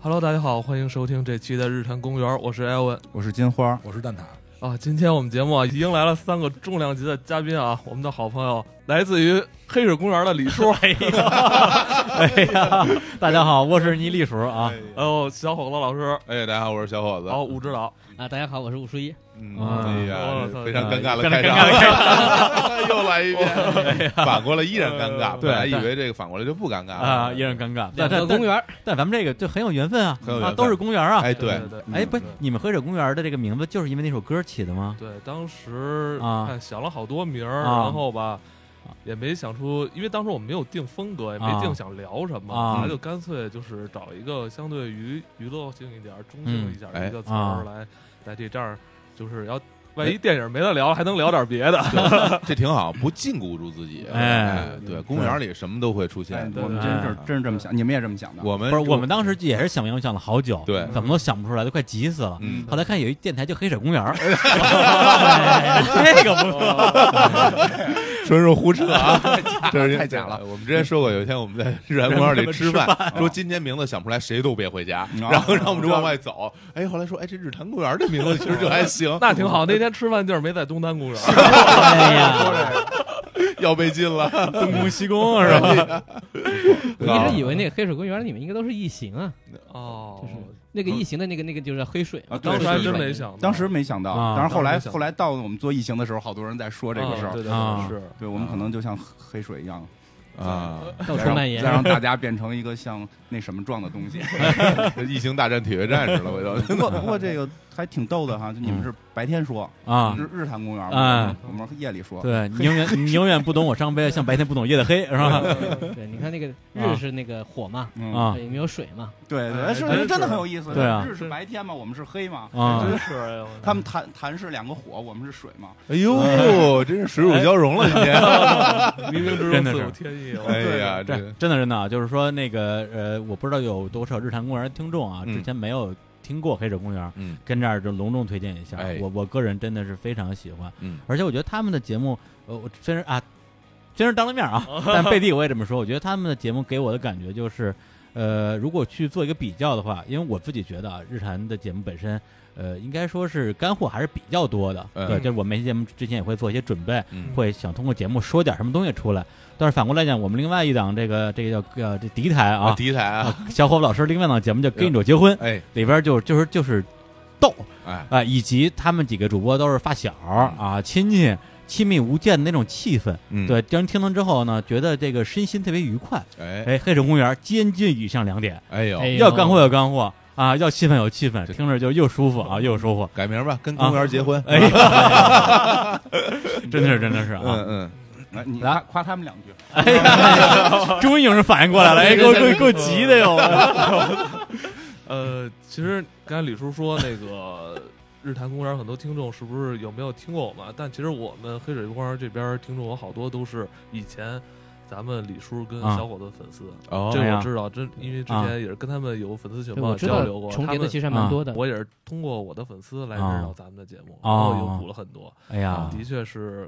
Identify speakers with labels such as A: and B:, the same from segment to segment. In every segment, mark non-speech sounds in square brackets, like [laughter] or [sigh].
A: Hello，大家好，欢迎收听这期的日坛公园，我是艾文
B: 我是金花，
C: 我是蛋挞，
A: 啊。今天我们节目啊，迎来了三个重量级的嘉宾啊，我们的好朋友来自于黑水公园的李叔，
D: 哎呀，哎呀，大家好，我是倪丽叔啊。
A: 还有小伙子老师，
E: 哎，大家好，我是小伙子。
A: 还有武指导。
F: 啊，大家好，我是武书一。
E: 嗯，
D: 哦啊
E: 哎
A: 我
E: 呀
A: 操，
E: 非常尴尬的
D: 呃非常
E: 开
D: 尴尬的开哎
E: 场， [laughs] 又来
D: [laughs]
E: 一遍，反过来依然尴尬。本来以
D: 对
E: 为这个反过来就不尴尬了
D: 啊，依然尴尬。
F: 两
D: 但
F: 个
D: 但
F: 公
D: 但
F: 园，
D: 但咱们这个就很有缘分啊，
E: 很有缘
D: 啊，
E: 分
D: 都是公园啊。
E: 哎，对，
A: 对
D: 哎，不，你们黑水公园的这个名字就是因为那首歌起的吗？
A: 对，当时
D: 啊
A: 哎想了好多名儿，
D: 啊
A: 然后吧
D: 啊。
A: 也没想出，因为当时我们没有定风格，也没
D: 啊
A: 定想聊什么，
D: 啊
A: 后来就干脆就是找一个相对于娱乐性一点儿、中性一点儿的
E: 嗯
A: 一个词儿
D: 哎
A: 来，在这这儿就是要万一电影没得聊，还能聊点别的。，
E: 这挺好，不禁锢住自己。
D: [laughs] 哎
E: 对，公园里什么都会出
B: 哎
E: 现，。
B: 我们真是真是这么想，你们也这么想的。
E: 我
D: 不
E: 们
D: 是，我们当时也是想名想了好久，
E: 嗯对
D: 怎么都想不出来，都快急死了。
E: 嗯
D: 后来看有一电台叫黑水公园
E: [laughs]
D: 儿，哎这个不错，
E: 纯属胡
D: [laughs]
E: 扯啊，这是
B: 太假了。
E: 我们之前说过，有一天我们在日坛公园里吃饭，说今天名字想不出来，谁都别回
D: 啊
E: 家，
B: 嗯
E: 然后让我们就往外走。哎，后来说，哎，这日坛公园这名字其实就还
D: [laughs]
E: 行
A: [laughs] 那挺好。那天吃饭地儿没在东单公园，
D: 哎呀，
E: 要被禁了。
D: 东宫西宫
A: [laughs]
D: 是吧？
F: 我
E: 啊
F: 一直以为那个黑水公园你们应该都是异形啊，
A: 哦
F: 就，是那个异形的那个那个就是黑水
B: 啊对
A: 当时还真
B: 是
A: 没想到，
B: 当时没想到，
D: 啊
B: 但是后来
A: 当时没想到
B: 后来到我们做异形的时候，好多人在说这个事
A: 啊
B: 儿
A: 对。对
D: 啊
A: 对是
B: 对啊我们可能就像黑水一样，
E: 啊，
F: 到
B: 再
F: 处
B: 让
F: 蔓延
B: 再。让大家变成一个像那什么状的东西。
E: 异形大战铁血战士了，回头。
B: [laughs] 不过不过这个还挺逗的哈，就你们是白天说
D: 啊，
B: 日日坛公园嘛
D: 哎，
B: 我们夜里说。
D: 对你永远你永远不懂我伤悲，像白天不懂夜的黑是吧？
F: 对，你
A: [laughs]
F: 看那个
D: 啊
F: 日是那个火嘛，
B: 嗯
D: 啊
F: 对，里面有水嘛，
B: 对
A: 哎
B: 对，是
A: 真是
B: 真的很有意思。
D: 对啊
B: 日是白天嘛，我们是黑嘛。
D: 啊
A: 真是哎呦
B: 他们谈谈是两个火，我们是水嘛。
E: 哎呦，真是水乳交融了，今天。
A: 冥冥之中
D: 真的
A: 自
D: 是
A: 有天意。我
E: 哎呀，
D: 这
E: 这个
D: 真的真的啊，就是说那个呃，我不知道有多少日坛公园的听众啊，
E: 嗯
D: 之前没有听过黑水公园，
E: 嗯
D: 跟这儿就隆重推荐一下。
E: 哎
D: 我我个人真的是非常喜欢，
E: 嗯
D: 而且我觉得他们的节目，呃，我虽然啊，虽然当了面啊，
E: 哦
D: [laughs] 但背地我也这么说，我觉得他们的节目给我的感觉就是。呃，如果去做一个比较的话，因为我自己觉得啊，日坛的节目本身，呃，应该说是干货还是比较多的。
E: 嗯
D: 对，就是我们每期节目之前也会做一些准备，
E: 嗯
D: 会想通过节目说点什么东西出来。但是反过来讲，我们另外一档这个这个叫呃这敌台啊，
E: 第一台啊，
D: 小伙子老师另外一档节目叫《跟你者结婚》，
E: [laughs] 哎
D: 里边就就是就是逗
E: 哎，
D: 啊、以及他们几个主播都是发小啊，亲戚亲密无间的那种气氛，
E: 嗯，
D: 对，让人听了之后呢，觉得这个身心特别愉快。
E: 哎
D: 哎，黑水公园兼具以上两点，
E: 哎呦，
F: 哎呦
D: 要干货有干货啊，要气氛有气氛，
E: 这
D: 听着就又舒服啊，又舒
E: [laughs]
D: 服。
E: 改名吧，跟公园结婚。
D: 哎呀， [laughs] 真的是真的是啊！
E: 嗯
B: 来，你
D: 来
B: 夸夸他们两句。
D: 哎呀， [laughs] 终于有人反应过来
E: [laughs]
D: 了，哎，给我给我给我急的哟！
A: 呃，其实刚才李叔说那个日坛公园，很多听众是不是有没有听过我们？啊但其实我们黑水公园这边听众有好多都是以前咱们李叔跟
D: 啊
A: 小伙子的粉丝，
E: 嗯，哦
A: 这
D: 哎
A: 我
D: 呀
A: 知道，真因为之前也是跟他们有粉丝群
F: 对，
A: 嘛
F: 我知
A: 交
F: 道
A: 流过，
F: 重
A: 他
F: 叠的
A: 们啊
F: 其实还蛮多的。
A: 我也是通过我的粉丝来认识到咱们的节目，然
D: 啊
A: 后又补了很多。
D: 哎
F: 啊
D: 呀，
A: 的确是，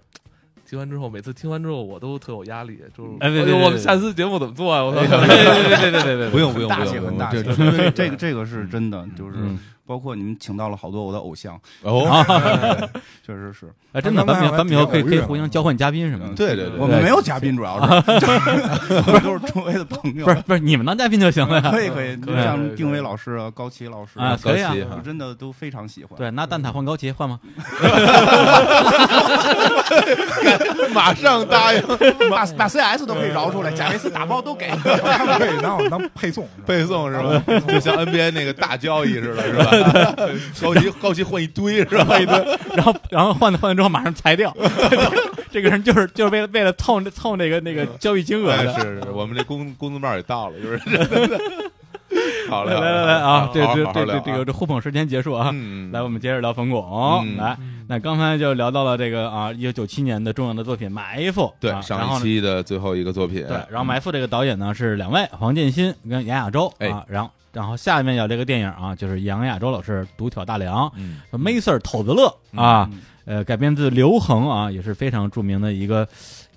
A: 听完之后，每次听完之后我都特有压力，就是
F: 嗯
D: 哎对对
A: 呦
D: 对对
A: 我们下次节目怎么做啊？我
D: [laughs]
A: 操！
D: 对对对对
E: 不用不用
B: 大
E: 不
B: 气
E: 用，
B: 很
E: 不
B: 大
E: 用
B: 气，
E: 这
B: 因为这个这个是真的，就是
D: 嗯
B: 包括你们请到了好多我的偶像，
E: 哦，
B: 确实是。
D: 哎，真的，咱们咱们以后可以可以互相交换嘉宾什么
B: 嗯
D: 的。
E: 对对对，
B: 我们没有嘉宾，主要是我们都是周围的朋
E: 嗯
B: 友。
D: 不是不是，你们当嘉宾就行了
B: [laughs]
D: 呀。
E: [laughs]
B: 可以可以，
A: 嗯
B: 就
A: 可以可以可
B: 像
A: 以
B: 丁薇老师啊、高奇老师
D: 啊
B: 啊，
E: 高
D: 可以啊
E: 级
B: 我真的都非常喜欢。
D: 对，拿
E: 嗯
D: 蛋挞换高旗换吗？
E: 马上答应
B: 把把 CS 都可以饶出来，贾维斯打包都给。
C: 对，拿我们当配送，
E: [laughs] 背诵是吧？就像 NBA 那个大交易似的，是吧？高级高级换一堆是吧？一堆
D: [laughs] 然后然后换了换了之后马上裁掉， [laughs] 这个人就是就是为了为了凑凑那个那个交易金额
E: 哎
D: 的。
E: 是是，我们这工工资帽也到了，就是。好嘞，
D: 来
E: 好嘞
D: 来来啊，这
E: 好好
D: 这
E: 好
D: 这
E: 聊
D: 这
E: 啊
D: 这个这互捧时间结束啊。
E: 嗯，
D: 来，我们接着聊冯
E: 嗯
D: 巩。来，那刚才就聊到了这个啊，一九九七年的重要的作品《埋伏》。
E: 对、
D: 啊然
E: 上
D: 后
E: 一
D: 呢
E: 期的最后一个作品，
D: 对，然后《埋伏》这个导演呢是两位，黄建新跟杨亚洲
E: 哎
D: 啊，然后然后下面有这个电影啊，就是杨亚洲老师独挑大梁，
E: 嗯，
B: 嗯
D: 梅 Sir 头子乐啊，呃，改编自刘恒啊，也是非常著名的一个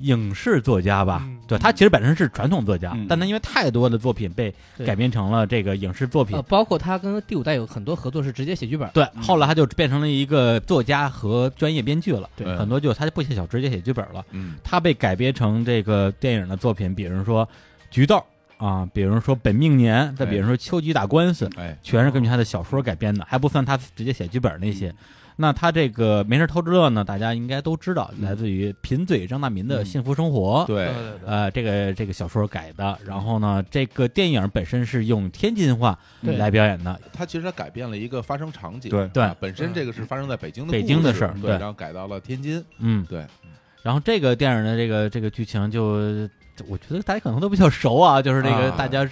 D: 影视作家吧，
A: 嗯
D: 对他其实本身是传统作家，
B: 嗯
D: 但他因为太多的作品被
F: 对
D: 改编成了这个影视作品
F: 呃，，包括他跟第五代有很多合作是直接写剧本，
D: 对，后来他就变成了一个作家和专业编剧了，
F: 对
D: 很多就他就不写小说，直接写剧本了。
E: 嗯
D: 他被改编成这个电影的作品，比如说《菊豆》啊，比如说《本命年》，再比如说《秋菊打官司》，
E: 哎
D: 全是根据他的小说改编的，还不算他直接写剧本那些。那他这个《没事偷着乐》呢，大家应该都知道，来自于贫嘴张大民的《幸福生活》
E: 嗯对
A: 对对对
D: 呃，这个这个小说改的，然后呢，这个电影本身是用天津话
F: 对
D: 来表演的，
E: 他其实他改变了一个发生场景，
B: 对
D: 对嗯
E: 啊本身这个是发生在北京的
D: 北京的
E: 故
D: 事儿对
E: 对，然后改到了天津，
D: 嗯，
E: 对，
D: 然后这个电影的这个这个剧情就，就我觉得大家可能都比较熟啊， [laughs] 就是这个
E: 啊
D: 大家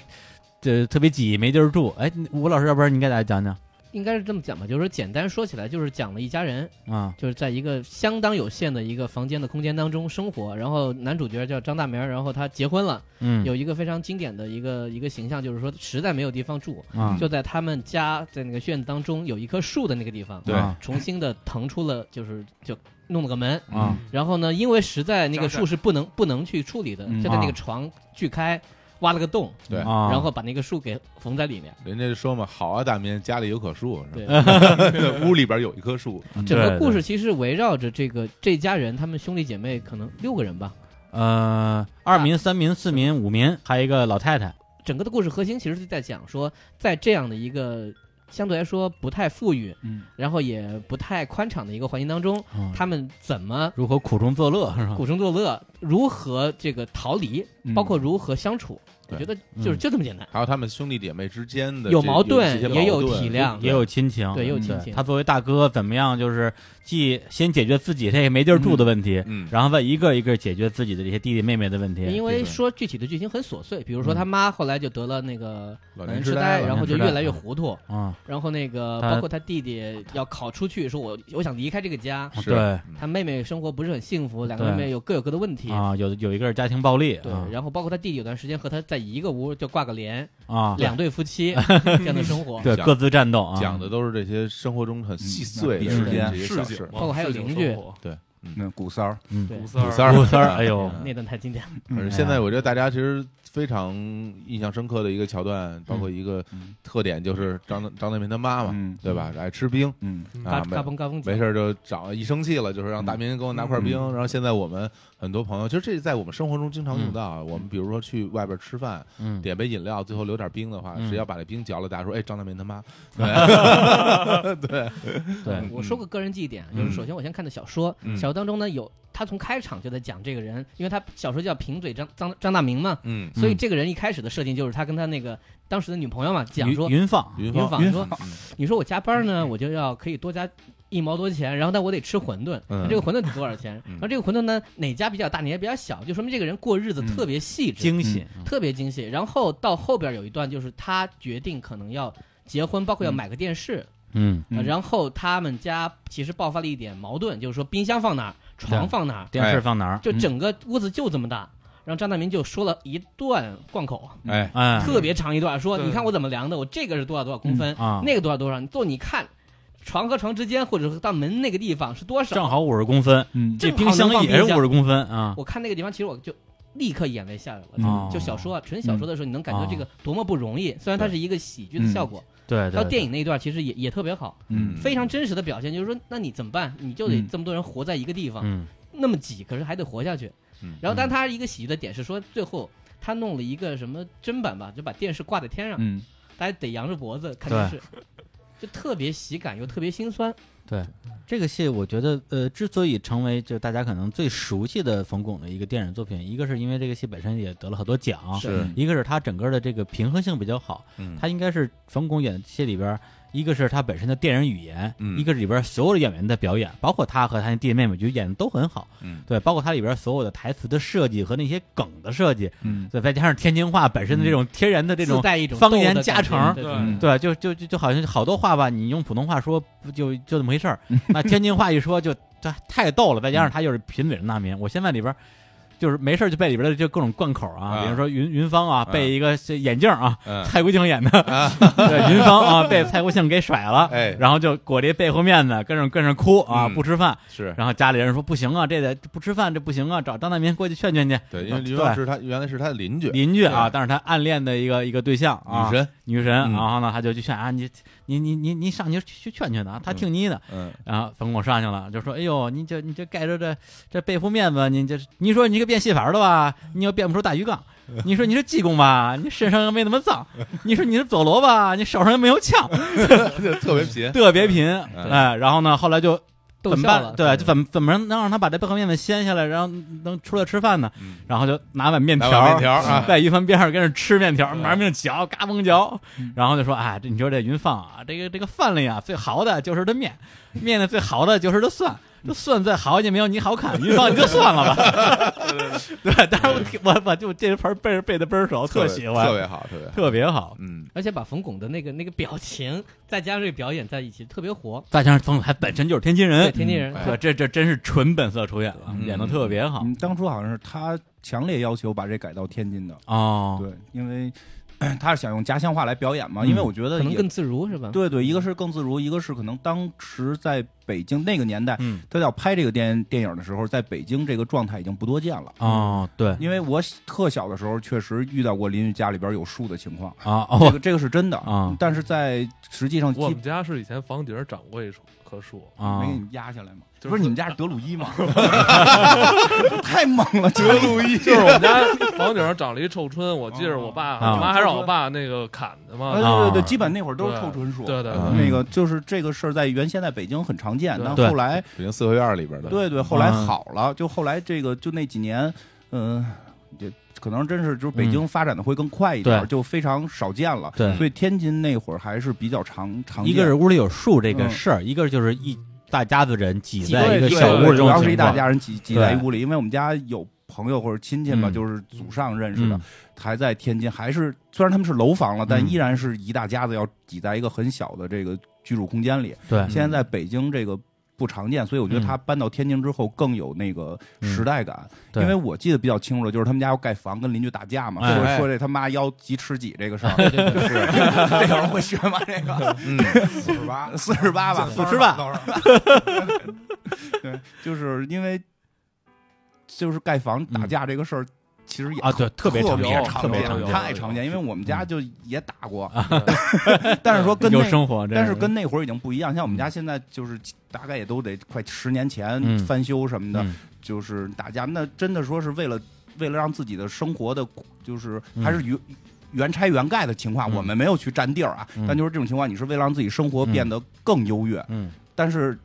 D: 这、特别挤，没地儿住。哎，吴老师，要不然你给大家讲讲
F: 应该是这么讲吧，就是说简单说起来，就是讲了一家人，
D: 啊？
F: 就是在一个相当有限的一个房间的空间当中生活，然后男主角叫张大明儿，然后他结婚了，
D: 嗯，
F: 有一个非常经典的一个一个形象，就是说实在没有地方住，
D: 啊，
F: 就在他们家在那个院子当中有一棵树的那个地方，
E: 对
D: 啊
F: 重新的腾出了，就是就弄了个门，
D: 啊
F: 然后呢，因为实在那个
A: 加
F: 树是不能不能去处理的，
B: 嗯
F: 就在那
D: 啊
F: 个床锯开，挖了个洞，
E: 对
D: 啊，
F: 然后把那个树给缝在里面，
E: 人家就说嘛，好啊，大民家里有棵树，是吧
F: 对。
E: 屋里边有一棵树，
F: 整
D: 对
F: 个故事其实围绕着这个这家人，他们兄弟姐妹可能六个人吧。
D: 呃，二民、三民、四民、五民，还有一个老太太，
F: 整个的故事核心其实是在讲说，在这样的一个相对来说不太富裕，
B: 嗯，
F: 然后也不太宽敞的一个环境当中，
D: 嗯
F: 他们怎么
D: 如何苦中作乐是吧？
F: 苦中作乐，如何这个逃离，
B: 嗯
F: 包括如何相处。我
E: 对
F: 觉得就是就这么简单。
E: 还有他们兄弟姐妹之间的
F: 有
E: 这
F: 矛
E: 有
F: 盾
E: 这些
F: 也有
E: 矛盾
F: 体谅
D: 也有亲情，
F: 对也有亲
D: 嗯
F: 情
D: 他作为大哥，怎么样？就是既先解决自己这个没地儿住的问题，
E: 嗯，
D: 然后再一个一个解决自己的这些弟弟妹妹的问题。
F: 因
E: 对
F: 为
E: 对
F: 说具体的剧情很琐碎，比如说他妈后来就得了那个
E: 老
F: 老年
E: 年
F: 痴
E: 痴
F: 呆，
E: 呆了
F: 然后
D: 嗯老
F: 就
D: 年痴呆
F: 越来越糊涂，
D: 啊，
F: 然后那个
D: 他
F: 包括他弟弟要考出去，说我我想离开这个家，
E: 是
D: 对
E: 嗯
F: 他妹妹生活不是很幸福，两个
D: 对
F: 妹妹有各有各的问题。
D: 啊，有的有一个是家庭暴力，
F: 对
D: 啊，
F: 然后包括他弟弟有段时间和他在一个屋就挂个帘，
D: 啊，
F: 两对夫妻这样的生
D: [laughs]
F: 活，
D: 对
E: 讲
D: 各自战斗啊，
E: 讲的都是这些生活中很细碎
B: 嗯嗯
E: 的这些
A: 市
E: 小
A: 井
E: 事
A: 嘛，
F: 包括还有
A: 市井
F: 邻居
A: 生活
B: 那古三儿，
D: 嗯
F: 对
A: 五四
E: 五
A: 二
E: 三儿，
D: 五三儿哎呦
E: 嗯
F: 那段太经典了。
E: 反正
D: 嗯
E: 现在我觉得大家其实非常印象深刻的一个桥段，包括一个
B: 嗯
E: 特点就是张张大民他妈妈，
B: 嗯
E: 对吧？爱吃冰
B: 嗯
E: 啊
F: 嘎，
E: 没
F: 嘎嘣嘎嘣
E: 没
F: 讲，
E: 事儿就找一生气了，就是让
B: 嗯
E: 大民给我拿块冰。然后现在我们很多朋友，其实这在我们生活中经常用到啊。我们比如说去外边吃饭，
D: 嗯，
E: 点杯饮料，最后留点冰的话，
D: 嗯
E: 谁要把这冰嚼了，大家说哎，张大民他妈，哎
D: 对，
F: 我说个个人记忆点，
D: 嗯
F: 就是首先我先看的小说，
E: 嗯
F: 小说当中呢有他从开场就在讲这个人，因为他小说叫贫嘴张张张大明嘛，
E: 嗯，
F: 所以这个人一开始的设定就是他跟他那个当时的女朋友嘛讲
D: 云
F: 说，
D: 云放
E: 云
F: 云
E: 芳嗯
F: 访说你说我加班呢，我就要可以多加一毛多钱，然后但我得吃馄饨，
E: 嗯
F: 那这个馄饨得多少钱？
E: 嗯
F: 然后这个馄饨呢，哪家比较大，哪家比较小，就说明这个人过日子特别细致，
D: 惊喜，嗯
F: 特别精细。然后到后边有一段就是他决定可能要结婚，包括要买个电视，
D: 嗯，
B: 嗯
F: 呃然后他们家其实爆发了一点矛盾，就是说冰箱放哪儿，床放哪儿，
D: 电视放哪儿？
F: 哎
D: 嗯
F: 就整个屋子就这么大。然后张大民就说了一段贯口，
E: 哎，
D: 哎
F: 特别长一段，说
A: 对
F: 你看我怎么量的，我这个是多少多少公分，
D: 啊，
F: 那个多少多少，你做你看，床和床之间或者是到门那个地方是多少？
D: 正好五十公分，
B: 嗯
D: 这
F: 正好
D: 箱
F: 能放
D: 也
F: 冰
D: 是
F: 箱
D: 五十公分啊，
F: 我看那个地方，其实我就立刻眼泪下来了。
D: 哦
F: 就小说啊，纯小说的时候，你能感觉这个多么不容易。虽然它是一个喜剧的效果，
D: 对，
F: 到电
D: 影
F: 影那一段其实也也特别好，
E: 嗯
F: 非常真实的表现。就是说，那你怎么办？你就得
B: 嗯
F: 这么多人活在一个地方，
D: 嗯
F: 那么挤，可是还得活下去
E: 嗯。
F: 然后，但他一个喜剧的点是说，最后他弄了一个什么砧板吧，就把电视挂在天上，
B: 嗯
F: 大家得扬着脖子看电视，就特别喜感又特别心酸。
D: 这个戏，我觉得呃，之所以成为就大家可能最熟悉的冯巩的一个电影作品，一个是因为这个戏本身也得了很多奖，
E: 是
D: 一啊个是它整个的这个平衡性比较好，
E: 嗯
D: 它应该是冯巩演的戏里边儿，一个是他本身的电影语言，
E: 嗯
D: 一个是里边儿所有的演员的表演，包括他和他那弟弟妹妹，就演的都很好，
E: 嗯
D: 对，包括他里边儿所有的台词的设计和那些梗的设计，
B: 嗯
D: 对，再加上天津话本身的这
E: 嗯
D: 种天然的这种
F: 自，带一种
D: 方
F: 逗的
D: 言
F: 感
D: 加
F: 觉
D: 成
F: 对
A: 对
B: 嗯
D: 对，就就就就好像好多话吧，你用普通话说不就就那么回
E: 嗯 [laughs]
D: 事儿，那天津话一说就这太逗了，再加上他又是贫嘴张大民，我现在里边儿就是没事儿就背里边的就各种贯口啊，
E: 啊
D: 比如说云云芳啊，
E: 嗯
D: 背一个这眼镜啊，
E: 嗯
D: 蔡国庆演的，
E: 啊，
D: 对云芳啊
E: [laughs]
D: 被蔡国庆给甩了，
E: 哎
D: 然后就裹着一背后面子，跟着跟着哭啊，
E: 嗯
D: 不吃饭，
E: 是
D: 然后家里人说不行啊，这得不吃饭这不行啊，找张大民过去劝劝去，
E: 对，因为
D: 嗯
E: 林老是他原来是他的邻居，
D: 邻居啊，
E: 对
D: 但是他暗恋的一个一个对象啊，
E: 女神，
D: 女神，
E: 嗯
D: 然后呢，他就去劝啊，你你你你你上去去去劝劝他，他听你的。
E: 嗯， [laughs]
D: 然后冯巩上去了，就说：“哎呦，你这你这盖着这这背负面子，你这你说你这变戏法的吧，你又变不出大鱼
E: [laughs]
D: 缸。你说你是济公吧，你身上又没那么脏。你说你是佐罗吧，你手上又没有
E: [laughs]
D: 呛，
E: 特别贫，
D: 特别贫。哎，然后呢，后来就
F: 逗
D: 怎么
F: 笑
D: 办？
F: 了，
D: 对，就怎么怎么能让他把这背后面子掀下来，然后能出来吃饭呢？
E: 嗯
D: 然后就拿碗面
E: 拿
D: 条，
E: 碗面条啊，
D: 在一饭边上跟着吃面条，
E: 嗯
D: 玩命嚼，嘎嘣嚼，然后就说：“哎，这你说这云放啊，这个这个饭里啊，最好的就是这
E: [laughs]
D: 面，面里最好的就是这蒜，这蒜再好也没有你好看。云放你就
E: [laughs]
D: 算了吧。”对，当时我挺我我就这盆背背的倍儿熟，
E: 特别
D: 喜欢，
E: 特别好，特别好，
D: 特别好。
E: 嗯，
F: 而且把冯巩的那个那个表情，再加上这个表演在一起，特别活。
D: 再加上冯还本身就是天津
F: 对，
D: 人，
F: 天津人，
E: 哎
D: 对，这这真是纯本色出演了，
E: 嗯
D: 演的特别好
B: 嗯，当初好像是他强烈要求把这改到天津的，
E: 嗯
D: 哦。
B: 对，因为 [clears throat] 咳他是想用家乡话来表演嘛，因为
D: 嗯
B: 我觉得
F: 可能
B: 也
F: 更自如是吧？
B: 对对，一个是更自如，一个是可能当时在北京那个年代，
D: 嗯，
B: 他要拍这个电电影的时候，在北京这个状态已经不多见了。
D: 哦，对，
B: 因为我特小的时候确实遇到过邻居家里边有树的情况，
D: 啊，
B: 这
D: 哦，
B: 个这个是真的
D: 啊
B: 但是在实际上基
A: 我们家是以前房顶儿长过一棵棵树，
D: 啊
B: 没给，你们压下来吗？
A: 就是
B: 不是你
A: [laughs]
B: 们家是德鲁伊吗？ [laughs] 太猛了，德
D: 哎
B: 鲁伊
A: 哎就是我们家房顶上长了一臭椿，我记着我爸、
D: 啊
A: 我妈还让我爸那个砍的嘛。
D: 啊
B: 对对对，基本那会儿都是臭椿树。
A: 对对
E: 啊
F: 嗯
A: 对，
B: 那个
D: 嗯
B: 就是这个事儿，在原先在北京很常见，
A: 对
B: 但
D: 对
B: 后来
E: 北京四合院里边的，
B: 对对，后来
D: 嗯
B: 好了，就后来这个就那几年，嗯、也可能真是就是北京发展的会更快一点，
D: 嗯对
B: 就非常少见了。
D: 对
B: 所以天津那会儿还是比较常常见。
D: 一个是屋里有树这个
B: 嗯
D: 事儿，一个就是一大家子人挤
F: 挤
D: 在一个
B: 对
D: 小
B: 对
D: 屋里这
B: 主
D: 种
B: 要是一
D: 情
B: 大
D: 况，
B: 家人挤挤在一
D: 对
B: 屋里，因为我们家有朋友或者亲戚嘛，
D: 嗯
B: 就是祖上认识的
D: 嗯，
B: 还在天津，还是虽然他们是楼房了，但
D: 嗯
B: 依然是一大家子要挤在一个很小的这个居住空间里。
D: 对，
B: 现在在北京这个不常见，所以我觉得
D: 嗯
B: 他搬到天津之后更有那个时代感。
D: 对
B: 因为我记得比较清楚的就是他们家要盖房，跟邻居打架嘛，
D: 哎
B: 说
E: 哎
B: 说这他妈要几尺几这个事儿，
F: 对对
B: [laughs]
F: 对，
B: 这有人会学吗？这个
E: 嗯，
C: 四十八，
B: 四十八吧，
C: 不
D: 吃饭
B: [laughs] 对，就是因为就是盖房打架这个事儿。其实也
D: 嗯啊，对，特别
B: 特
D: 常
B: 别
D: 见，
A: 常
D: 别
A: 见
D: 常
A: 有
B: 太常见，因为我们家就也打过，但
F: [laughs]
A: 但
B: 是
A: 是
B: 说
A: 说
B: 跟
D: 有
B: 那，
D: 生活，这
B: 但是跟那会儿已经不一样。像我们家现在就是大概也都得快十年前
D: 嗯
B: 翻修什么的，
D: 嗯
B: 就是打架，那真的说是为了为了让自己的生活的，就是
D: 嗯
B: 还是原、原拆原盖的情况，
D: 嗯
B: 我们没有去占地儿啊，
D: 嗯
B: 但就是这种情况，你是为了让自己生活
D: 嗯
B: 变得更优越，
D: 嗯
B: 但是。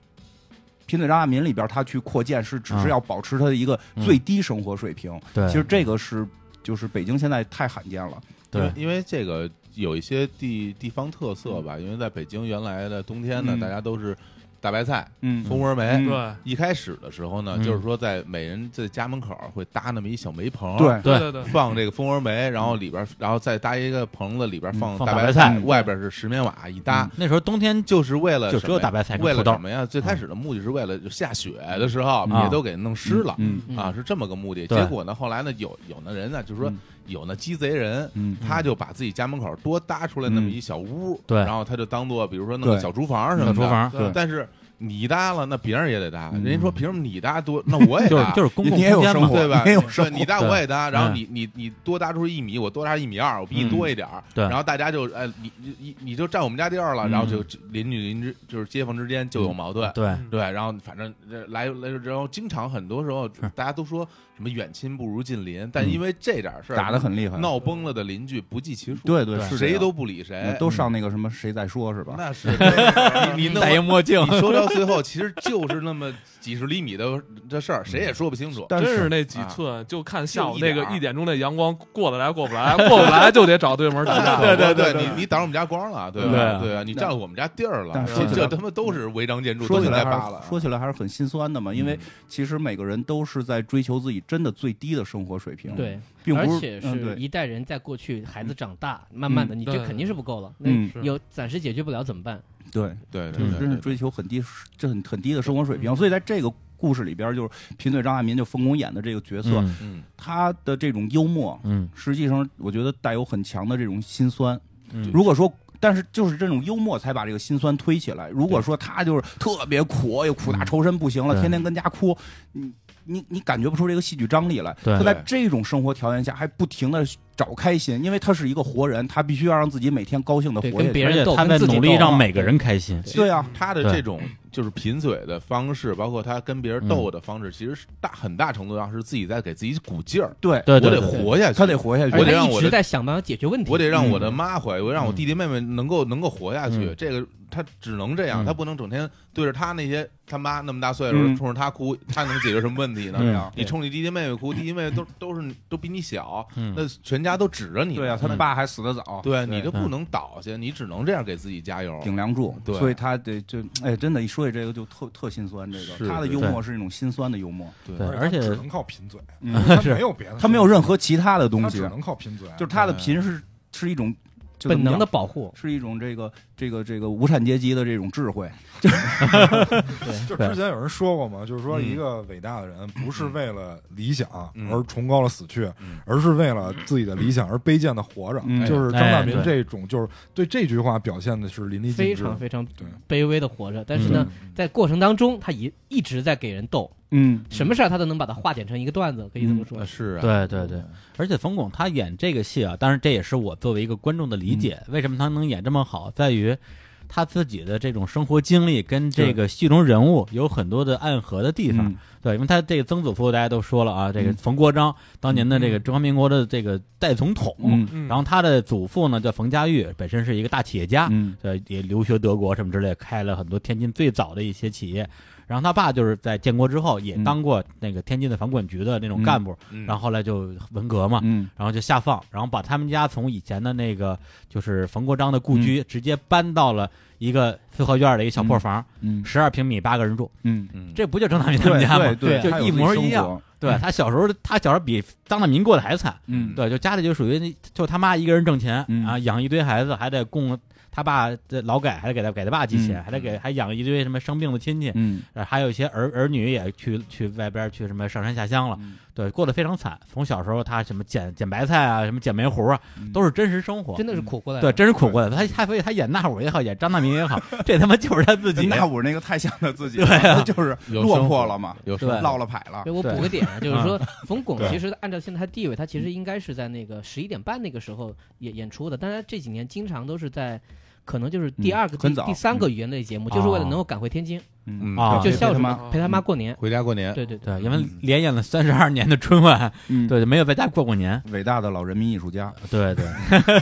B: 贫嘴张大民里边，他去扩建是只是要保持他的一个最低生活水平。
D: 嗯对，
B: 其实这个是，就是北京现在太罕见了。
E: 因为
D: 对
E: 因为这个有一些地地方特色吧，因为在北京原来的冬天呢，
B: 嗯
E: 大家都是大白菜、
B: 嗯
E: 蜂窝
B: 嗯
E: 煤。
A: 对
E: 一开始的时候呢，
D: 嗯
E: 就是说在每人在家门口会搭那么一小煤棚，，
B: 对，
A: 对对对，
E: 放这个蜂窝煤，然后里边，然后再搭一个棚子，里边
D: 嗯
E: 放
D: 放
E: 大
D: 大白
E: 菜
D: 菜，
E: 外边是石棉瓦一搭，
D: 那时候冬天
E: 就是为了
D: 就
E: 什
D: 只有
E: 么呀
D: 大白菜跟
E: 为了
D: 土豆
E: 什么呀？最开始的目的是为了就下雪的时候
D: 嗯
E: 也都给弄湿了。
B: 嗯
F: 嗯
E: 啊，是这么个目的。
D: 对
E: 结果呢，后来呢，有有的人呢，就是说
B: 嗯
E: 有那鸡贼人，
B: 嗯
E: 他就把自己家门口多搭出来那么
B: 嗯
E: 一小屋，
D: 对
E: 然后他就当做比如说弄个
B: 对
E: 小厨房什
D: 小
E: 么的。
D: 厨，房，
A: 对
E: 嗯但是你搭了，那别人也得搭。
B: 嗯
E: 人家说凭什么你搭多，那我也
D: 就是
E: 搭。
D: 就是公共
B: 你也有
D: 空间
B: 生
D: 嘛
B: 活，
E: 对吧？
B: 也有
E: 说你搭
D: 对嗯
E: 我也搭，然后你你你多搭出一米，我多搭一米二，我比你
B: 嗯
E: 多一点儿。
D: 对
E: 然后大家就哎，你你你你就占我们家地儿了，
B: 嗯
E: 然后就邻居邻居就是街坊之间就
D: 嗯
E: 有矛盾。
D: 对，
B: 嗯
E: 对，然后反正呃来来，然后经常很多时候
D: 是
E: 大家都说什么远亲不如近邻，但
B: 嗯
E: 因为这点事儿
B: 打得很厉害，
E: 闹崩了的邻居不计其数，
B: 对对
D: 对
B: 是这
E: 谁
B: 样
E: 都不理谁，
B: 都上那个什么谁在说是吧？
E: 那是
B: [laughs]
E: 你你弄
D: 戴一墨镜，
E: 你说到最后，其实就是那么几十厘米的这事儿，谁也说不清 [laughs] 楚。
B: 但
A: 真是
B: 是
A: 那几寸，就看下午那个
E: 就一点儿
A: 一点钟那阳光过得来过不来，过不来就得找对门打
E: [laughs]
A: 架。
E: 对对对，你你挡着我们家光了，对
D: 对
E: 吧？
D: 啊
E: 对啊，你占了我们家地儿了
B: 但，
A: 是
E: 这
A: 说起
E: 这
B: 来
E: 他妈都是违章建筑，
B: 说起
E: 都
B: 来
E: 应该
B: 还
E: 扒了嗯
B: 是。说起来还是很心酸的嘛，因为其实每个人都是在追求自己真的最低的生活水平，，
F: 对，
B: 并
F: 而
B: 不
F: 且
B: 嗯
F: 是
B: 对，
F: 一代人在过去，孩子长大，慢慢的，你这
A: 对
F: 肯定是不够了。那
B: 嗯
A: 是
F: 有暂时解决不了怎么办？
B: 对，
E: 对对
B: 就是真
E: 对
B: 是
E: 对，
F: 嗯
B: 追求很低、这很很低的生活水平，所以在这个故事里边，就是贫嘴张大民就冯巩演的这个角色，
D: 嗯
E: 嗯，
B: 他的这种幽默，
D: 嗯
B: 实际上我觉得带有很强的这种心酸。
D: 嗯
B: 如果说。但是就是这种幽默才把这个心酸推起来。如果说他就是特别苦，又苦大仇深，不行了，
D: 对
B: 天天跟家哭，你你你感觉不出这个戏剧张力来。
D: 对
B: 他在这种生活条件下还不停的找开心，因为他是一个活人，他必须要让自己每天高兴的活
F: 对
B: 下
F: 跟
B: 去
F: 别
D: 而
F: 人
D: 且
F: 斗
D: 他在
F: 跟自己
D: 努力
F: 斗
D: 让
F: 啊
D: 每个人开心，
B: 对啊，
E: 他的
D: 对
E: 这种就是贫嘴的方式，包括他跟别人斗的方式，其实是大很大程度上是自己在给自己鼓劲儿，
B: 对，
D: 对
E: 我
D: 对
E: 得
D: 对，对
E: 活下去，
B: 他得活下去。
E: 我得
F: 而且
E: 让
F: 一
E: 我
F: 直
E: 的
F: 在想办法解决问题。
E: 我得让我的
B: 嗯
E: 妈怀，我得让我弟弟妹妹能够能够活下去。
D: 嗯
E: 这个他只能这样，
D: 嗯
E: 他不能整天对着他那些他妈那么大岁数、
B: 嗯
E: 冲着他哭，他能解决什么问题呢？
D: 嗯
E: 你冲你弟弟妹妹哭，弟弟妹妹都都是都比你小，
D: 嗯
E: 那全家都指着你。
B: 对啊，他
E: 那
B: 爸还死得早，
E: 对你就
D: 嗯
E: 不能倒下，你只能这样给自己加油。
B: 顶梁柱，
E: 对
B: 所以他得就哎，真的，一说起这个就特特心酸。这
E: 是
B: 个他的幽默是一种心酸的幽默，
D: 对，
C: 他
D: 而且
C: 只能靠贫嘴，
B: [laughs] 嗯
C: 他没有别的，
B: 他没有任何其他的东
C: 他
B: 西，啊
C: 只
B: 就
C: 能靠贫嘴，
B: 是他的贫是是一种就怎
F: 本
B: 么
F: 能的
B: 讲
F: 保护，
B: 是一种这个这个这个无产阶级的这种智慧，
C: 就
D: 对
C: 之前有人说过嘛，就是说
E: 嗯
C: 一个伟大的人不是为了理想
E: 嗯
C: 而崇高了死去
E: 嗯，
C: 而是为了自己的理想而卑贱的活着
B: 嗯。
C: 就是张大民
D: 哎
C: 这种，就是对这句话表现的是淋漓
F: 非
C: 尽致。
F: 常非常
C: 对
F: 卑微的活着。但是呢，在过程当中，他一一直在给人逗，
B: 嗯，
F: 什么事儿他都能把它化解成一个段子，可以这么说
E: 啊。是啊，
D: 对对
B: 嗯
D: 对，而且冯巩他演这个戏啊，当然这也是我作为一个观众的理解，
B: 嗯
D: 为什么他能演这么好，在于他自己的这种生活经历跟这个戏中人物有很多的暗合的地方。
B: 嗯
D: 对，因为他这个曾祖父大家都说了啊，这个
B: 嗯
D: 冯国璋当年的这个中华民国的这个代总统，
B: 嗯
A: 嗯
D: 然后他的祖父呢叫冯家玉，本身是一个大企业家，
B: 嗯
D: 呃，也留学德国什么之类，开了很多天津最早的一些企业。然后他爸就是在建国之后也
B: 嗯
D: 当过那个天津的房管局的那种干部，
E: 嗯
D: 然后后来就文革嘛，
B: 嗯
D: 然后就下放，然后把他们家从以前的那个就是冯国璋
B: 嗯
D: 的故居、直接搬到了一个四合院的一个小破房，
B: 嗯
D: 十二、平米，八个人住，
B: 嗯，
E: 嗯
D: 这不就张大民他们
B: 对
D: 家吗？
B: 对
F: 对
D: 就
B: 他有
D: 一模
B: 自己
D: 一样
B: 生活，
D: 对他小时候，他小时候比张大民过得还惨，
B: 嗯
D: 对，就家里就属于那就他妈一个人挣钱、
B: 嗯
D: 啊，养一堆孩子，还得供他爸这劳改，还得给他给他爸寄钱，
B: 嗯
D: 还得给还养一堆什么生病的亲戚，
B: 嗯
D: 呃还有一些儿儿女也去去外边去什么上山下乡了，
B: 嗯
D: 对，过得非常惨。从小时候他什么捡捡白菜啊，什么捡煤糊啊，
B: 嗯
D: 都是真实生活。
F: 真的是苦过来
D: 对，
F: 了。
D: 真是苦过来的。他他所以他演那会儿也好，演张大民也好，这他妈就是他自己。
B: [laughs] 那我那个太像他自 [laughs] 己，
D: 对啊
B: 他就是
E: 有
B: 落
E: 生
B: 魄
E: 活
B: 了嘛，
E: 有
D: 对
E: 生
B: 落了牌了
F: 对，，我
D: 对
F: 补个点啊，就是说，冯巩
C: 对
F: 其实按照现在他地位，他其实应该是在那个十一点半那个时候演演出的，但他这几年经常都是在，可能就是第二
B: 嗯
F: 个、
B: 很
F: 第
B: 早
F: 第三个语言类节目，
D: 嗯
F: 就是为了能够赶回天津，
B: 嗯
E: 嗯
D: 啊
F: 就
B: 陪
F: 孝
B: 他
F: 顺
B: 妈
A: 哦
F: 嘛陪 [laughs] 他妈过年。
E: 回家过年，
F: 对对对，
D: 对，因为连演了三十二年的春晚，
B: 嗯，
D: 对，没有在家过过年。
B: 伟大的老人民艺术家，
D: 对对， [laughs]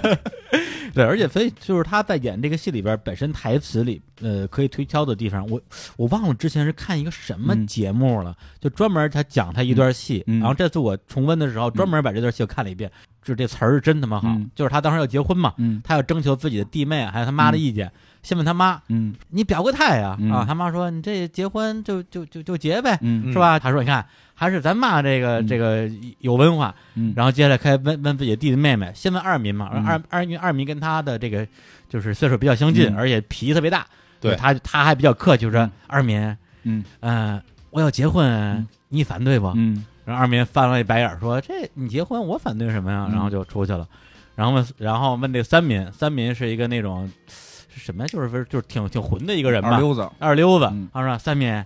D: 对，而且所以就是他在演这个戏里边，本身台词里呃可以推敲的地方，我我忘了之前是看一个什么
B: 嗯
D: 节目了，就专门他讲他一段戏，
B: 嗯嗯
D: 然后这次我重温的时候，专门把这段戏又看了一遍，就这词儿是真他妈好，
B: 嗯
D: 就是他当时要结婚嘛，
B: 嗯
D: 他要征求自己的弟妹还有他妈的意见，先问他妈，
B: 嗯
D: 你表个态呀、啊，
B: 嗯
D: 他妈说你这结婚就就就就结呗。
B: 嗯
D: 是吧？他说：“你看，还是咱妈这个、
B: 嗯
D: 这个有文化，
B: 嗯，
D: 然后接下来开始问问自己的弟弟妹妹，先问二民嘛，
B: 嗯
D: 二二因为二民跟他的这个就是岁数比较相近，
B: 嗯
D: 而且脾气特别大，
E: 对
D: 他他还比较客气，就说
B: 嗯
D: 二民，
B: 嗯
D: 呃，我要结婚，你反对不？
B: 嗯
D: 然后二民翻了一白眼儿说：“这你结婚，我反对什么呀？”
B: 嗯
D: 然后就出去了。然后问，然后问这三民，三民是一个那种是什么呀？就是不是就是挺挺混的一个人吧，
B: 二溜子，
D: 二溜子
B: 嗯，
D: 他说三民，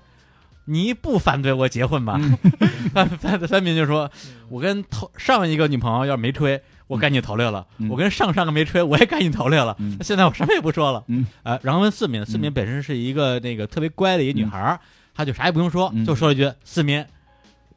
D: 你不反对我结婚吧？
B: 嗯
D: [laughs] 三三民就说，我跟头上一个女朋友要是没吹，我赶紧头六了；
B: 嗯
D: 我跟上上个没吹，我也赶紧头六了。
B: 嗯
D: 现在我什么也不说了。
B: 嗯
D: 呃，然后问四民，四民本身是一个那个特别乖的一女孩儿，她就啥也不用说，
B: 嗯
D: 就说了一句四民。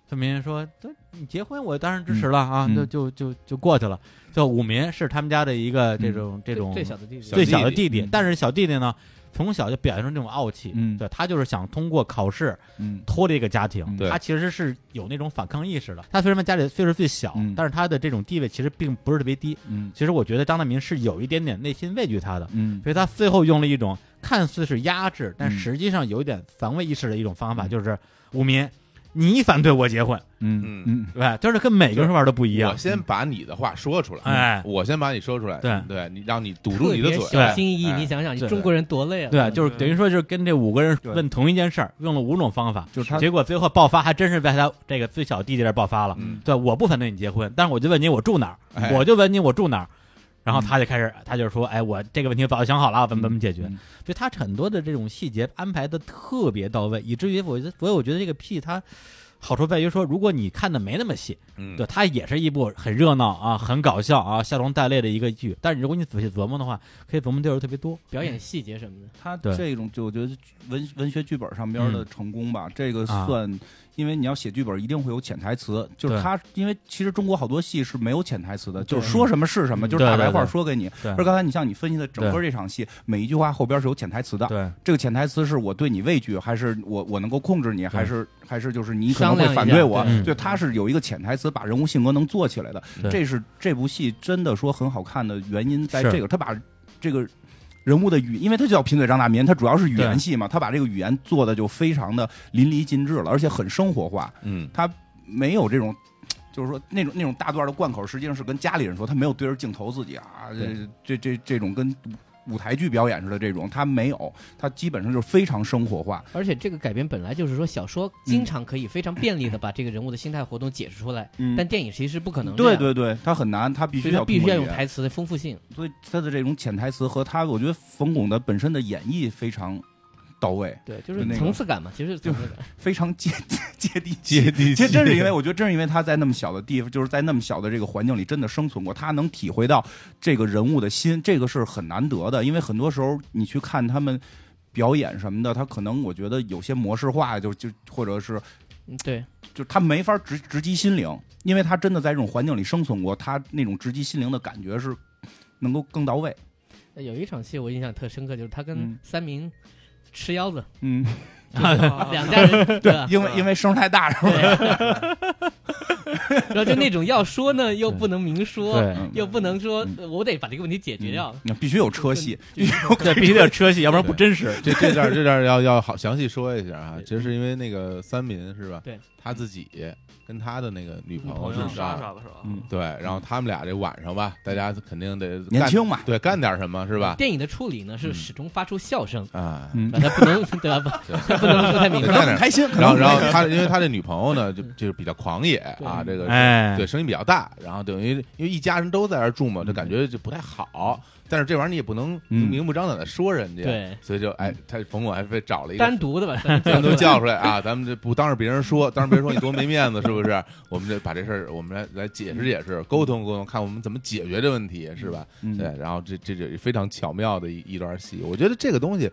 D: 四民说：“都你结婚，我当然支持了啊，
B: 嗯
D: 就就就就过去了。”就五民是他们家的一个这种、这
F: 最
D: 种
F: 最小的弟弟
E: 小
D: 最小的
E: 弟
D: 弟弟，
B: 嗯
D: 但是小弟弟呢，从小就表现出这种傲气，
B: 嗯
D: 对他就是想通过考试
B: 嗯
D: 脱离一个家庭，
B: 嗯
E: 对
D: 他其实是有那种反抗意识的。他虽然家里岁数最小，
B: 嗯
D: 但是他的这种地位其实并不是特别低。
B: 嗯
D: 其实我觉得张大民是有一点点内心畏惧他的，
B: 嗯
D: 所以他最后用了一种看似是压制，但
B: 嗯
D: 实际上有一点防卫意识的一种方法，
B: 嗯
D: 就是五民。你反对我结婚，
B: 嗯嗯
D: 对吧？就是跟每个人说法都不一
E: 我
D: 样。
E: 先把你的话说出来，
D: 哎
E: 我先把你说出来，嗯
D: 对
E: 对，你让你堵住
F: 特
E: 你的
F: 别
E: 嘴，
F: 小心翼翼，
E: 哎
F: 你想想，你
D: 对
F: 中国人多累啊！
D: 对，就是等于说，就是跟这五个人
B: 嗯对
D: 问同一件事儿，用了五种方法，
B: 就是他
D: 结果最后爆发还真是在他这个最小弟弟这儿爆发了。
E: 嗯
D: 对，我不反对你结婚，但是我就问你我住哪儿，
E: 哎嗯
D: 我就问你我住哪儿，然后他就开始，他就说，哎，我这个问题早就想好了，怎么怎么解决。
B: 嗯
D: 所以他很多的这种细节安排的特别到位，以至于我觉得，所以我觉得这个屁它好处在于说，如果你看的没那么细，
E: 嗯
D: 对，它也是一部很热闹啊、很搞笑啊、笑中带泪的一个剧。但是如果你仔细琢磨的话，可以琢磨地儿特别多。
F: 表演细节什么的，
B: 他
D: 对嗯
B: 这种就我觉得文文学剧本上边的成功吧，这个算，因为你要写剧本一定会有潜台词，就是
D: 啊对
B: 他，因为其实中国好多戏是没有潜台词的，
D: 对
B: 就是说什么是什么，
D: 嗯
B: 就是大白
D: 对对
B: 话
D: 对
B: 说给你。
D: 对
B: 而刚才你像你分析的整个这场戏，每一句话后边是有潜台词的，
D: 对
B: 这个潜台词是我对你畏惧，还是我我能够控制你，还是还是就是你可能
F: 商
B: 会
F: 量一下
B: 反对我？
D: 对
B: 对，他是有一个潜台词，把人物性格能做起来的。
D: 对
B: 这是这部戏真的说很好看的原因在
D: 是
B: 这个，他把这个人物的语，因为他叫贫嘴张大民，他主要是语言
D: 对
B: 戏嘛，他把这个语言做的就非常的淋漓尽致了，而且很生活化，
E: 嗯
B: 没有这种。就是说，那种那种大段的贯口，实际上是跟家里人说，他没有对着镜头自己啊，这这这这种跟舞台剧表演似的这种，他没有，他基本上就是非常生活化。
F: 而且这个改编本来就是说小说经常可以非常便利的把这个人物的心态活动解释出来，
B: 嗯
F: 但电影其实不可能这
B: 对
F: 样。
B: 对对，他很难，他必须
F: 所以它
B: 要
F: 必须要
B: 通过
F: 用
B: 语言
F: 台词的丰富性。
B: 所以他的这种潜台词和他，我觉得冯巩的本身的演绎非常到位，
F: 对，就是
B: 就那个
F: 层次感嘛，其实是层次感。
B: 非常接 [laughs] 接地气。
E: 接地
B: 其
E: 气，
B: 实真是因为，我觉得真是因为他在那么小的地方，就是在那么小的这个环境里，真的生存过，他能体会到这个人物的心，这个是很难得的。因为很多时候你去看他们表演什么的，他可能我觉得有些模式化，就就或者是
F: 嗯，对，
B: 就是他没法直直击心灵，因为他真的在这种环境里生存过，他那种直击心灵的感觉是能够更到位。
F: 有一场戏我印象特深刻，就是他跟
B: 嗯
F: 三明吃腰子，
B: [laughs] 嗯，
F: 两家
B: [laughs]
F: 人对吧？
B: 因为因为声太大是吧？
F: 对然后就那种要说呢，又不能明说，
E: [laughs]
D: 对
B: 嗯
F: 又不能说呃我得把这个问题解决掉。
B: 嗯必须有车戏，
D: 对，必须得有车戏，要不然不真实。
E: 这这段这段要要好详细说一下啊，其实是因为那个三民是吧？
F: 对，
E: 他自己跟他的那个女朋
A: 好
E: 友
A: 像
E: 是
A: 是莎
E: 吧
A: 莎吧，是吧？
B: 嗯
E: 对，然后他们俩这晚上吧，大家肯定得干
B: 年轻嘛
E: 对，干点什么是吧？
F: 电影的处理呢是始终发出笑声，
E: 啊，
B: 嗯
F: 把它不能 [laughs] 对吧？不它不能说太明
E: 对
B: 可
F: 白。
B: 能很开心，可
E: 然
B: 能
E: 后
B: 很
E: 然
B: 开心
E: 后他因为他这女朋友呢，就就是比较狂野啊，这个是
D: 哎，
E: 对，声音比较大，然后等于因为一家人都在这儿住嘛，就感觉就不太好。但是这玩意儿你也不能
B: 嗯
E: 明目张胆的说人家，
F: 对，
E: 所以就哎，他冯巩还非找了一 [laughs]
F: 单
E: 个
F: 独的吧，
E: 单独叫出来啊，咱们这不当着别人说，当着别人说你多没面子是不是？我们这把这事儿我们来来解释解释，沟通沟通，看我们怎么解决这问题是吧？
B: 嗯
E: 对，然后这这这非常巧妙的一一段戏，我觉得这个东西，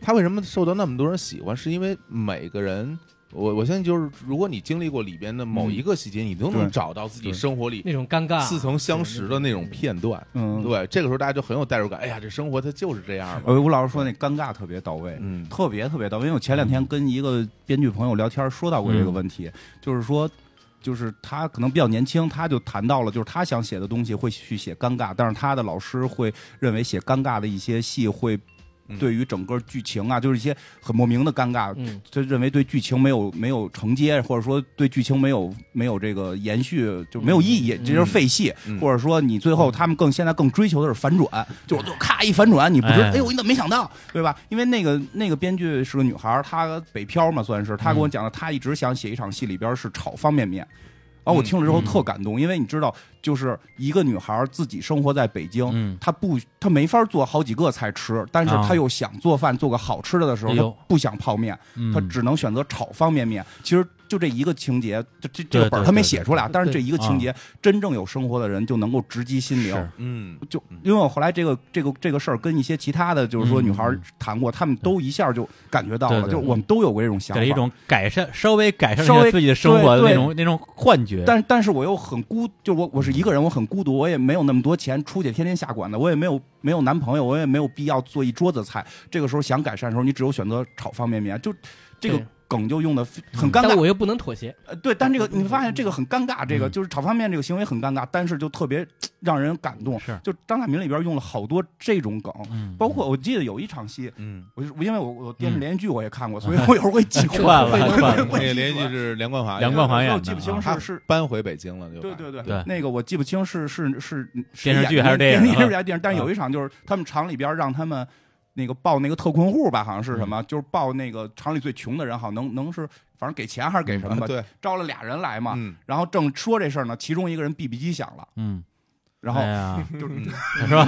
E: 它为什么受到那么多人喜欢，是因为每个人。我我相信，就是如果你经历过里边的某一个细节，你都能
B: 对
E: 找到自己
B: 对
E: 生活里
F: 那种尴尬，啊
E: 似曾相识的那种片段。
B: 嗯，
E: 对，这个时候大家就很有代入感。哎呀，这生活它就是这样嘛。
B: 呃，吴老师说那尴尬特别到位，
E: 嗯
B: 特别特别到位。因为我前两天跟一个编剧朋友聊天，说到过这个问题，就是说。就是他可能比较年轻，他就谈到了，就是他想写的东西会去写尴尬，但是他的老师会认为写尴尬的一些戏会
E: 嗯
B: 对于整个剧情啊，就是一些很莫名的尴尬，
F: 嗯，
B: 就认为对剧情没有没有承接，或者说对剧情没有没有这个延续，就没有意义，
F: 嗯
B: 这就是废戏。
E: 嗯
B: 或者说你最后他们更现在更追求的是反转，就是就咔一反转，你不知
D: 嗯哎
B: 哎呦你怎么没想到，对吧？因为那个那个编剧是个女孩儿，她北漂嘛算是，她跟我讲的，她一直想写一场戏里边是炒方便面。然后我听了之后
D: 嗯
B: 特感动，因为你知道，就是一个女孩儿自己生活在北京，
D: 嗯
B: 她不，她没法做好几个菜吃，但是
D: 啊
B: 她又想做饭，做个好吃的的时候，
D: 哎呦
B: 她不想泡面，
D: 嗯
B: 他只能选择炒方便面。其实就这一个情节，这这这
D: 对
B: 个本儿
D: 对
B: 他没
D: 对啊
B: 写出来，但是这
F: 对
B: 一个情节，真正有生活的人就能够直击心
D: 是
B: 灵。
E: 嗯
B: 就因为我后来这个这个这个事儿跟一些其他的就是说
D: 嗯
B: 女孩儿谈过，她们都一下就感觉到
D: 对
B: 了，
D: 对
B: 就是我们都有过这种想
D: 给了一
B: 法。
D: 种改善，稍微改善
B: 稍
D: 了
B: 微
D: 自己的生活的
B: 对对
D: 那种那种幻觉。
B: 但但是我又很孤，就我我是一个人，我很孤独，我也没有那么多钱，出去天天下馆子，我也没有没有男朋友，我也没有必要做一桌子菜。这个时候想改善的时候，你只有选择炒方便面，就这个
F: 对
B: 梗就用的很
D: 嗯
B: 尴尬
F: 但。我又不能妥协，
D: 嗯
B: 呃，对，但这个你会发现这个很尴尬，这个就是炒方便面这个行为很尴尬，但是就特别让人感动。
D: 是
B: 就张大民里边用了好多这种梗，
D: 嗯，
B: 包括我记得有一场戏，
E: 嗯，
B: 我就是我因为我我电视连续剧我也看过，所以我有时候会
D: [laughs]
B: 记混
D: 嗯串了
B: 会
D: 串
B: 会
D: 了哎
E: 那
B: 会
E: 个连续剧是梁冠华演的，
D: 梁冠华
B: 我
D: 演的
B: 有记不清
E: 他
B: 是是。
E: 搬回北京了，就
B: 对对对
D: 对
B: 那个我记不清是是是是
D: 电视剧
B: 演
D: 还是电
B: 电
D: 影
B: 视剧
D: 啊
B: 还是电影？但是有一场就是他们厂里边让他们那个报那个特困户吧，好像
D: 嗯
B: 是什么，就是报那个厂里最穷的人，好像能能是反正给钱还是
D: 嗯
B: 给什么
E: 啊
B: 吧，
E: 对，
B: 招了俩人来嘛，
E: 嗯，
B: 然后正说这事儿呢，其中一个人 BB 机响了，
D: 嗯，
B: [laughs] 然后
D: 哎呀，
B: [laughs] 就是
D: [laughs]
E: 嗯
D: 是吧？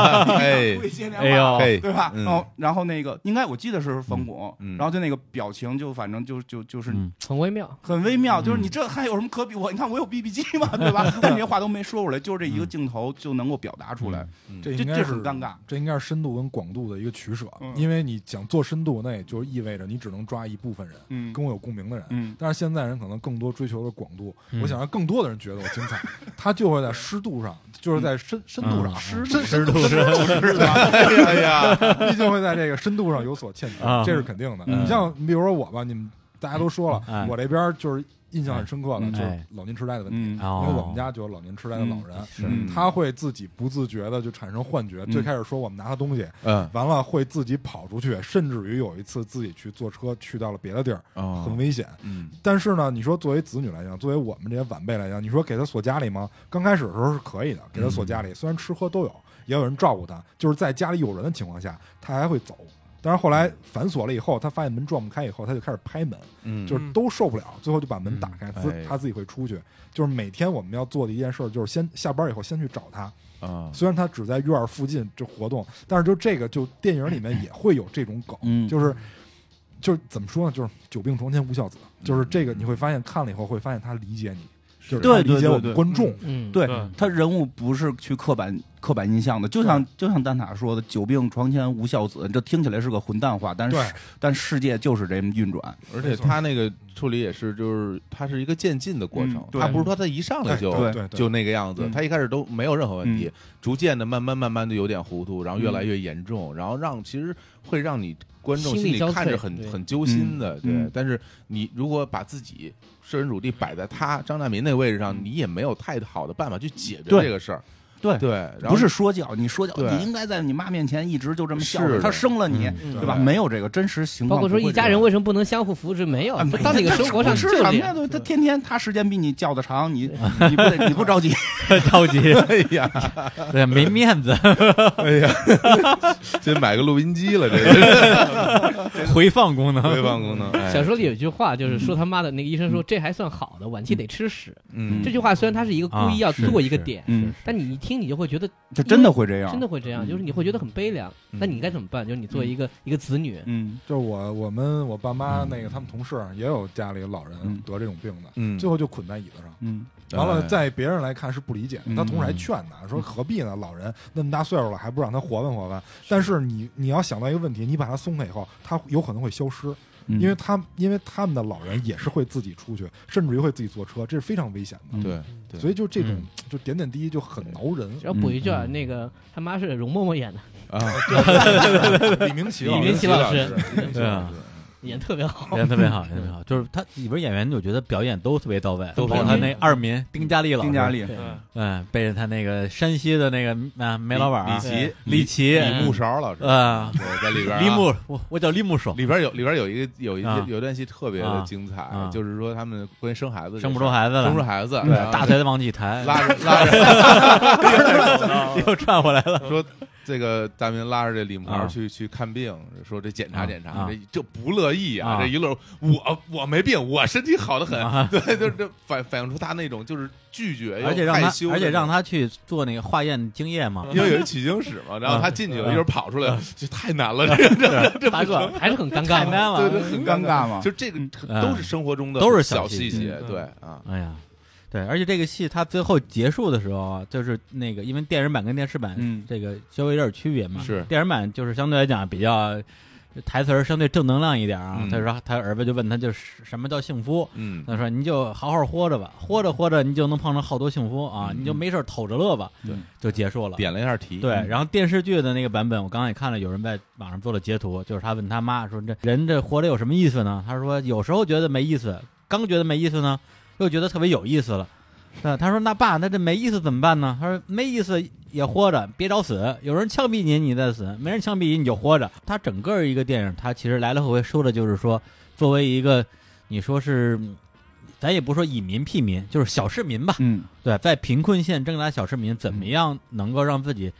B: [laughs]
E: 哎
B: 会接电
D: 哎
B: 话，
D: 呦，
E: 哎，
B: 对吧？
E: 嗯
B: 然后然后那个应该我记得是冯巩
E: 嗯嗯，
B: 然后就那个表情就反正就就就是
D: 嗯
F: 很微妙。
B: 很微妙，就是
D: 嗯
B: 你这还有什么可比我？你看我有 BB 机嘛，对吧？但这些话都没说出来，就这一个镜头就能够表达出来。
E: 嗯
C: 这
B: 这
C: 应该
B: 这
C: 是
B: 很尴尬，
C: 这应该是深度跟广度的一个取舍，
B: 嗯
C: 因为你想做深度，那也就意味着你只能抓一部分人，
B: 嗯
C: 跟我有共鸣的人。
B: 嗯，
C: 但是现在人可能更多追求的广度，
D: 嗯
C: 我想让更多的人觉得我
B: [laughs]
C: 精彩，他就会在湿度上，就是在深深度上，
D: 嗯
C: 湿
D: 湿度是
C: 是吧？
E: 哎
C: [laughs]
E: 呀，
C: 毕竟会在这个深度上有所欠缺
D: 啊，
C: 这是肯定的。
D: 嗯
C: 你像比如说我吧，你们大家都说
D: 哎
C: 了，我这边就是印象很深刻的，
D: 嗯
C: 就是
D: 哎
C: 老年痴呆的问题，
B: 嗯
C: 因
D: 哦，
C: 为我们家就有老年痴呆的老人。
B: 嗯
C: 他会自己不自觉的就产生幻觉，
B: 嗯
C: 最开始说我们拿他东西，
E: 嗯，
C: 完了会自己跑出去，甚至于有一次自己去坐车去到了别的地儿，
E: 哦
C: 很危险。
E: 嗯，
C: 但是呢，你说作为子女来讲，作为我们这些晚辈来讲，你说给他锁家里吗？刚开始的时候是可以的，给他锁家
E: 嗯
C: 里，虽然吃喝都有，也有人照顾他，就是在家里有人的情况下，他还会走。但是后来反锁了以后，他发现门撞不开以后，他就开始拍门，
E: 嗯，
C: 就是都受不了，最后就把门打开，
E: 嗯
C: 自
E: 哎
C: 他自己会出去。就是每天我们要做的一件事，就是先下班以后先去找他，
E: 啊，
C: 虽然他只在院儿附近这活动，但是就这个就电影里面也会有这种梗，
B: 嗯
C: 就是就是怎么说呢，就是久病床前无孝子，就是这个你会发现看了以后会发现他理解你，就是他
B: 对对
C: 理解我
B: 对对
C: 们观众，
F: 嗯，
B: 对
A: 嗯
B: 他人物不是去刻板刻板印象的，就像就像蛋塔说的“久病床前无孝子”，这听起来是个混蛋话，但是
C: 对
B: 但世界就是这么运转。
E: 而且他那个处理也是，就是他是一个渐进的过程
B: 嗯，对
E: 他不是说他一上来就
C: 对对对对
E: 就那个样子
B: 嗯，
E: 他一开始都没有任何问题
B: 嗯，
E: 逐渐的慢慢慢慢的有点糊涂，然后越来越严重，然后让其实会让你观众
F: 心
E: 心
F: 力
E: 里
F: 交瘁
E: 看着很
F: 对
E: 很揪心的，
B: 嗯
E: 对
B: 嗯。
E: 但是你如果把自己设身处地摆在他张大民那位置上，你也没有太好的办法去解决
B: 对
E: 这个事儿，
B: 对
E: 对，然后
B: 不是说教，你说教，
E: 对
B: 你应该在你妈面前一直就这么孝
E: 是
B: 顺，
E: 的
B: 她生了你，
F: 嗯
B: 对吧？没有这个真实情
F: 包
B: 况
F: 括
B: 不会这
F: 说
B: 样，
F: 一家人为什么不能相互扶持？没有
B: 啊，没
F: 到那个
B: 那
F: 生活上就是这
B: 什么呀？
F: 样嗯
B: 对他天天他时间比你叫的长，
F: [laughs]
B: 你你不得你不着急？
D: [laughs] 着急，
E: 哎呀，
D: 对，没面子，
E: 哎呀，这买个录音机了，这个
D: 回放功能， [laughs]
E: 回放功能，哎
F: 小说里有一句话，
D: 嗯
F: 就是说他妈的那个医生说这还算好的，晚期得吃屎。
E: 嗯
F: 这句话虽然他是一个故意要
D: 啊是
F: 做一个
D: 是啊
F: 点，
B: 嗯，
F: 但你一听你就会觉得
B: 这真的会这样，
F: 真的会这样，
B: 嗯
F: 就是你会觉得很悲凉。
E: 嗯
F: 那你该怎么办？就是你作为一个一个子女，
B: 嗯，
C: 就是我我们我爸妈那个他们同事也有家里老人
B: 嗯
C: 得这种病的，
E: 嗯
C: 最后就捆在椅子上。
B: 嗯
C: 完了，
E: 哎
C: 在别人来看是不理解的，
B: 嗯嗯
C: 他同事还劝他说：“何必呢？老人那么大岁数了，还不让他活问活问？”但是你你要想到一个问题，你把他松开以后，他有可能会消失，
B: 嗯
C: 因为他因为他们的老人也是会自己出去，甚至于会自己坐车，这是非常危险的。
B: 嗯
E: 对，对
C: 所以就这种、
D: 嗯
C: 就点点滴滴就很挠人。
F: 只要补一句啊，那个他妈是容嬷嬷演的，
E: 啊，
C: 李明奇
F: 李明
C: 奇
F: 启
C: 老
F: 老
C: 师
F: 师
D: 对啊，
F: 演特
D: [laughs]
F: 别好。
D: 演得特别好，演得特别好，就是他里边演员，我觉得表演都特别到位，
E: 都
D: 包括
E: 很
D: 他
E: 好
D: 那二民丁嘉丽老师，
B: 丁嘉，丽，
F: 对，
D: [laughs] 嗯，背着他那个山西的那个啊煤老板啊哎
E: 李琦，
D: 李琦，
E: [laughs] 李木勺老师，
D: 啊，
E: 对，在里边儿啊
D: 李木，我我叫李木手，
E: 里边儿有里边儿有一个有一
D: 啊
E: 有一段戏特别的精彩
D: 啊，
E: 就是说他们关于生孩子这事儿，
D: 生不出孩子
E: 生不出
D: 了，
E: 孩子，
D: 嗯
E: 然后
D: 大腿往起抬，
E: 啊拉着拉
D: [laughs]
E: 着 [laughs]
D: 又转回来了，
E: 说这个大明拉着这李木
D: 啊
E: 勺去去看病，说这检查
D: 啊
E: 检查，
D: 啊
E: 这这不乐意
D: 啊
E: 啊，这一路我我没病，我身体好的很
D: 啊，
E: [laughs] 对，就是这反反映出他那种就是拒绝，
D: 而且让他
E: 哎害羞，的
D: 而且让
E: 那种嗯
D: 他去做那个化验精液嘛，
E: 因为有一取经史嘛，然
D: 啊
E: 后他进去了，一会儿跑出来 [laughs] 了，这太难了，这
D: 大个
F: 还是很尴
D: 太
F: 尬
D: 难
F: 的。
E: 对
D: 了
E: 对，，很
B: 尴尬嘛
E: 就这个
B: 嗯
E: 都是生活中的
D: 啊都是小
E: 小
D: 细
E: 细
D: 节
E: 节，对啊，
D: 哎呀，对，而且这个戏它最后结束的时候啊，就是那个因为电影版跟电视版
B: 嗯
D: 这个稍微有点区别嘛，
E: 是
D: 电影版就是相对来讲比较台词儿相对正能量一点啊。
E: 嗯
D: 他说他儿子就问他就是什么叫幸福，
E: 嗯
D: 他说你就好好活着吧，活着活着你就能碰上好多幸福啊，
E: 嗯
D: 你就没事儿偷着乐吧，
B: 对，
D: 就结束了。
E: 点了一下题，
D: 对，然后电视剧的那个版本，我刚刚也看了，有人在网上做了截图，就是他问他妈说：“这人这活着有什么意思呢？”他说：“有时候觉得没意思，刚觉得没意思呢，又觉得特别有意思了。那他说：“那爸，那这没意思怎么办呢？”他说：“没意思也活着，别找死。有人枪毙你，你再死；没人枪毙你，你就活着。”他整个一个电影，他其实来来回回说的就是说，作为一个你说是，嗯咱也不说以民辟民，就是小市民吧，
B: 嗯，
D: 对，在贫困县挣扎小市民，怎么样能够让自己？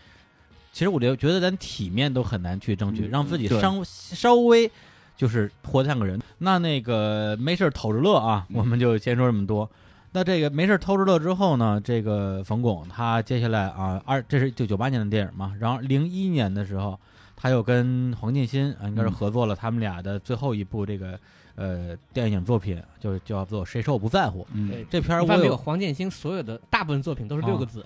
D: 其实我觉得咱体面都很难去争取，
B: 嗯
D: 让自己
B: 对
D: 稍稍微就是活得像个人。那那个没事儿偷着乐啊，
B: 嗯
D: [laughs] 我们就先说这么多。那这个没事儿偷着乐之后呢，这个冯巩他接下来啊，二这是就九八年的电影嘛，然后零一年的时候，他又跟黄建新啊应该是
B: 嗯
D: 合作了他们俩的最后一部这个呃电影作品，就叫做《谁说我不在乎》
B: 嗯
F: 对
D: 这片儿
F: 一
D: 我
F: 般没
D: 有啊
F: 有黄建新所有的大部分作品都是六个字，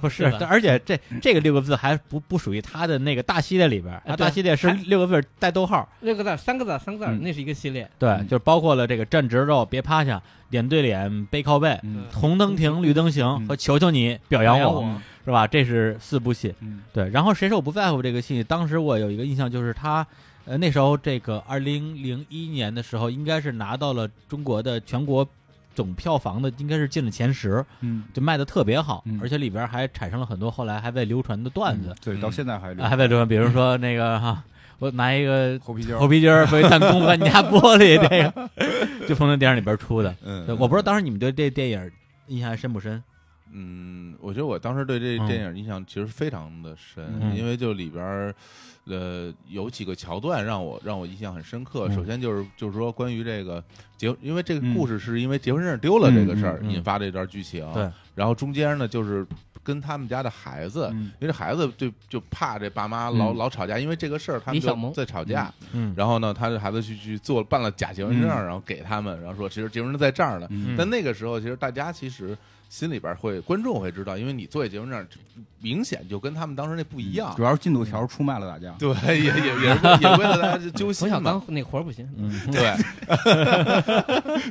D: 不是
F: 对，吧
D: 但而且这这个六个字还不不属于他的那个大系列里边儿，
F: 哎
D: 他大
F: 对
D: 系列是
F: 还
D: 六个字儿带逗号，
F: 六个字儿、三个字儿、啊三个字儿，
B: 嗯
F: 那是一个系列。
D: 对，
B: 嗯
D: 就是包括了这个站直肉、别趴下、脸对脸、背靠背、
B: 嗯
D: 红灯停、绿灯行
B: 嗯
D: 和求求你表扬
F: 表扬
D: 我
F: 我，
D: 是吧？这是四部戏。
B: 嗯
D: 对，然后谁说我不在乎这个戏？当时我有一个印象就是他，呃，那时候这个二零零一年的时候，应该是拿到了中国的全国总票房的，应该是进了前十。
B: 嗯，
D: 就卖的特别好，
B: 嗯
D: 而且里边还产生了很多后来还在流传的段
F: 嗯
D: 子，
B: 对，到现在还留嗯
D: 啊还在流传，比如说那个哈、我拿一个
B: 猴皮筋儿
D: 猴皮筋儿回弹弓把 [laughs] 你家玻璃，这个就从那电影里边出的。
B: 嗯
D: 对，我不知道当时你们对这电影印象还深不深？
E: 嗯，我觉得我当时对这
D: 嗯
E: 电影印象其实非常的深，
D: 嗯
E: 因为就里边儿，呃，有几个桥段让我让我印象很深刻。
D: 嗯
E: 首先就是就是说关于这个结，因为这个
B: 嗯
E: 故事是因为结婚证丢了这个事儿、
D: 嗯嗯嗯
E: 引发这段剧情，
D: 对
E: 然后中间呢就是跟他们家的孩子。
B: 嗯
E: 因为这孩子就就怕这爸妈老、
B: 嗯
E: 老吵架，因为这个事儿他
F: 李
E: 们
F: 小
E: 就
F: 萌
E: 在吵架。
D: 嗯，
E: 然后呢，他的孩子去去做办了假结婚证，
B: 嗯
E: 然后给他们，然后说其实结婚证在这儿呢。
B: 嗯
E: 但那个时候，其实大家其实心里边会，观众会知道，因为你做一结婚证，明显就跟他们当时那不一样。
F: 嗯
B: 主要是进度条出卖了大家，
E: 对，也也也是为也为了大家揪
F: 冯
E: 心
F: 小
E: 嘛
F: 刚。那活儿不行，
D: 嗯，
E: 对，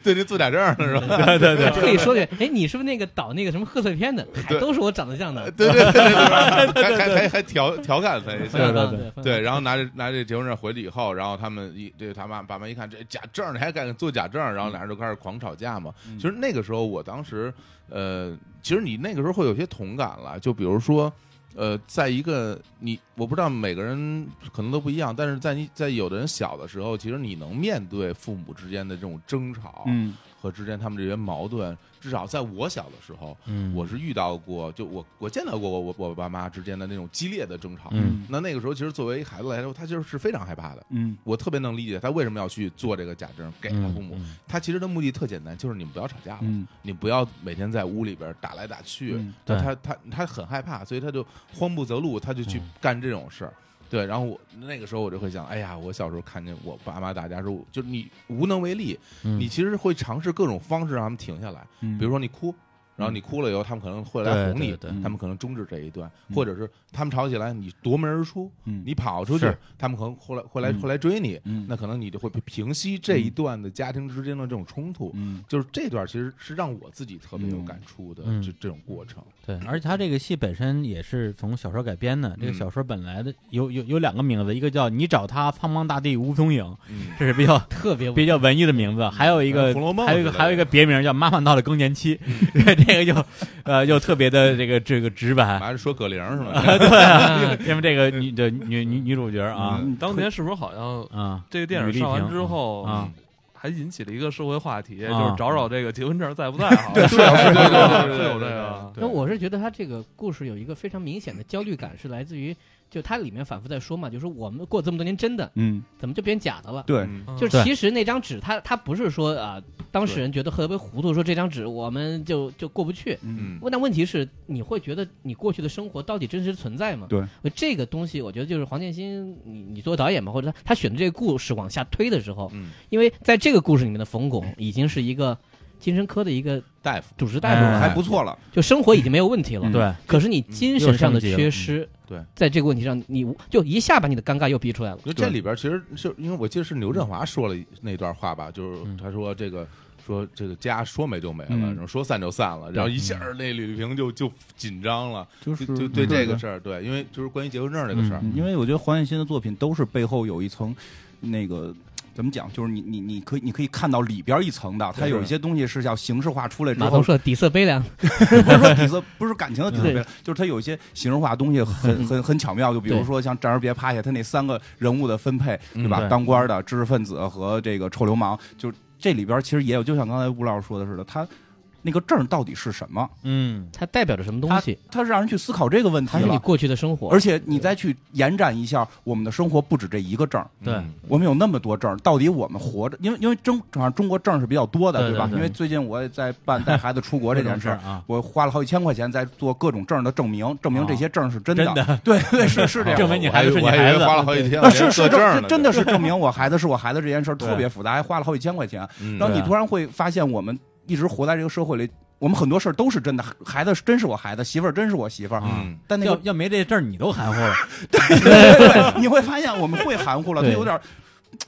E: 对，那做假证呢是吧？
D: 对对对，
F: 可以说句，哎，你是不是那个导那个什么贺岁片的？还
E: 对
F: 都是我长得像的。
E: 对对对对对，还还还还调调侃他一
F: 冯
E: 下
F: 小。刚
D: 对
B: [laughs]
F: 对冯小
E: 对，
F: 刚
E: 然后拿着拿这结婚证回去以后，然后他们一这他妈爸妈一看这假证儿，你还敢做假证儿，然后俩人就开始狂吵架嘛。
B: 嗯
E: 其实那个时候，我当时呃，其实你那个时候会有些同感了，就比如说。呃，在一个你，我不知道每个人可能都不一样，但是在你在有的人小的时候，其实你能面对父母之间的这种争吵
B: 嗯
E: 和之间他们这些矛盾，至少在我小的时候，
D: 嗯，
E: 我是遇到过，就我我见到过我我我爸妈之间的那种激烈的争吵，
D: 嗯
E: 那那个时候，其实作为孩子来说，他其实是非常害怕的。
B: 嗯
E: 我特别能理解他为什么要去做这个假证给他父母。
D: 嗯
E: 他其实的目的特简单，就是你们不要吵架了，
B: 嗯，
E: 你不要每天在屋里边打来打去。
B: 嗯
D: 对
E: 他他他很害怕，所以他就慌不择路，他就去
D: 嗯
E: 干这种事儿。对，然后我那个时候我就会想，哎呀，我小时候看见我爸妈打架时候，就是你无能为力，
D: 嗯
E: 你其实会尝试各种方式让他们停下来，
B: 嗯
E: 比如说你哭，然后你哭了以后，他们可能会来
D: 嗯对
E: 哄你
D: 对对，
E: 他们可能终止这一段，
B: 嗯
E: 或者是他们吵起来，你夺门而出，
B: 嗯
E: 你跑出去
D: 是，
E: 他们可能后来会来
B: 嗯
E: 会来追你，
B: 嗯
E: 那可能你就会平息这一段的家庭之间的这种冲突。
B: 嗯
E: 就是这段其实是让我自己特别有感触的
D: 嗯
E: 这这种过程。
D: 对，而且他这个戏本身也是从小说改编的。这个
E: 嗯
D: 小说本来的有有有两个名字，一个叫你找他，苍茫大地无踪影，
E: 嗯，
D: 这是比较
F: 特别
D: 比较文艺的名字，还有一
E: 还有
D: 个
E: 红楼梦
D: 还有一个
E: 之类的嗯
D: 还有一个别名叫“妈妈到了更年期”， [laughs] 这个就呃又特别的这个这个直白，
E: [laughs] 还是说葛玲是
D: [laughs]
E: 吗？
A: [laughs]
F: 啊
D: 因为这个女的女女女主角啊
B: 嗯
A: 当年是不是好像
D: 啊
A: 嗯这个电影上完之后
D: 啊，
A: 还引起了一个社会话题，
D: 啊
A: 就是找找这个结婚证在不在？好像是
E: 对对对
A: 对
E: 对
A: 是有
E: 对嗯
A: 这个。
F: 那我是觉得他这个故事有一个非常明显的焦虑感，是来自于就它里面反复在说嘛，就是我们过这么多年真的，
B: 嗯
F: 怎么就变假的了？
B: 对，
A: 嗯
F: 就
D: 对
F: 是其实那张纸，他他不是说啊，当事人觉得特别糊涂，说这张纸我们就就过不去。
E: 嗯，
F: 问但问题是，你会觉得你过去的生活到底真实存在吗？
B: 对，
F: 这个东西我觉得就是黄建新，你你做导演嘛，或者他他选的这个故事往下推的时候，
E: 嗯，
F: 因为在这个故事里面的冯巩已经是一个精神科的一个
E: 大夫，
F: 主治大夫了，
D: 哎
B: 还不错了，
F: 就生活已经没有问题了。
B: 嗯
D: 对
F: 可是你精神上的缺失，
E: 嗯对，
F: 在这个问题上，你就一下把你的尴尬又逼出来了。
E: 就这里边其实是因为我记得是牛振华说了一那段话吧，就是
D: 嗯
E: 他说这个。说这个家说没就没了，
B: 嗯
E: 然后说散就散了，然后一下儿那吕丽萍就就紧张了，
D: 嗯
B: 就嗯
E: 就就对这个嗯事儿，对，因为就是关于结婚证这个事儿，
B: 因为我觉得黄建新的作品都是背后有一层那个怎么讲？就是你你你可以你可以看到里边一层的，它有一些东西是要形式化出来之
F: 马
B: 后
F: 童，说底色悲凉，
B: 不是说底色，不是感情的底色
F: 对
B: 别，就是它有一些形式化的东西
F: [laughs]
B: 很很很巧妙。就比如
F: 对嗯
B: 说像《战而别趴下》，它那三个人物的分配，对吧？
D: 对
B: 当官的、知识分子和这个臭流氓，就这里边其实也有，就像刚才吴老师说的似的，他那个证到底是什么？
D: 嗯，
F: 它代表着什么东西？
B: 他是让人去思考这个问题
F: 还是你
B: 了。
F: 过去的生活？
B: 而且你再去延展一下，我们的生活不止这一个证儿，
D: 对
E: 嗯
B: 我们有那么多证儿，到底我们活着，因为因为中好像中国证儿是比较多的，
D: 对
B: 吧？
D: 对对
B: 因为最近我也在办带孩子出国这件事
D: 事
B: 儿
D: [laughs] 儿，啊，哦
B: 我花了好几千块钱在做各种证儿的证明，证明这些证儿是真的。
D: 真的
B: [laughs] 对对是是这样。
D: 证明你孩子是
E: 我
D: 你
E: 还以为
D: 孩子，
E: 花了好几千，
B: 啊，是是
E: 这
B: 证，
E: 儿
B: 这真的是证明我孩子是我孩子这件事儿特别
D: 对
B: 复杂，还花了好几千块钱。
E: 嗯
B: 然后你
D: 对
B: 突然会发现，我们一直活在这个社会里，我们很多事儿都是真的，孩子真是我孩子，媳妇儿真是我媳妇儿。
E: 嗯，
B: 但那
D: 要
B: 个
D: 要没这证儿你都含糊了，
B: 对，你会发现我们会含糊了，它
F: 对
B: 有点儿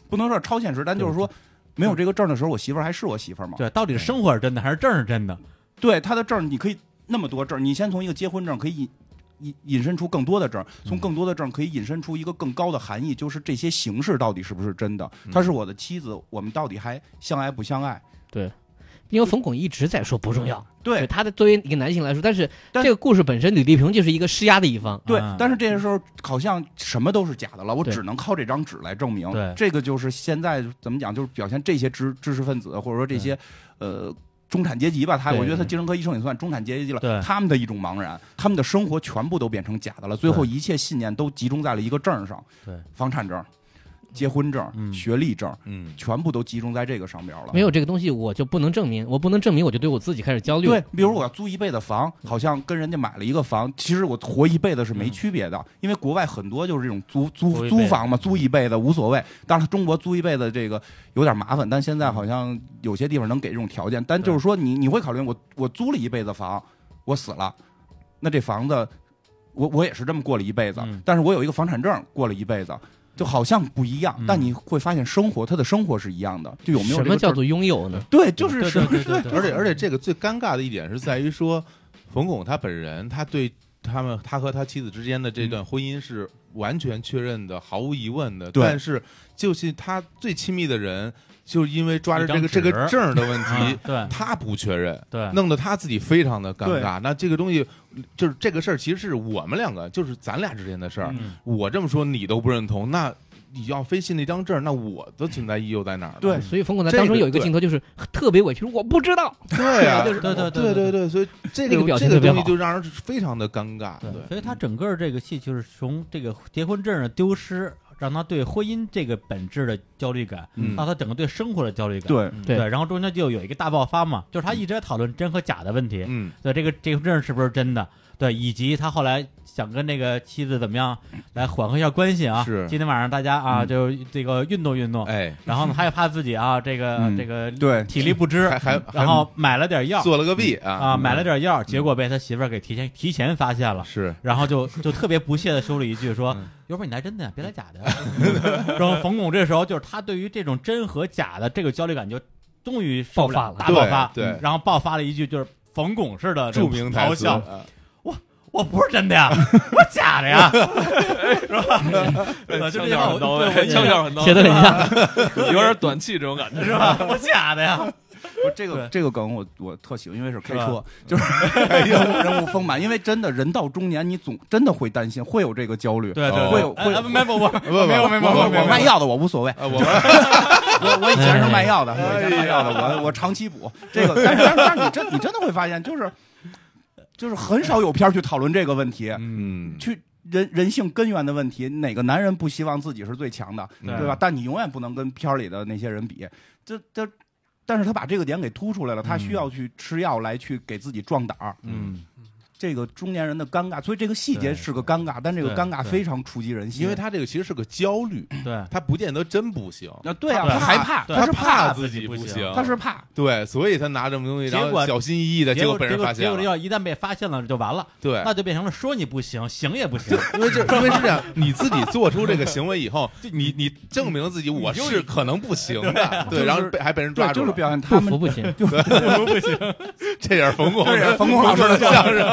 B: 不能说超现实，但就是说。没有这个证儿的时候，我媳妇儿还是我媳妇儿吗？
D: 对，到底是生活是真的还是证儿是真的？
B: 对，她的证儿你可以那么多证儿，你先从一个结婚证儿可以引引引申出更多的证儿，从更多的证儿可以引申出一个更高的含义，就是这些形式到底是不是真的？她是我的妻子，我们到底还相爱不相爱？
F: 因为冯巩一直在说不重要，
B: 对，
F: 他的作为一个男性来说，但是
B: 但
F: 这个故事本身，吕丽萍就是一个施压的一方。
B: 对
D: 啊，
B: 但是这个时候好像什么都是假的了，我
F: 对
B: 只能靠这张纸来证明。
D: 对
B: 这个就是现在怎么讲，就是表现这些知知识分子或者说这些呃中产阶级吧，他
F: 对
B: 我觉得他精神科医生也算中产阶级了，
D: 对
B: 他们的一种茫然，他们的生活全部都变成假的了，最后一切信念都集中在了一个证上，
D: 对，
B: 房产证、结婚证、
D: 嗯
B: 学历证，
E: 嗯
B: 全部都集中在这个上边了。
F: 没有这个东西，我就不能证明，我不能证明，我就对我自己开始焦虑。
B: 对，比如我
D: 嗯
B: 要租一辈子房，好像跟人家买了一个房，其实我活一辈子是没区别的，因为国外很多就是这种租
D: 嗯租
B: 租
D: 一辈
B: 租
D: 子嗯
B: 房嘛，租一辈子无所谓。当然，中国租一辈子这个有点麻烦，但现
D: 嗯
B: 在好像有些地方能给这种条件。但就是说你，你会考虑我我租了一辈子房，我死了，那这房子我我也是这么过了一辈子，
D: 嗯
B: 但是我有一个房产证过了一辈子。就好像不一样，
D: 嗯
B: 但你会发现生活，他的生活是一样的，就有没有
F: 什
B: 这个
F: 么叫
B: 证
F: 做拥有呢？
B: 对，就是
D: 对
B: 什么
D: 嗯对对对，
E: 而且而且这个最尴尬的一点是在于说，冯巩他本人他对他们他和他妻子之间的
D: 嗯
E: 这段婚姻是完全确认的，毫无疑问的。
B: 对
E: 但是就是他最亲密的人，就是因为抓着这个
D: 一张纸
E: 这个证儿的
D: [laughs]
E: 问
D: 啊
E: 题，
D: 对
E: 他不确认。
D: 对，
E: 弄得他自己非常的尴
B: 对
E: 尬。那这个东西，就是这个事儿，其实是我们两个，就是咱俩之间的事儿。
D: 嗯
E: 我这么说你都不认同，那你要非信那张证儿，那我的存在意义又在哪儿呢？
B: 对
F: 所以冯巩在
E: 嗯这
F: 当中
E: 个
F: 有一个
E: 对
F: 镜头就是特别委屈，说我不知道。
E: 对啊，
D: [laughs] 对对
E: 对
D: 对
E: 对对，所以这
F: 那
E: 个
F: 个表情
E: 这个
F: 特别
E: 东西
F: 好
E: 就让人非常的尴尬。对，
D: 所以他整个这个戏就是从这个结婚证的丢失，让他对婚姻这个本质的焦虑感，
B: 嗯
D: 到他整个对生活的焦虑感。
B: 对，
F: 对
D: 然后中间就有一个大爆发嘛，就是他一直在讨论真和假的问题，
E: 嗯，
D: 对这个这个证是不是真的，对，以及他后来想跟那个妻子怎么样来缓和一下关系啊。
E: 是
D: 今天晚上大家啊，
B: 嗯
D: 就这个运动运动，
E: 哎，
D: 然后呢，他也怕自己啊，这个、
B: 嗯
D: 这个
B: 对
D: 体力不支
E: 还，还
D: 然后买了点
E: 还
D: 药
E: 做了个弊啊
D: 啊，买了点药，结果被他媳妇儿给提前提前发现了。
E: 是
D: 然后就就特别不屑的说了一句说：“
E: 嗯
D: 要不然你来真的呀，别来假的呀。” [laughs] 然后冯巩这时候就是他对于这种真和假的这个焦虑感就终于受不
F: 爆发了
D: 大爆发，嗯
E: 对对
D: 然后爆发了一句就是冯巩式的这
E: 著
D: 种
E: 名台
D: 咆
E: 词
D: 哮
E: 啊：“
D: 我不是真的呀，我是假的
E: [laughs]
D: 呀，
A: 腔
D: 是哎吧？”就这句
A: 调
D: 话
A: 很
D: 我
A: 到
D: 对我
A: 位，
D: 印
A: 腔
D: 象
A: 调
F: [laughs]
A: 很到
F: 写的
A: 位
F: 很，
A: 有
F: 像，
A: 点短气这种感觉。
D: [laughs] 是吧？我假的
E: 哦
D: 呀，
B: 不，这个
D: 对
B: 这个梗我我特喜欢，因为是开
D: 是吧
B: 车， [laughs] 就是人物人物丰满。因为真的人到中年，你总真的会担心，会有这个焦虑，
D: 对
E: 哦
D: 对，
B: 会有
D: 哎
B: 会
D: 哎
B: 有。
D: 没不不
E: 不不
D: 没有没有没有
B: 我
D: 没有哎
B: 我卖药的我无所谓，
A: 哎
E: 啊，我们
B: 我我以前是卖药的，
E: 哎
B: 我以前卖药的，我我长期补这个。但是但是但是你真你真的会发现，就是就是很少有片儿去讨论这个问题，
E: 嗯，
B: 去人人性根源的问题。哪个男人不希望自己是最强的，
E: 对
B: 对吧？但你永远不能跟片儿里的那些人比，这这。但是他把这个点给突出来了，他
E: 嗯
B: 需要去吃药来去给自己壮胆儿。
D: 嗯，
B: 这个中年人的尴尬，所以这个细节
D: 对
B: 是个尴尬，但这个
D: 对
B: 尴尬
D: 对
B: 非常触及人心，
E: 因为他这个其实是个焦虑，
D: 对
E: 他不见得真不行，
B: 啊，对啊，他
D: 他
B: 害怕，
D: 对
B: 他是
E: 怕
B: 怕，
E: 自己不行，
B: 他是怕，
E: 对，所以他拿这么东西，然
D: 结
E: 后
D: 果
E: 小心翼翼的，结
D: 结
E: 果被
D: 结
E: 人
D: 果
E: 发
D: 结
E: 现
D: 果这
E: 了，
D: 药一旦被发现了就完了，
E: 对。
D: 那就变成了说你不行，行也不
E: [laughs]
D: 行，
E: 因为这，因为是这样，你自己做出这个行为以后，你你证明自己我是可能不行的，
B: 就
E: 对，
B: 是
E: 然后被还被人
B: 对
E: 抓，住
B: 就是
E: 了，
B: 表现
F: 不
B: 他
F: 服
B: 们，
F: 不行。
E: 这也是冯巩 [laughs]
B: 这也是冯巩老师的
E: 相声，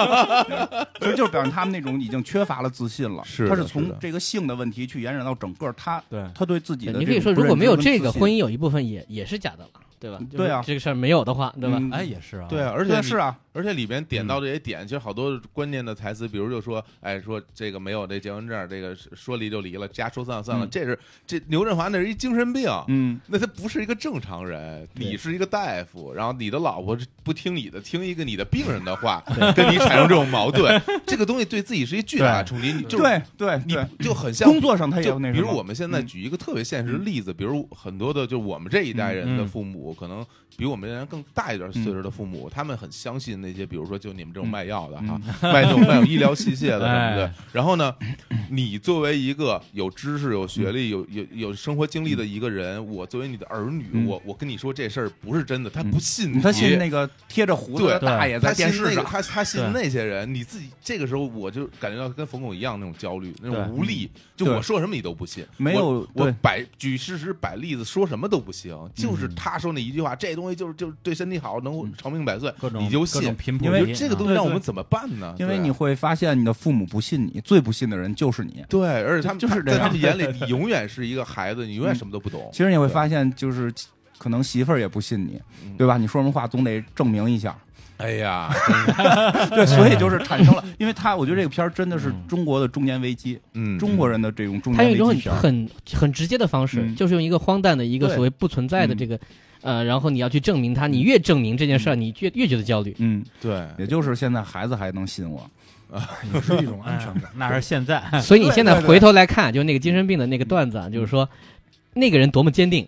B: 所以就是表现他们那 [laughs] 种已经缺乏了自信了。
E: 是的
B: 他是
E: 是
B: 从
E: 的
B: 这个性的问题去延展到整个他
D: 对，
B: 他对自己
F: 对
B: 的。
F: 你可以说，如果没有这个婚
B: 姻，
F: 姻，有一部分也也是假的了，对吧？就是
B: 对啊
F: 这个事儿没有的话，对吧？
B: 嗯
D: 哎，也是啊，
E: 对，啊，而
B: 对
E: 且
B: 啊是
E: 啊，
B: 啊，
E: 而且里边点到这些点，其实好多关键的台词，比如就说，哎，说这个没有这结婚证，这个说离就离了，家说散就散了，
B: 嗯
E: 这是这刘振华那是一精神病，
B: 嗯，
E: 那他不是一个正常人，
B: 对
E: 你是一个大夫，然后你的老婆不听你的，听一个你的病人的话，跟你产生这种
B: [laughs]
E: 矛盾，这个东西对自己是一巨大的冲击，你就是
B: 对对
E: 你
B: 对，
E: 就很像
B: 工作上他也
E: 就
B: 有那
E: 比
B: 什
E: 如
B: 么
E: 我们现在
B: 嗯嗯
E: 举一个特别现实的例子，比如很多的就我们这一代人的父母，可能比我们这代人更大一点岁数的父母，他们很相信那些，比如说就你们这
B: 嗯
E: 种卖药的哈， [laughs] 卖那种卖有医疗器械的什么的
D: 哎。
E: [laughs] 然后呢，你作为一个有知识、有学历、有有有生活经历的一个人，我作为你的儿女，
B: 嗯
E: 我我跟你说这事儿不是真的，他不信你，
B: 他信那个贴着胡子的
E: 对
B: 大爷在
E: 他信
B: 电视
E: 那个
B: 上，
E: 他他信那些人，你自己这个时候我就感觉到跟冯巩一样那种焦虑，那种
D: 对
E: 无力，就
B: 对
E: 我说什么你都不信，
B: 没有
E: 我我
B: 对
E: 摆举事实摆例子说什么都不行，就是
B: 嗯
E: 他说那一句话，这东西就是就是对身体好，能长命百岁，
D: 各种
E: 你就
D: 各种
E: 信，
D: 频谱
E: 我
D: 音啊，
E: 觉得这个东西
B: 对
E: 让我
B: 对
E: 们怎么办呢？
B: 因为
E: 对
B: 你会发现你的父母不信你，最不信的人就是你。
E: 对，而且他
B: [laughs]
E: 们
B: 就是这
E: 在他
B: 样
E: 们眼里，你永远是一个孩子，你永远什么都不懂
B: [laughs] 其。实你会
E: 对
B: 发现，就是可能媳妇儿也不信你，
E: 嗯
B: 对吧？你说什么话总得证明一
E: [laughs]
B: 下，
E: 哎呀，
B: 对，所以
E: [laughs]
B: 就是产生了，因为他我觉得这个片儿真的是
D: 嗯
B: 中国的中年危机，
E: 嗯，
B: 中国人的这种中
F: 他用一
B: 年
F: 种
B: 危
F: 很
B: 机片儿。
F: 很很直接的方式，
B: 嗯
F: 就是用一个荒诞的一个
B: 对
F: 所谓不存在的
B: 嗯
F: 这个，呃，然后你要去证明它，你越证明这件事儿，你越越觉得焦
B: [laughs]
F: 虑。
B: 嗯，
E: 对，
B: 也就是现在孩子还能信我，
C: 也是一种安全感
D: 哎。
C: [laughs]
D: 那是现在，
F: 所以你
B: 对
F: 现在
B: 对对嗯
F: 回头来看，就是那个精神病的那个段子啊，就是说那个人多么坚定，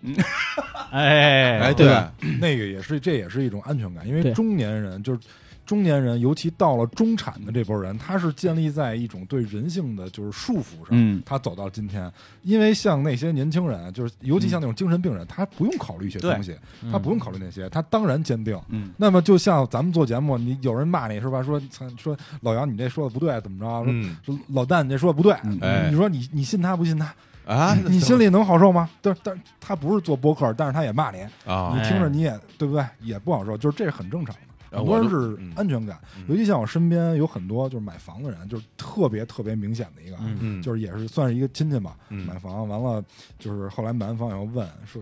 D: 哎
E: 哎，
C: 对
E: 对，
C: 吧那个也是，这也是一种安全感，因为
F: 对
C: 中年人就是中年人，尤其到了中产的这波人，他是建立在一种对人性的就是束缚上。
B: 嗯，
C: 他走到今天，因为像那些年轻人，就是尤
F: 嗯
C: 其像那种精神病人，他不用考虑一些
B: 对
C: 东西，他不用考虑那些，他当然坚定。
B: 嗯，
C: 那么就像咱们做节目，你有人骂你是吧？说 [laughs] 操说老杨，你这说的不对，怎么着？说
E: 嗯，
C: 说老旦，你这说的不对。
B: 嗯
E: 哎
C: 你说你你信他不信他？
E: 啊， [laughs]
C: 你心里能好受吗？但但他不是做播客，但是他也骂你，
E: 啊
B: [laughs]
C: 你，听着你也对不对？也不好受，就是这是很正常的。
E: 然
C: 很
E: 后
C: 多
E: 我
C: 人
E: 都
C: 是
E: 嗯
C: 安全感，
E: 嗯
C: 尤其像我身边有很多就是买房的人，就是特别特别明显的一个啊，
D: 嗯
E: 嗯，
C: 就是也是算是一个亲戚吧，
E: 嗯
C: 买房完了就是后来买完房以后问说，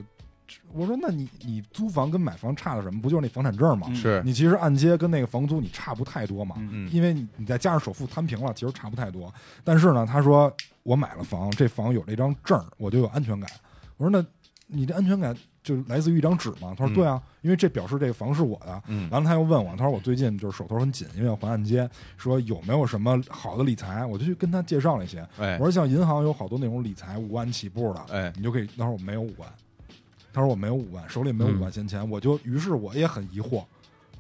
C: 我说那你你租房跟买房差的什么？不就是那房产证吗？
B: 嗯
E: 是，
C: 你其实按揭跟那个房租你差不太多嘛，
E: 嗯，
C: 因为你你再加上首付摊平了，其实差不太多。但是呢，他说我买了房，这房有这张证儿，我就有安全感。我说那你这安全感就来自于一张纸吗？他说
E: 嗯
C: 对啊，因为这表示这个房是我的。
E: 嗯
C: 完了，他又问我，他说我最近就是手头很紧，因为要还按揭，说有没有什么好的理财？我就去跟他介绍了一些。
E: 哎
C: 我说像银行有好多那种理财五万起步的，
E: 哎，
C: 你就可以。他说我没有五万，他说我没有五万，手里没有五万闲钱，我就于是我也很疑惑，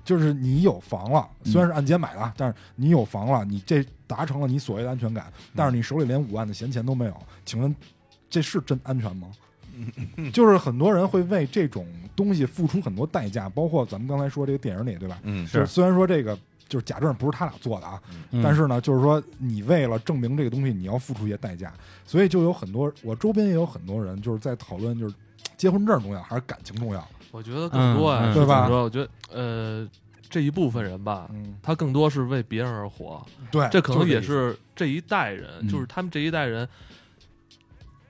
C: 就是你有房了，
B: 嗯
C: 虽然是按揭买的，但是你有房了，你这达成了你所谓的安全感，但是你手里连五万的闲钱都没有，请问这是真安全吗？就是很多人会为这种东西付出很多代价，包括咱们刚才说这个电影里，对吧？
E: 嗯
C: 就是虽然说这个就是假证不是他俩做的啊，
D: 嗯
C: 但是呢，就是说你为了证明这个东西，你要付出一些代价，所以就有很多我周边也有很多人就是在讨论，就是结婚证重要还是感情重要？
A: 我觉得更多
D: 嗯嗯
A: 啊，
C: 对吧
A: 说，我觉得呃，这一部分人吧，
C: 嗯，
A: 他更多是为别人而活，
C: 对，
A: 这可能
C: 哎就
A: 也
C: 这意思
A: 是这一代人，
B: 嗯
A: 就是他们这一代人。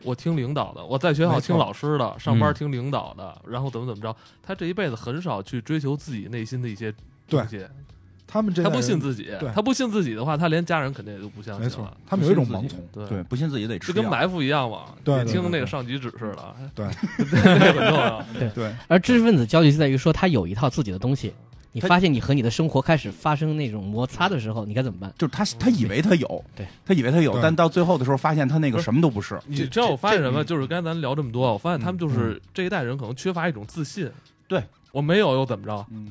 A: 我听领导的，我在学校
C: 没错
A: 听老师的，上班
D: 嗯
A: 听领导的，然后怎么怎么着，他这一辈子很少去追求自己内心的一些
C: 对
A: 东西，
C: 他们这
A: 他
C: 代
A: 不
C: 人
A: 信自己
C: 对，
A: 他不信自己的话，他连家人肯定也就不相
C: 没
A: 信
C: 错
A: 了。
C: 他们有一种
A: 不信自己
C: 盲从，
A: 对
B: 对，不信自己得吃
A: 就跟
B: 药
A: 埋伏一样嘛，
C: 对
A: 也
C: 对
A: 听
C: 对
A: 那个
C: 对
A: 上级指示的，
C: 对
A: [laughs] 那很重要。
B: 对，
F: 而知识分子焦虑就在于说他有一套自己的东西，你
B: 他
F: 发现你和你的生活开始发生那种摩擦的时候，你该怎么办？
B: 就是他他以为他有，
F: 对，
B: 他以为他有，
C: 对
B: 但到最后的时候发现他那个什么都不是，
A: 你
E: 这
A: 知道我发现什么？
E: 这
A: 就是刚才咱聊这么多，我发现
C: 嗯
A: 他们就是这一代人可能缺乏一种自信。
B: 对
A: 我没有又怎么着，
B: 嗯，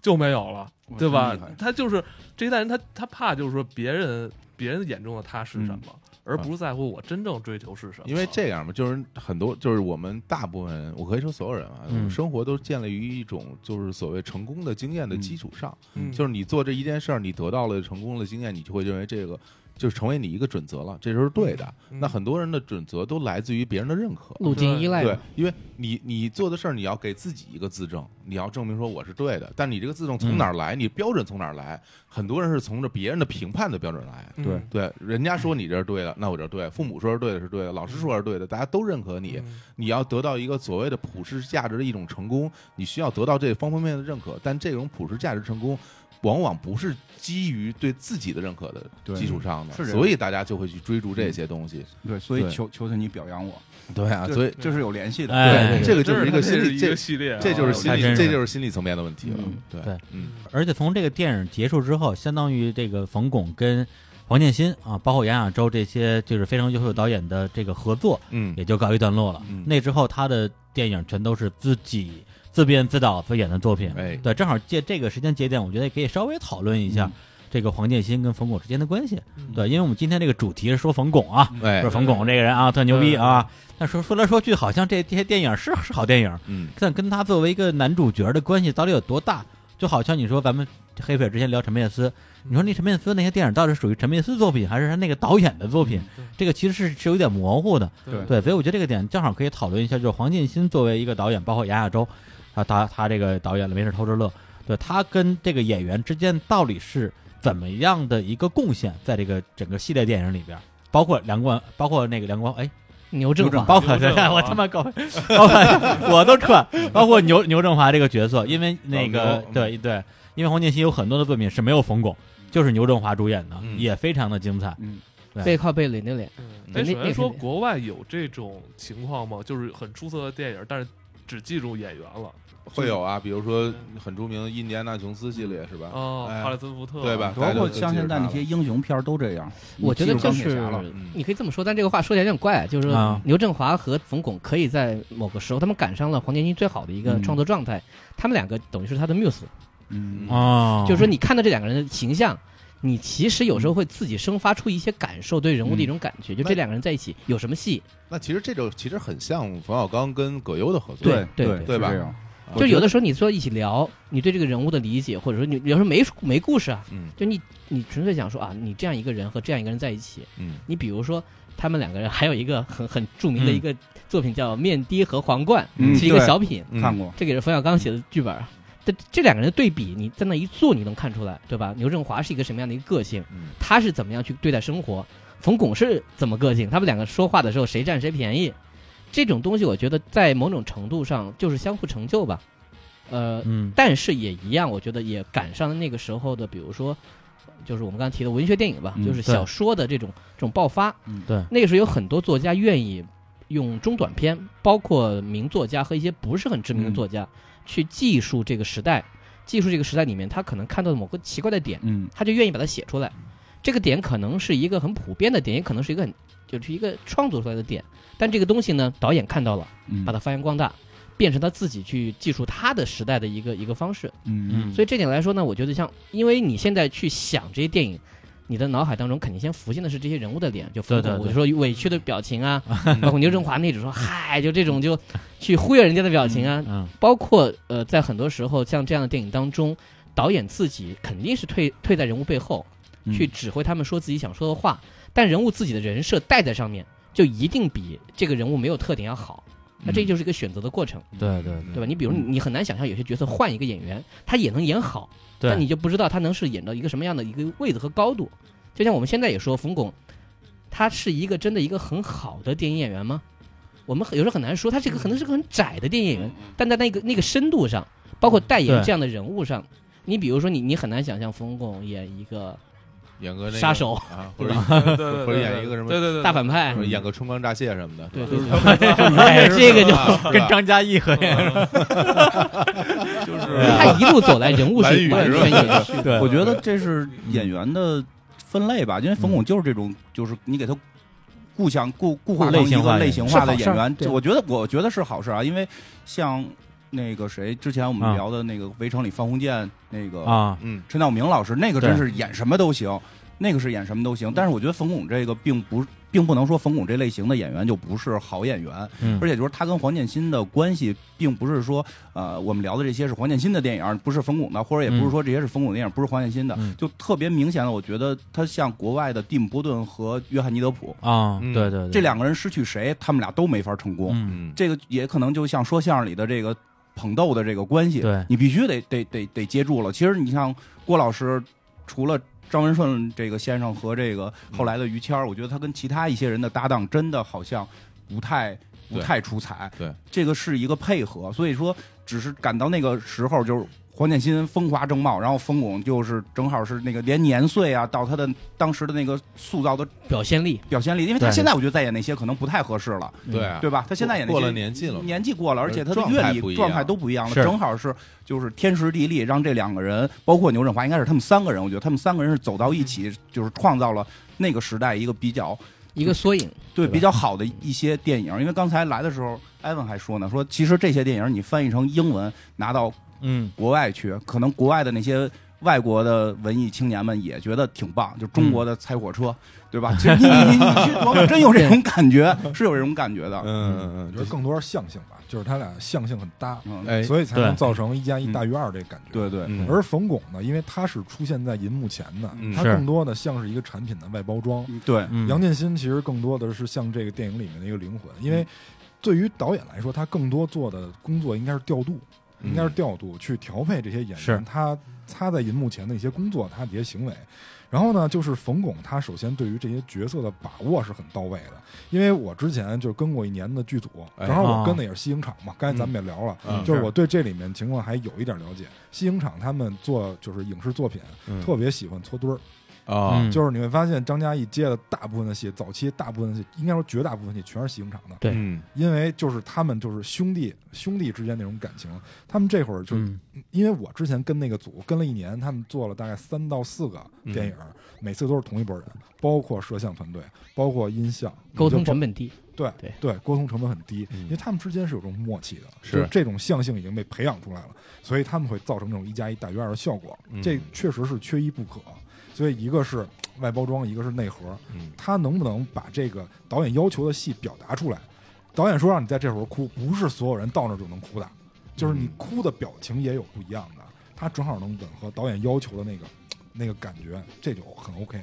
A: 就没有了，
B: 哇
A: 对吧
B: 真厉害？
A: 他就是这一代人，他他怕就是说别人别人眼中的他是什么，而不是在乎我真正追求是什么。
E: 嗯因为这样嘛，就是很多，就是我们大部分人，我可以说所有人啊，
D: 嗯
E: 生活都建立于一种就是所谓成功的经验的基础上。
A: 嗯
E: 就是你做这一件事儿，你得到了成功的经验，你就会认为这个就成为你一个准则了，这就是对的。
A: 嗯
E: 那很多人的准则都来自于别人的认可。
F: 路径依赖
E: 对
F: 嘛，，
E: 因为你你做的事儿，你要给自己一个自证，你要证明说我是对的。但你这个自证从哪儿来？你标准从哪儿来？很多人是从着别人的评判的标准来。
A: 嗯
B: 对
E: 对，人家说你这是对的，那我这是对；父母说是对的，是对的；老师说是对的，大家都认可你。
A: 嗯
E: 你要得到一个所谓的普世价值的一种成功，你需要得到这方方面面的认可。但这种普世价值成功，往往不是基于对自己的认可的
B: 对
E: 基础上的，
B: 是这样
E: 所以大家就会去追逐这些东西。
B: 对，所以
E: 对
B: 求求求你表扬我，
E: 对啊，所以
B: 这是有联系的。
D: 哎
E: 对这个就是一个
A: 这
E: 心
A: 是
E: 理，
A: 一
E: 这
A: 个系列啊，
E: 这就是
B: 哦
E: 心
D: 还
E: 理，
D: 真是
E: 这就是心理层面的问题了
B: 嗯。
E: 对
D: 对
E: 嗯，
D: 而且从这个电影结束之后，相当于这个冯巩跟黄建新啊，包括杨亚洲这些就是非常优秀的导演的这个合作，
E: 嗯
D: 也就告一段落了。
E: 嗯
D: 那之后，他的电影全都是自己自编自导自演的作品。
E: 哎，
D: 对，正好借这个时间节点，我觉得也可以稍微讨论一
E: 嗯
D: 下这个黄建新跟冯巩之间的关系。
A: 嗯
D: 对，因为我们今天这个主题是说冯巩啊，
E: 哎
D: 说，冯巩这个人啊特牛逼啊，但说说来说去，好像这这些电影是是好电影，
E: 嗯，
D: 但跟他作为一个男主角的关系到底有多大？就好像你说咱们黑粉之前聊陈佩斯，
A: 嗯
D: 你说那陈佩斯那些电影到底属于陈佩斯作品还是他那个导演的作品？
A: 嗯
D: 这个其实是是有点模糊的。
A: 对
D: 对，所以我觉得这个点正好可以讨论一下，就是黄建新作为一个导演，包括杨亚洲，他他他这个导演了没事偷着乐，对他跟这个演员之间到底是怎么样的一个贡献，在这个整个系列电影里边，包括梁冠，包括那个梁冠，哎，
F: 牛振
D: [laughs] 包
F: 华，
D: 括
A: 牛振华
E: 啊
D: 我他妈搞，包括我都串，包括牛牛振华这个角色，因为那
E: 老
D: 个
E: 牛
D: 对对，因为黄建新有很多的作品是没有冯巩，就是牛振华主演的，
E: 嗯
D: 也非常的精彩。
B: 嗯，
D: 对
F: 背靠背垒那脸，
A: 嗯
F: 对
A: 哎，
F: 那
A: 首
F: 那
A: 先说
F: 肯定
A: 国外有这种情况吗？就是很出色的电影，但是只记住演员了
E: 会有啊，比如说很著名的印第安纳琼斯系列是吧？
A: 哦，
E: 哎
A: 哈里森福特
E: 对吧？
B: 包括像现在那些英雄片儿都这样，
F: 我觉得
B: 你记住钢铁
F: 就是
B: 侠了。
E: 嗯
F: 你可以这么说，但这个话说起来有点怪，就是
D: 啊
F: 说牛振华和冯巩可以在某个时候，他们赶上了黄建新最好的一个
B: 嗯
F: 创作状态，他们两个等于是他的 muse，
B: 嗯，
D: 哦，
F: 就是说你看到这两个人的形象。你其实有时候会自己生发出一些感受，对人物的一种感觉。就这两个人在一起有什么戏，
E: 那其实这种其实很像冯小刚跟葛优的合作，
B: 对
F: 对嗯
B: 对
E: 对吧
B: 是这样
E: 我
F: 就
E: 觉
F: 有
E: 得
F: 的时候你说一起聊，你对这个人物的理解，或者说你有时候没没故事啊，
E: 嗯
F: 就你你纯粹想说啊，你这样一个人和这样一个人在一起，
E: 嗯
F: 你比如说他们两个人还有一个很很著名的
D: 嗯
F: 一个作品叫《面的和皇冠》，
B: 嗯
F: 是一个
B: 对
F: 小品，
E: 嗯
B: 看过。
F: 这个也是冯小刚写的剧本啊。这这两个人的对比，你在那一坐，你能看出来，对吧？牛振华是一个什么样的一个个性，
E: 嗯
F: 他是怎么样去对待生活，冯巩是怎么个性，他们两个说话的时候谁占谁便宜，这种东西我觉得在某种程度上就是相互成就吧。呃，
D: 嗯
F: 但是也一样，我觉得也赶上了那个时候的，比如说，就是我们刚才提的文学电影吧，
B: 嗯
F: 就是
D: 对
F: 小说的这种这种爆发。
B: 嗯
D: 对
F: 那个时候有很多作家愿意用中短篇，包括名作家和一些不是很知名的作
B: 嗯
F: 家，去记述这个时代，记述这个时代里面他可能看到的某个奇怪的点，
B: 嗯，
F: 他就愿意把它写出来。这个点可能是一个很普遍的点，也可能是一个很就是一个创作出来的点，但这个东西呢，导演看到了，
B: 嗯
F: 把它发扬光大。变成他自己去记述他的时代的一个一个方式，
B: 嗯
D: 嗯，
F: 所以这点来说呢，我觉得像，因为你现在去想这些电影，你的脑海当中肯定先浮现的是这些人物的脸，就冯
D: 对对
F: 巩，我
D: 对
F: 就说委屈的表
D: [laughs]
F: 情啊，包括牛振华那种说嗨，就这种就去忽悠人家的表情啊，
D: 嗯
F: 包括呃，在很多时候像这样的电影当中，导演自己肯定是退退在人物背后，
B: 嗯
F: 去指挥他们说自己想说的话，但人物自己的人设带在上面，就一定比这个人物没有特点要好。那
D: 嗯
F: 这就是一个选择的过程，
D: 对对
F: 对吧？你
D: 嗯
F: 比如你你很难想象有些角色换一个演员，他也能演好，
D: 对
F: 但你就不知道他能是演到一个什么样的一个位置和高度。就像我们现在也说，冯巩，他是一个真的一个很好的电影演员吗？我们很有时候很难说，他这个可能是个很窄的电影演员，但在那个那个深度上，包括代言
D: 对
F: 这样的人物上，你比如说你你很难想象冯巩演一个
E: 演个那个
F: 杀手
E: 啊，或者
F: 对吧
A: 对对对，
E: 或者
A: 对
E: 演一个什么
A: 对对对
F: 大反派
E: 或者，演个春光乍泄什么的， [laughs]
F: 对
E: 是吧
F: 呃对对，
E: [laughs]
F: 哎这 [laughs] 个就
E: 就
D: 跟张嘉译合演，
A: 就是
F: 他一路走来人物
E: 蓝宇
F: 是完
E: 是吧
F: 全延续
D: [laughs]
F: 的，
D: 对
B: 我觉得这是演员的分类吧，因为冯巩就是这种，就是你给他固想固固化成一个类型化的演
F: 是好事
B: 员
F: 儿，对
B: 我觉得我觉得是好事啊，因为像那个谁，之前我们
D: 啊
B: 聊的那个《围城》里方鸿渐那个
D: 啊，
E: 嗯，
B: 陈道明老师，那个真是演什么都行。那个是演什么都行。但是我觉得冯巩这个并不并不能说冯巩这类型的演员就不是好演员，
D: 嗯
B: 而且就是他跟黄建新的关系，并不是说呃我们聊的这些是黄建新的电影，不是冯巩的，或者也不是说这些是冯巩的电影，不是黄建新的，
D: 嗯
B: 就特别明显的，我觉得他像国外的蒂姆·波顿和约翰尼·德普
D: 啊，
E: 嗯
D: 对对对，
B: 这两个人失去谁，他们俩都没法成功。
D: 嗯，
E: 嗯，
B: 这个也可能就像说相声里的这个捧逗的这个关系，
D: 对
B: 你必须得得得得接住了。其实你像郭老师，除了张文顺这个先生和这个
E: 嗯
B: 后来的于谦儿，我觉得他跟其他一些人的搭档真的好像不太不
E: 对
B: 太出彩。
E: 对
B: 这个是一个配合，所以说只是赶到那个时候就是。黄建新风华正茂，然后冯巩就是正好是那个连年岁啊，到他的当时的那个塑造的
F: 表现力，
B: 表现力，因为他
D: 对
B: 现在我觉得再演那些可能不太合适了，
E: 对啊
B: 对吧？他现在演那
E: 过
B: 些
E: 了年纪了嘛，
B: 年纪过了，而且他的
E: 状
B: 阅
E: 态不
B: 历
E: 一样
B: 状态都不一样了，
D: 是
B: 正好是就是天时地利，让这两个人，包括牛振华，应该是他们三个人，我觉得他们三个人是走到一起，就是创造了那个时代一个比较
F: 一个缩影。
B: 对
D: 对吧
B: 比较好的一些电影。因为刚才来的时候，艾文还说呢，说其实这些电影你翻译成英文拿到
D: 嗯
B: 国外去，可能国外的那些。外国的文艺青年们也觉得挺棒，就中
E: 嗯
B: 国的拆火车，对吧？其实你你你你去琢磨，真有这种感觉，是有这种感觉的。
E: 嗯嗯
C: 我觉得
E: 嗯，
C: 更多是象性吧，就是他俩象性很搭，
B: 嗯，
E: 哎，
C: 所以才能
D: 对
C: 造成一加一大于二这个感觉。
B: 对对，
E: 嗯
C: 而冯巩呢，因为他是出现在银幕前的
E: 嗯，
C: 他
D: 是
C: 更多的像是一个产品的外包装。
B: 对，
D: 嗯，
C: 杨建新其实更多的是像这个电影里面的一个灵魂，
E: 嗯
C: 因为对于导演来说，他更多做的工作应该是调度，
E: 嗯
C: 应该是调度去调配这些演
D: 是
C: 员，他他在银幕前的一些工作，他的一些行为。然后呢，就是冯巩，他首先对于这些角色的把握是很到位的，因为我之前就跟过一年的剧组，
E: 哎
C: 正好
D: 啊
C: 我跟的也是西影厂嘛，刚才咱们也聊了，
E: 嗯
C: 就是我对这里面情况还有一点了解。西影厂他们做就是影视作品，
E: 嗯
C: 特别喜欢搓堆儿，
E: 啊，
D: 嗯
C: 就是你会发现张嘉译接的大部分的戏，早期大部分的戏，应该说绝大部分戏全是西影厂的，
F: 对
E: 嗯
C: 因为就是他们就是兄弟兄弟之间那种感情，他们这会儿就是、
D: 嗯
C: 因为我之前跟那个组跟了一年，他们做了大概三到四个电影，每次都是同一拨人，包括摄像团队，包括音效，
F: 沟通
C: 就包
F: 成本低，
C: 对
F: 对
C: 对，沟通成本很低，
E: 嗯
C: 因为他们之间是有这种默契的，
E: 是
C: 就这种象性已经被培养出来了，所以他们会造成这种一加一大于二的效果，
E: 嗯
C: 这确实是缺一不可。所以一个是外包装，一个是内核，
E: 嗯
C: 他能不能把这个导演要求的戏表达出来？导演说让你在这会儿哭，不是所有人到那儿就能哭的，就是你
E: 嗯
C: 哭的表情也有不一样的，他正好能吻合导演要求的那个那个感觉，这就很 OK。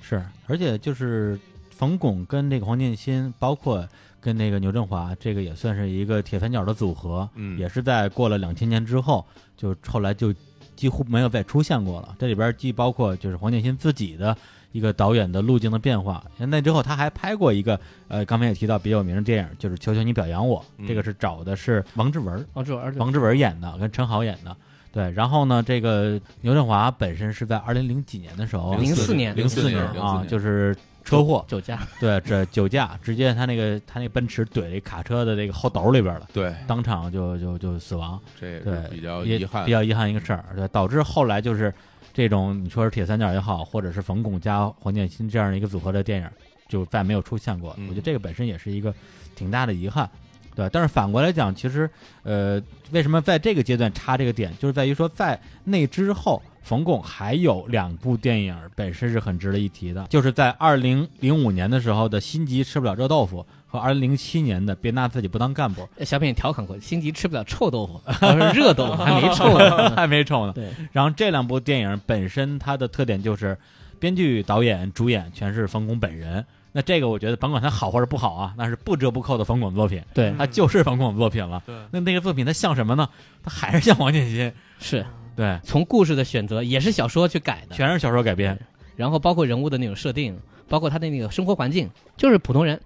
D: 是，而且就是冯巩跟那个黄建新，包括跟那个牛振华，这个也算是一个铁三角的组合，
E: 嗯
D: 也是在过了两千年之后，就后来就几乎没有再出现过了。这里边既包括就是黄建新自己的一个导演的路径的变化，那之后他还拍过一个呃，刚才也提到比较有名的电影，就是《求求你表扬我》，这个
E: 嗯
D: 是找的是王志文，
F: 王志哦文儿子
D: 王志文演的，跟陈好演的。对，然后呢，这个牛振华本身是在二零零几年的时候，
F: 零四年
E: 零
D: 四
E: 四
D: 年
E: 零四
D: 啊，就是车祸，
F: 酒驾，
D: 对，这酒驾，直接他那个他那奔驰怼这卡车的这个后斗里边了，
E: 对，
D: 当场就就就死亡，
E: 这也
D: 对
E: 是比较
D: 也
E: 遗憾
D: 比，较遗憾一个事儿，对，导致后来就是这种你说是铁三角也好，或者是冯巩加黄建新这样一个组合的电影，就再没有出现过。
E: 嗯
D: 我觉得这个本身也是一个挺大的遗憾。对，但是反过来讲，其实，呃，为什么在这个阶段插这个点，就是在于说，在那之后，冯巩还有两部电影本身是很值得一提的，就是在二零零五年的时候的《心急吃不了热豆腐》和二零零七年的《别拿自己不当干部》，
F: 呃小品也调侃过，心急吃不了臭豆腐，我说热豆腐还没臭 [laughs] 呢。
D: 还没臭呢。
F: 对，
D: 然后这两部电影本身它的特点就是，编剧、导演、主演全是冯巩本人。那这个我觉得，甭管它好或者不好啊，那是不折不扣的冯巩作品，
F: 对，
D: 它就是冯巩作品了。
A: 对
D: 那那个作品它像什么呢？它还是像王建新，
F: 是
D: 对，
F: 从故事的选择也是小说去改的，
D: 全是小说改编。
F: 然后包括人物的那种设定，包括他的那个生活环境，就是普通人，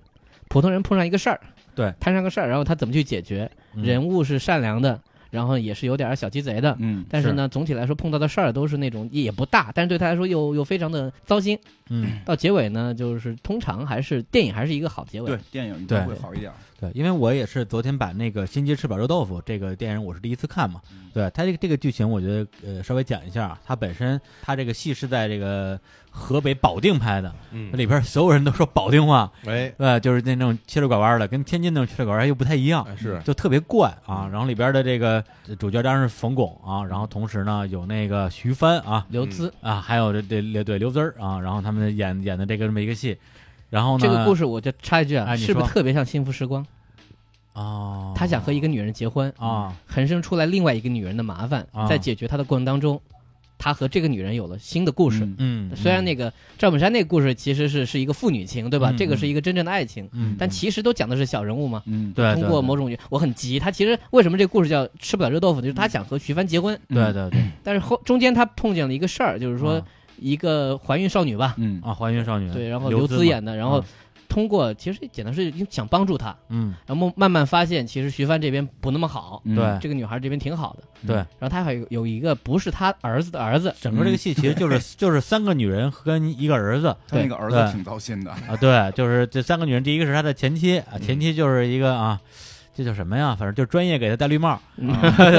F: 普通人碰上一个事儿，
D: 对，
F: 摊上个事儿，然后他怎么去解决？
D: 嗯
F: 人物是善良的，然后也是有点儿小鸡贼的，
B: 嗯，
F: 但是呢，总体来说碰到的事儿都是那种也不大，但是对他来说又又非常的糟心。
D: 嗯，
F: 到结尾呢，就是通常还是电影还是一个好结尾
B: 对。，电影一
D: 对
B: 定会好一点。
D: 对，因为我也是昨天把那个《心急吃饱热豆腐》这个电影，我是第一次看嘛。
F: 嗯
D: 对它这个这个剧情，我觉得呃稍微讲一下啊，它本身它这个戏是在这个河北保定拍的，
A: 嗯，
D: 里边所有人都说保定话，
E: 哎，
D: 呃，就是那种切着拐弯的，跟天津那种切着拐弯又不太一样，
E: 哎是
D: 就特别怪啊。然后里边的这个主角当然是冯巩啊，然后同时呢有那个徐帆啊
F: 刘孜。
D: 啊，还有这这这对刘孜儿啊，然后他们演演的这个这么一个戏，然后呢
F: 这个故事我就插一句
D: 哎
F: 啊，
D: 你
F: 是不是
D: 说
F: 特别像《幸福时光》？
D: 啊，
F: 他想和一个女人结婚，
D: 啊
F: 横生出来另外一个女人的麻烦
D: 啊，
F: 在解决他的过程当中，他和这个女人有了新的故事。
D: 嗯，
F: 虽然那个赵本山那个故事其实是是一个父女情，对吧？
D: 嗯
F: 这个是一个真正的爱情，
D: 嗯，
F: 但其实都讲的是小人物嘛。
B: 嗯，
D: 对
F: 通过某种，我很急。他其实为什么这个故事叫吃不了热豆腐，就是
D: 嗯
F: 他想和徐帆结婚，
D: 对对对，
F: 但是后中间他碰见了一个事儿，就是
D: 哦
F: 嗯说一个怀孕少女吧，
B: 嗯
D: 啊，还原少女
F: 对，然后
D: 刘
F: 刘
D: 嘛
F: 孜演的，然后
D: 啊
F: 通过其实简单是想帮助她，
D: 嗯
F: 然后慢慢发现其实徐帆这边不那么好，
B: 嗯
D: 对
F: 这个女孩这边挺好的，
D: 对，
F: 然后他还有有一个不是他儿子的儿子，
D: 整个这个戏其实就是就是三个女人和跟一个儿子
B: 他那个儿子
D: 对
B: 挺糟心的，
D: 啊，对，就是这三个女人，第一个是他的前妻啊，前妻就是一个啊，这叫什么呀？反正就是专业给他戴绿帽，
F: 嗯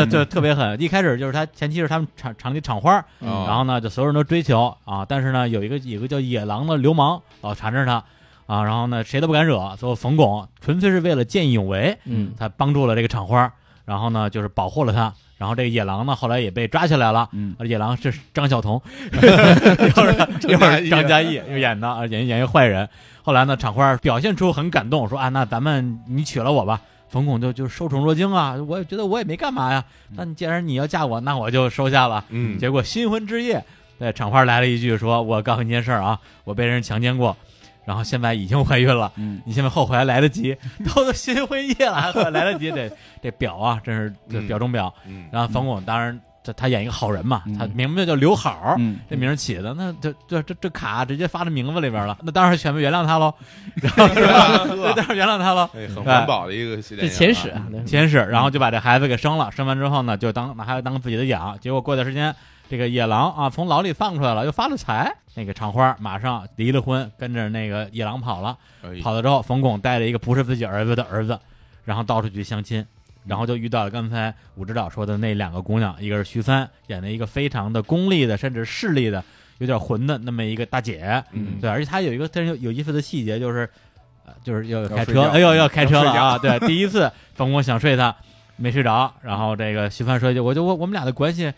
D: 就特别狠。一开始就是他前妻是他们厂厂里厂花，
E: 哦
D: 然后呢，就所有人都追求啊，但是呢，有一个有一个叫野狼的流氓老缠着他啊，然后呢，谁都不敢惹，所以冯巩纯粹是为了见义勇为，
F: 嗯
D: 他帮助了这个厂花，然后呢，就是保护了他。然后这个野狼呢，后来也被抓起来了。
B: [laughs] 嗯，
D: 野狼是张晓 [laughs] 彤，一会儿一会儿张嘉译又演的，啊演演一坏人。后来呢，厂花表现出很感动，说啊，那咱们你娶了我吧。冯巩就就受宠若惊啊，我也觉得我也没干嘛呀。那你既然你要嫁我，那我就收下了。
E: 嗯
D: 结果新婚之夜，对厂花来了一句说：“我告诉你件事儿啊，我被人强奸过，然后现在已经怀孕了，
B: 嗯
D: 你现在后悔还来得及，都都新婚夜了还后悔来得及。这这表啊，真是这
E: 嗯
D: 表中表。
E: 嗯 [laughs]
D: 然后冯巩当然他他演一个好人嘛，
B: 嗯
D: 他名字叫刘好儿。
B: 嗯，
D: 这名儿起的，那这这这这卡直接发到名字里边了，那当然全部原谅
B: [laughs]
D: 他喽，然后是吧？ [laughs] 那当然原谅他喽。
E: 哎，很环保的一个系列
F: 这
E: 电影啊，
F: 前史啊，对
D: 先是，然后就把这孩子给生了，生完之后呢，就当拿孩子当自己的养。结果过段时间，这个野狼啊从牢里放出来了，又发了财。那个厂花马上离了婚，跟着那个野狼跑了。
E: 哎
D: 跑了之后，冯巩带着一个不是自己儿子的儿子，然后到处去相
B: 嗯
D: 亲，然后就遇到了刚才武指导说的那两个姑娘，一个是徐帆演的一个非常的功利的，甚至势利的，有点混的那么一个大姐，
E: 嗯
D: 对，而且她有一个但是有有意思的细节就是，呃就是要开
B: 睡
D: 车，
B: 觉
D: 哎呦要开车了
B: 要睡觉
D: 啊，对，第一次冯巩想睡她没睡着，然后这个徐帆说一句，我就我我们俩的关系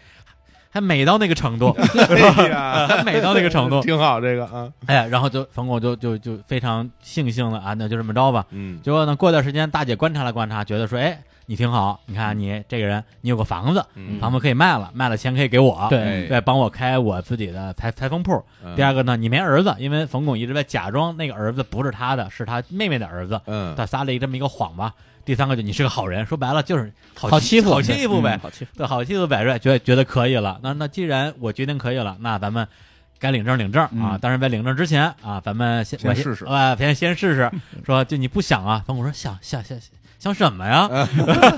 D: 还美到那个
B: [laughs]
D: 程度，
E: 哎呀，
D: 还美到那个程度，
E: [laughs] 挺好这个啊，
D: 哎，然后就冯巩就就就非常悻悻了啊，那就这么着吧。
E: 嗯
D: 结果呢，过段时间大姐观察了观察，觉得说，哎，你挺好，你看你这个人，你有个房子，
E: 嗯
D: 房子可以卖了，卖了钱可以给我，
B: 哎
F: 对
D: 对，帮我开我自己的裁裁缝铺。
E: 嗯
D: 第二个呢，你没儿子，因为冯巩一直在假装那个儿子不是他的，是他妹妹的儿子，
E: 嗯
D: 他撒了一这么一个谎吧。第三个就你是个好人，说白了就是好
F: 好
D: 欺
F: 欺负
D: 好欺负呗，嗯
F: 好欺负，
D: 对，好气度百瑞，觉得觉得可以了。那那既然我决定可以了，那咱们该领证领证啊！
B: 嗯
D: 当然，在领证之前啊，咱们先
B: 先
D: 我
B: 试试
D: 啊，先先试试。说就你不想啊？冯巩说想想想想什么呀？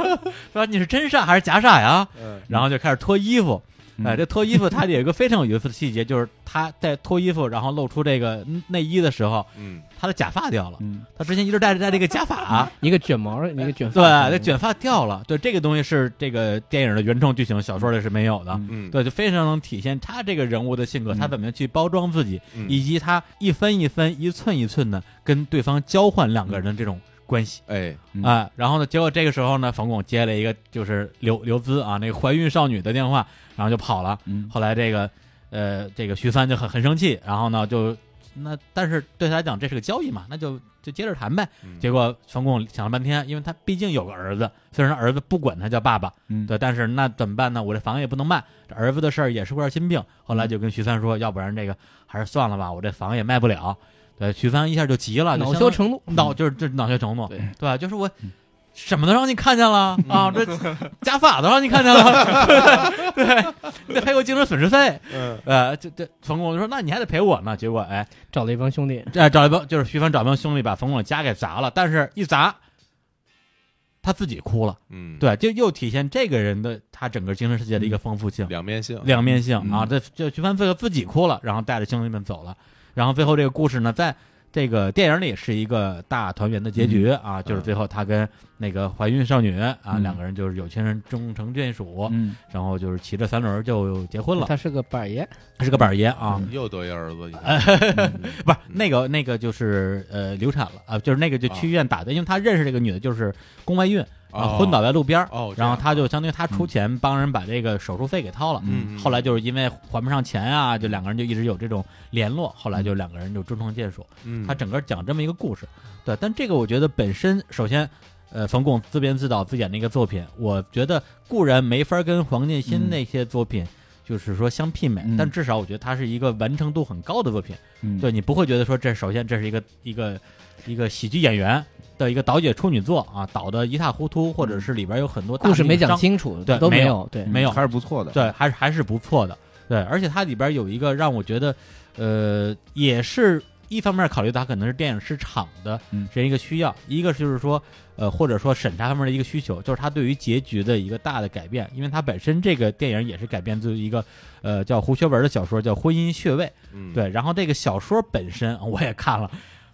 D: [laughs] 说你是真傻还是假傻呀？
E: 嗯
D: 然后就开始脱衣服。
B: 嗯
D: 哎，这脱衣服，它有一个非常有意思的细节，就是他在脱衣服，然后露出这个内衣的时候，
E: 嗯
D: 他的假发掉了。
B: 嗯
D: 他之前一直戴着戴这个
B: [laughs]
D: 假发，
F: 一个卷毛，一个卷
D: 对，
F: 发，
D: 那卷发掉了。对，这个东西是这个电影的原创剧情，小说里是没有的。
B: 嗯
E: 嗯，
D: 对，就非常能体现他这个人物的性格，
B: 嗯
D: 他怎么样去包装自己，
E: 嗯
D: 以及他一分一分、一寸一寸的跟对方交换两个人的这种关系
E: 哎
B: 嗯
D: 啊、然后呢，结果这个时候呢，冯巩接了一个就是刘刘孜啊那个怀孕少女的电话，然后就跑了。
B: 嗯，
D: 后来这个呃这个徐帆就很很生气，然后呢就那但是对他来讲这是个交易嘛，那就就接着谈呗。
E: 嗯
D: 结果冯巩想了半天，因为他毕竟有个儿子，虽然儿子不管他叫爸爸，
B: 嗯
D: 对，但是那怎么办呢？我这房也不能卖，这儿子的事儿也是块心病。后来就跟徐帆说，要不然这个还是算了吧，我这房也卖不了。对，徐帆一下就急了，就
F: 恼
D: 相当
F: 羞
D: 于
F: 成怒，
D: 恼就是就是恼羞成怒，
F: 对
D: 吧？就是我
B: 嗯。
D: 什么都让你看见了啊！这假发都让你看见了， [laughs] 对，你得赔我精神损失费。
E: 嗯
D: 呃，这这冯巩就说：“那你还得赔我呢。”结果哎，
F: 找了一帮兄弟，
D: 这呃找一帮就是徐帆找一帮兄弟把冯巩家给砸了，但是一砸，他自己哭了。
E: 嗯，
D: 对，就又体现这个人的他整个精神世界的一个丰富性、
E: 两面性，
D: 两面性
B: 嗯
D: 啊。这这徐帆最后自己哭了，然后带着兄弟们走了。然后最后这个故事呢，在这个电影里是一个大团圆的结局啊，就是最后他跟那个怀孕少女啊、
B: 嗯
D: 两个人就是有情人终成眷属，
B: 嗯，
D: 然后就是骑着三轮儿就结婚了。
F: 他是个板儿爷，
D: 他是个板儿爷
B: 嗯
D: 啊，
E: 又得一儿子，你看
D: 不是
E: 嗯
D: 那个那个就是呃流产了啊，就是那个就去医院打的，因为他认识这个女的就是宫外孕啊，
E: 哦
D: 昏倒在路边儿，
E: 哦，这
D: 然
E: 样嗯
D: 后他就相当于他出钱帮人把这个手术费给掏了。
E: 嗯，嗯
D: 后来就是因为还不上钱啊，就两个人就一直有这种联络，后来就两个人就终成眷属。
E: 嗯
D: 他整个讲这么一个故事，对，但这个我觉得本身首先，呃，冯巩自编自导自演的一个作品，我觉得固然没法跟黄建新
B: 嗯
D: 那些作品就是说相媲美，
B: 嗯
D: 但至少我觉得它是一个完成度很高的作品。
B: 嗯
D: 对你不会觉得说这首先这是一个一个一个喜剧演员的一个导演处女作啊，导的一塌糊涂，或者是里边有很多大
F: 故事没讲
D: 章
F: 清楚，
D: 对
F: 都
D: 没有
F: 有，对，
D: 没有
B: 嗯还是不错的，
D: 对，还是还是不错的。对，而且它里边有一个让我觉得，呃，也是一方面考虑到可能是电影市场的
B: 嗯
D: 这样一个需要，一个就是说，呃，或者说审查方面的一个需求，就是它对于结局的一个大的改变，因为它本身这个电影也是改编自一个呃叫胡学文的小说叫《婚姻穴位》，
E: 嗯
D: 对，然后这个小说本身 [laughs] 我也看了，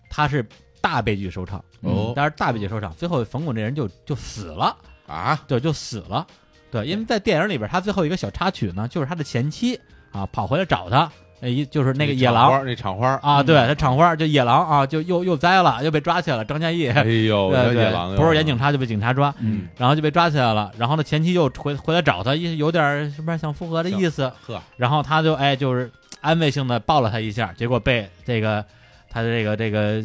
D: 它是大悲剧收场，
E: 哦
D: 但是大悲剧收场，最后冯巩这人就就死了。
E: 啊，
D: 对，就死了。对，因为在电影里边，他最后一个小插曲呢，就是他的前妻啊跑回来找他，哎，一就是那个野
E: 场花嗯
D: 狼
E: 儿那厂花儿，
D: 啊，对他厂花就野狼啊，就又又栽了，又被抓起来了。张嘉译，
E: 哎呦，
D: 对
E: 这野
D: 对
E: 狼，
D: 不是演警，察就被警察抓，
B: 嗯，
D: 然后就被抓起来了。然后呢，前妻又回回来找他，一有点什么想复合的意思，
E: 呵，
D: 然后他就哎就是安慰性的抱了他一下，结果被这个他的这个这个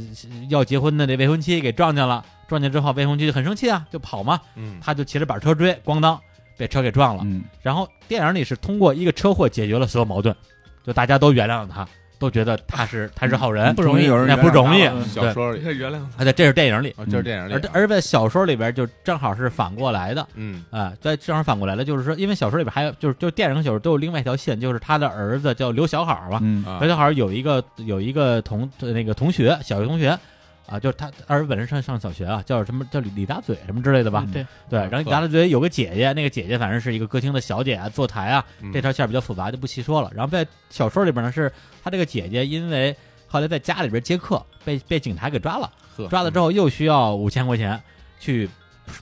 D: 要结婚的这未婚妻给撞见了。撞见之后，未婚妻就很生气啊，就跑嘛。
E: 嗯，
D: 他就骑着板车追，咣当被车给撞了。
B: 嗯
D: 然后电影里是通过一个车祸解决了所有矛盾，就大家都原谅了他，都觉得他是他是好人，
B: 嗯不容易有人
D: 哎不容易。
B: 原谅他嗯
E: 小说里
A: 可以原谅他。
D: 啊，对，这是电影里，
E: 啊，这是电影
D: 而
E: 里，
D: 而在小说里边就正好是反过来的
E: 嗯
D: 啊，在正好反过来的，就是说，因为小说里边还有就是就是电影和小说都有另外一条线，就是他的儿子叫刘小好嘛，
B: 嗯
E: 啊
D: 刘小好有一个有一个同那个同学，小学同学。啊，就是他儿子本身上上小学啊，叫什么叫李李大嘴什么之类的吧？
F: 嗯对，
D: 对，然后你刚才觉得有个姐姐，那个姐姐反正是一个歌厅的小姐啊，坐台啊，
E: 嗯
D: 这条线比较复杂，就不细说了。然后在小说里边呢，是她这个姐姐因为后来在家里边接客，被被警察给抓了，
E: 呵
D: 抓了之后又需要五千块钱去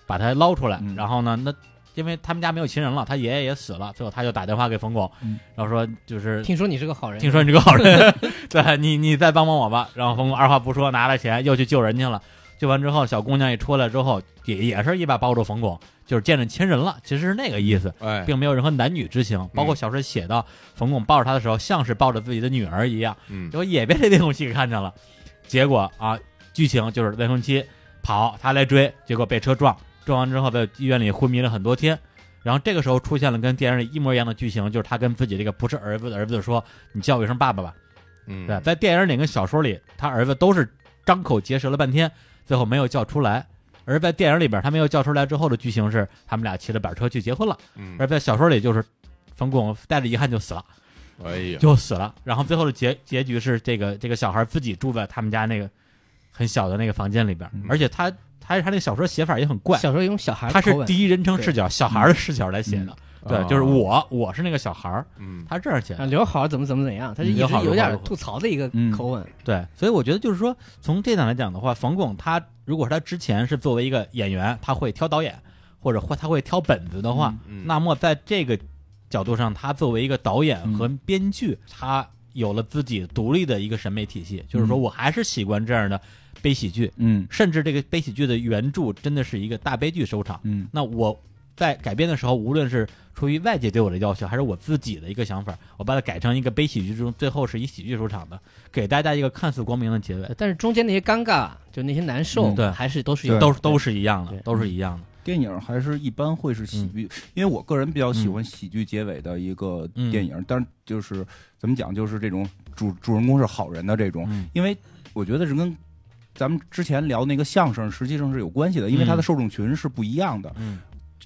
D: 把她捞出来。
B: 嗯
D: 然后呢，那因为他们家没有亲人了，他爷爷也死了，最后他就打电话给冯巩，
B: 嗯
D: 然后说就是
F: 听说你是个好人，
D: 听说你是个好人， [laughs] 对你你再帮帮我吧。然后冯巩二话不说拿了钱又去救人去了，救完之后小姑娘一出来之后也也是一把抱住冯巩，就是见着亲人了，其实是那个意思，
E: 哎，
D: 并没有任何男女之情。
B: 嗯
D: 包括小说写到冯巩抱着她的时候，像是抱着自己的女儿一样，
E: 嗯
D: 结果也被这未婚妻给看见了。结果啊，剧情就是未婚妻跑，他来追，结果被车撞，撞完之后在医院里昏迷了很多天。然后这个时候出现了跟电影里一模一样的剧情，就是他跟自己这个不是儿子的儿子说：“你叫我一声爸爸吧。”
E: 嗯，
D: 对，在电影里跟小说里，他儿子都是张口结舌了半天，最后没有叫出来。而在电影里边，他没有叫出来之后的剧情是，他们俩骑着板车去结婚了。
E: 嗯，
D: 而在小说里，就是冯巩带着遗憾就死了，
E: 哎呀，
D: 就死了。然后最后的结结局是，这个这个小孩自己住在他们家那个很小的那个房间里边
B: 嗯，
D: 而且他他他那个小说写法也很怪，
F: 小时候用小孩
D: 他
F: 口
D: 是
F: 吻，
D: 第一人称视角，小孩的视角来写的。对，就是我，我是那个小孩儿，
E: 啊嗯，
D: 他这样写的
F: 啊，。刘好怎么怎么怎样，他就
D: 嗯
F: 一
D: 刘
F: 直
D: 好
F: 有
D: 刘好
F: 点
D: 刘好
F: 吐槽的一个
B: 嗯
F: 口吻，
D: 对，所以我觉得就是说，从这点来讲的话，冯巩他如果是他之前是作为一个演员，他会挑导演，或者或他会挑本子的话，
E: 嗯
D: 那么在这个角度上，他作为一个导演
B: 嗯
D: 和编剧，他有了自己独立的一个审美体系，就是说我还是喜欢这样的悲喜剧，
B: 嗯
D: 甚至这个悲喜剧的原著真的是一个大悲剧收场。
B: 嗯
D: 那我在改编的时候，无论是出于外界对我的要求，还是我自己的一个想法，我把它改成一个悲喜剧中，最后是以喜剧收场的，给大家一个看似光明的结尾，
F: 但是中间那些尴尬，就那些难受
D: 嗯，对
F: 还是都是有
B: 对
D: 都是都是一样的
F: 对，
D: 都是一样的。
B: 电影还是一般会是喜剧，因为我个人比较喜欢喜剧结尾的一个电影，但是就是怎么讲，就是这种主主人公是好人的这种，
D: 嗯，
B: 因为我觉得是跟咱们之前聊那个相声实际上是有关系的，因为它的受众群是不一样的。
D: 嗯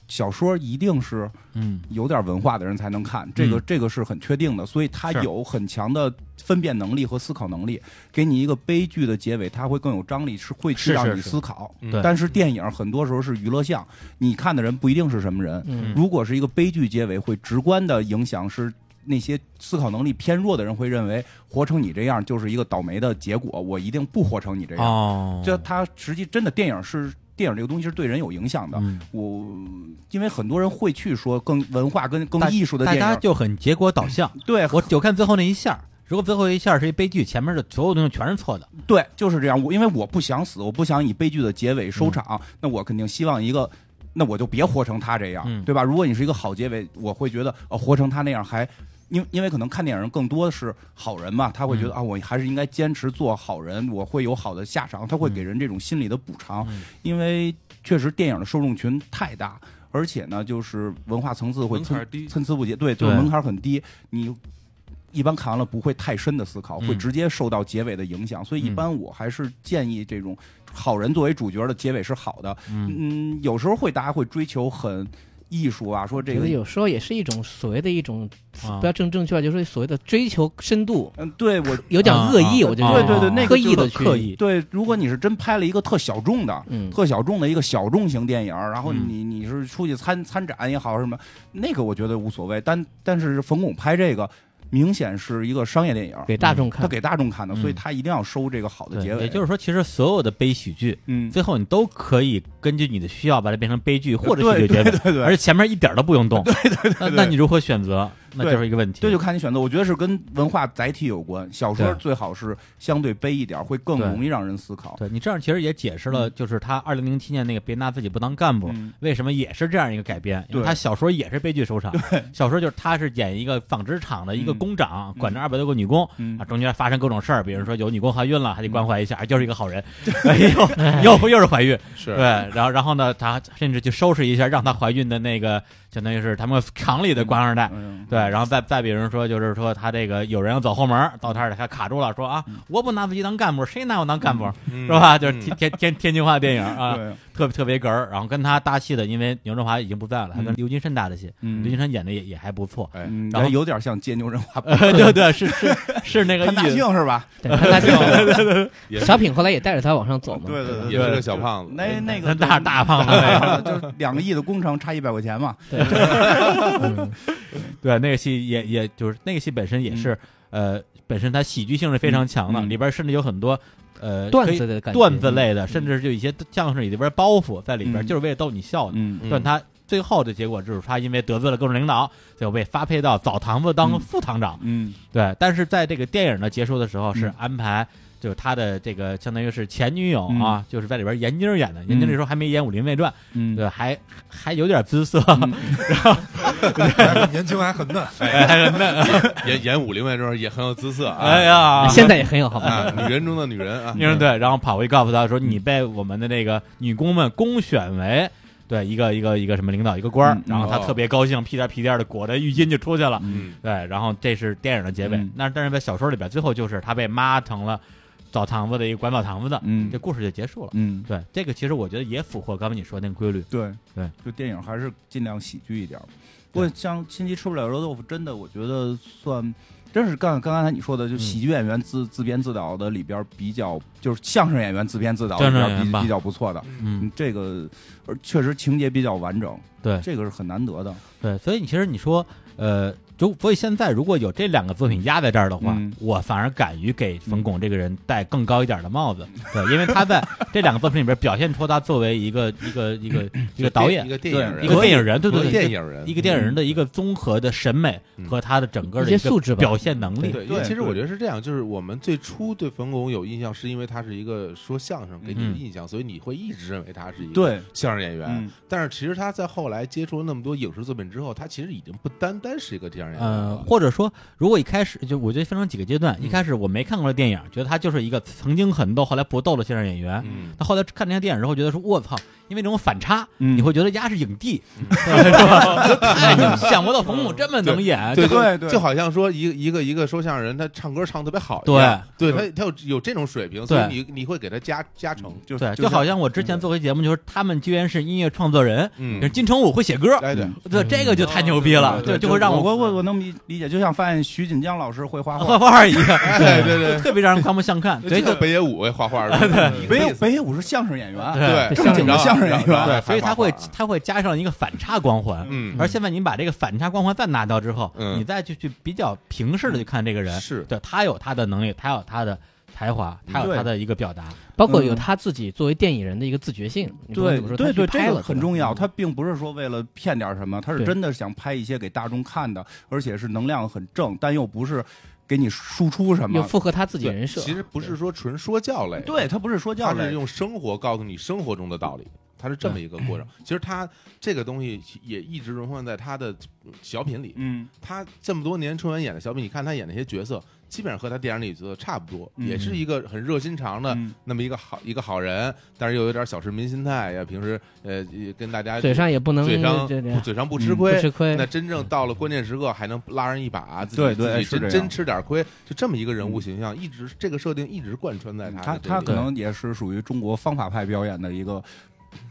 B: 小说一定是
D: 嗯
B: 有点文化的人才能看，这个、这个是很确定的，所以他
D: 是
B: 有很强的分辨能力和思考能力，给你一个悲剧的结尾，他会更有张力，是会去
D: 是
B: 让
D: 是
B: 你
D: 是
B: 思考。
E: 嗯
D: 对
B: 但是电影很多时候是娱乐项，你看的人不一定是什么人。
F: 嗯
B: 如果是一个悲剧结尾，会直观的影响是那些思考能力偏弱的人会认为，活成你这样就是一个倒霉的结果，我一定不活成你这样。
D: 哦
B: 这他实际真的电影是电影这个东西是对人有影响的。
D: 嗯
B: 我因为很多人会去说更文化跟更
D: 大
B: 艺术的
D: 大
B: 电
D: 家
B: 影，
D: 就很结果导向。
B: 对
D: [laughs] 我就看最后那一下儿，如果最后一下儿是一悲剧，前面的所有东西全是错的。
B: 对，就是这样。我因为我不想死，我不想以悲剧的结尾
D: 嗯
B: 收场，那我肯定希望一个，那我就别活成他这样，
D: 嗯
B: 对吧？如果你是一个好结尾，我会觉得呃，活成他那样还。因因为可能看电影更多的是好人嘛，他会觉得、
D: 嗯
B: 啊，我还是应该坚持做好人，我会有好的下场，他会给人这种心理的补偿。
D: 嗯
B: 因为确实电影的受众群太大，而且呢，就是文化层次会
A: 门
B: 参
A: 槛低
B: 参差不齐，对，就是
D: 对
B: 门槛很低，你一般看完了不会太深的思考，
D: 嗯
B: 会直接受到结尾的影响，所以一
D: 嗯
B: 般我还是建议这种好人作为主角的结尾是好的。
D: 嗯，
B: 嗯，有时候会大家会追求很艺术啊，说这
F: 觉
B: 个
F: 得。有时候也是一种所谓的一种，
D: 啊
F: 不要正正确，就是所谓的追求深度，
B: 嗯，对我，
F: 有点恶意，
D: 啊啊
F: 我觉
D: 啊
F: 得
B: 对对对，那个
F: 刻意
B: 就
F: 的
B: 是
D: 刻意
B: 对，如果你是真拍了一个特小众的，
F: 嗯，
B: 特小众的一个小众型电影儿，然后
D: 嗯
B: 你你是出去参参展也好什么，那个我觉得无所谓。但但是冯巩拍这个明显是一个商业电影儿，
F: 给大众
B: 他
F: 看，
B: 给大众看的，
D: 嗯
B: 所以他一定要收这个好的
D: 对，
B: 结尾。
D: 也就是说，其实所有的悲喜剧，
B: 嗯，
D: 最后你都可以根据你的需要把它变成悲剧或者喜
B: 对
D: 剧结
B: 对
D: 尾，
B: 对
D: 而
B: 对。
D: 且前面一点儿都不
B: [laughs]
D: 用动。对对对那那你如何选择？那
B: 对
D: 就是一个问题。
B: 这就看你选择，我觉得是跟文化载体有关。小说
D: 对
B: 最好是相对悲一点，会更
D: 对
B: 容易让人思考。
D: 对你这样其实也解释了，就是他二零零七年那个《别拿自己不当干部》
B: 嗯
D: 为什么也是这样一个改编，因为
B: 对
D: 他小说也是悲剧收场。小说就是他是演一个纺织厂的一个
B: 嗯
D: 工长，
B: 嗯
D: 管着二百多个女工。
B: 嗯
D: 啊，，中间发生各种事儿，比如说有女工怀孕了，还得关怀一下，哎就是一
B: [laughs]
D: 个好人，哎呦，又又是怀孕，
E: 是。
D: 对，然后然后呢，他甚至去收拾一下让她怀孕的那个，相当于是他们厂里的官二代，
B: 嗯
D: 对，然后再再比如说，就是说他这个有人要走后门儿，到他这儿他卡住了，说啊，
B: 嗯
D: 我不拿自己当干部，谁拿我当干部、
A: 是
D: 是吧？就是天天天天津话电影啊，
B: 对，
D: 特别特别哏儿。然后跟他搭戏的，因为牛振华已经不在了，他跟
B: 嗯
D: 刘金山搭的戏，
B: 嗯
D: 刘金山演的也也还不错
E: 哎，
B: 嗯
D: 然后
B: 有点像借牛人话，
D: [laughs] 对对，是是是那个
B: 潘大
D: 意
B: 庆
D: 思。
B: 是吧？
F: 对看他
E: 也
F: 小品后来也带着他往上走嘛，
B: 对
E: 也是个小胖子，哎
B: 那那个
D: 那大大胖子那个，
B: 大 [laughs] 就是两个亿的工程差一百块钱嘛。
F: 对，嗯
D: 对那个戏也也就是那个戏本身也是，呃，本身它喜剧性是非常强的，
B: 嗯嗯嗯
D: 里边甚至有很多呃
F: 段
D: 可以
F: 子的感觉，
D: 段子类的，甚至就一些相声里边包袱在里边，
B: 嗯
D: 就是为了逗你笑的。
B: 嗯
D: 但他最后的结果就是他因为得罪了各种领导，最后被发配到澡堂子当
B: 嗯
D: 副堂长。
B: 嗯
D: 对，但是在这个电影的结束的时候是
B: 嗯
D: 安排。就是他的这个相当于是前女友啊，就是在里边闫妮儿演的。闫妮儿那时候还没演《武林外传》，
B: 嗯，
D: 对，还还有点姿色，
C: 还 [laughs] 年轻还很嫩，
B: 哎
E: 演演武林外传也很有姿色啊。
D: [laughs] 哎
B: [laughs]
D: 呀，
F: 嗯现在也很有好吧，
E: 啊，女人中的女人啊，
D: 女
B: 嗯
D: 人对，然后跑回去告诉他说，你被我们的那个女工们公选为对一个一个一个什么领导一个官儿
B: 嗯，
D: 然后他
E: 哦
D: 特别高兴，屁颠屁颠的裹着浴巾就出去了。
E: 嗯，
D: 对，然后这是电影的结尾。
B: 嗯
D: 那但是在小说里边，最后就是他被妈成了澡堂子的一个管澡堂子的，
B: 嗯
D: 这故事就结束了。
B: 嗯，
D: 对，这个其实我觉得也符合刚才你说的那个规律。
B: 对
D: 对，
B: 就电影还是尽量喜剧一点儿。不过像《亲戚吃不了热豆腐》，真的我觉得算，真是刚刚才你说的，
D: 嗯
B: 就喜剧演员自、自编自导的里边儿比较，就是相声演员自编自导里
D: 相声
B: 边
D: 演
B: 儿
D: 员
B: 比
D: 吧
B: 比较不错的。
D: 嗯，
B: 嗯，这个而确实情节比较完整，
D: 对
B: 这个是很难得的。
D: 对，所以你其实你说，呃，就所以现在如果有这两个作品压在这儿的话，
B: 嗯
D: 我反而敢于给
E: 嗯
D: 冯巩这个人戴更高一点的帽子。对，因为他
E: [laughs]
D: 在这两个作品里边表现出他作为一个一个一
E: [clears throat]
D: 个一个导演
E: 一。个电影人，
D: 一个电影人，对对对，
E: 电影人
D: 一个电影人的一个综合的审美
E: 嗯
D: 和他的整个的
F: 一些
D: 个
F: 素质吧
D: 表现能力。
E: 对，因为
B: 对
E: 其实
B: 对
E: 我觉得是这样，就是我们最初对冯巩有印象，是因为他是一个说相声给你的
D: 嗯
E: 印象，所以你会一直认为他是一个
B: 对，
E: 相声演员。
B: 嗯
E: 但是其实他在后来接触了那么多影视作品之后，他其实已经不单单是一个相声演员
D: 呃
E: 了，。
D: 或者说，如果一开始就我觉得分成几个阶段，
E: 嗯
D: 一开始我没看过的电影，觉得他就是一个曾经很逗，后来不逗的相声演员。
E: 嗯，
D: 那后来看这些电影之后，觉得说我操，因为这种反差，
B: 嗯
D: 你会觉得丫是影帝，
E: 嗯
D: 是吧？就 [laughs] 太你们想不到冯巩这么能演，
E: 对
B: 对
E: 就
B: 对
E: 就好像说一个一个一个说相声人，他唱歌唱得特别好一
D: 对
E: 样，对
B: 对
E: 他他有有这种水平，所以
D: 对
E: 你你会给他加加成。
B: 嗯就
D: 对，
B: 就
D: 就好像我之前做过一节目，就是他们居然是音乐创作人，
E: 嗯
D: 就是，金城武会写歌，
E: 哎对，
D: 对，这个就太牛逼了，
E: 对对对
D: 啊就会让
B: 我
D: 我嗯
B: 我我我能理理解，就像发现徐锦江老师会画
D: 画
B: 画，
D: 画一样，
E: 哎 [laughs] 对对
D: 特别让人刮目相看。
E: 对，
D: 对，
E: 就
D: 就
E: 北野武会画画的，
B: 北
E: 一个
B: 野
E: 意思
B: 北野武是相声演员，
D: 对
E: 对
B: 正经的
E: 然后
B: 相相声演员，
D: 对，
E: 对
D: 所以他会
E: 反光环
D: 他会加上一个反差光环。
E: 嗯
D: 而现在你把这个反差光环再拿掉之后，
E: 嗯
D: 你再去去比较平视的去看这个人，
E: 是
D: 对他有他的能力，他有他的才华，他有
B: 对
D: 他的一个表达。
F: 包括有他自己作为电影人的一个自觉性。你不管
B: 对
F: 怎么说
B: 对
F: 他去
B: 对，这
F: 拍了嗯
B: 个很重要。他并不是说为了骗点什么，他是
F: 对
B: 真的想拍一些给大众看的，而且是能量很正，但又不是给你输出什
F: 又
B: 么。
F: 符合他自己人设。
E: 其实不是说纯说教类，
B: 对他不是说教
E: 他是
B: 类，
E: 用生活告诉你生活中的道理，它是这么一个过程。其实他这个东西也一直融化在他的小品里，
B: 嗯，
E: 他这么多年春晚演的小品，你看他演那些角色，基本上和他电影里角色差不多，
B: 嗯
E: 也是一个很热心肠的
B: 嗯
E: 那么一个好一个好人，但是又有点小市民心态呀，平时呃也跟大家
F: 嘴上也不能
E: 嘴上
F: 对对
E: 不嘴上不吃
B: 嗯
E: 亏
F: 不。吃亏
E: 那，真正到了关键时刻，还能拉人一把，自己
B: 对对
E: 自己
B: 是这样
E: 真真吃点亏，就这么一个人物形象，一直这个设定一直贯穿在
B: 他
E: 他
B: 他
E: 他
B: 可能也是属于中国方法派表演的一个。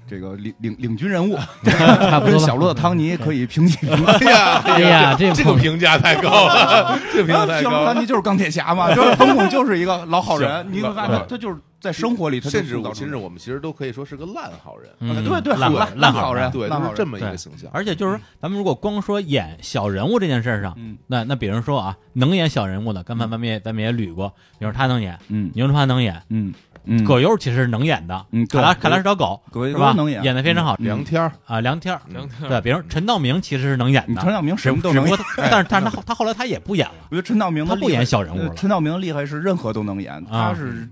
B: 这个领领领军人物，
F: 差不
B: 跟
F: 多吧
B: 小洛的汤尼可以平起平坐。
E: 哎呀，
F: 哎呀，这
E: 这个评价太
B: [laughs]
E: 高了，这个评价太
B: 小
E: 高
B: 洛
E: 了
B: 汤。尼就是钢铁侠嘛，就是冯巩就是一个老好人。
E: 是
B: 你会发
E: 老
B: 现，他就是在生活里，他就
E: 甚至
B: 塑造
E: 我
B: 出
E: 甚
B: 来
E: 至我们其实都可以说是个烂好人，
D: 嗯，
B: 对对
D: 烂
E: 烂
D: 烂
B: 好人
E: 对，
B: 烂
E: 就是
B: 好人
E: 这么一个
D: 对
E: 形象。
D: 而且就是说咱们如果光说演小人物这件事儿上，
B: 嗯
D: 那那比如说啊，能演小人物的，刚才咱们也咱们也捋过，比如他能演，
B: 嗯
D: 牛春华能演，
B: 嗯嗯，
D: 葛优其实是能演的，
B: 嗯
D: 卡
B: 对
D: 拉卡拉是条狗，
B: 葛
D: 是
B: 优
D: 吧？
B: 能演，嗯
D: 演的非常好，
E: 梁天儿，
D: 啊，梁天儿，
E: 嗯
A: 梁天
D: 对，
A: 儿
D: 比如陈道明其实是能演
B: 你
D: 的，
B: 陈道明什么都能
D: 只
B: 演哎
D: 不，过他但是但是他他后来他也不演了，
B: 我觉得陈道明的
D: 他不
B: 厉害
D: 演小人物
B: 呃
D: 了
B: 陈道明的厉害是任何都能演，他
D: 啊
B: 是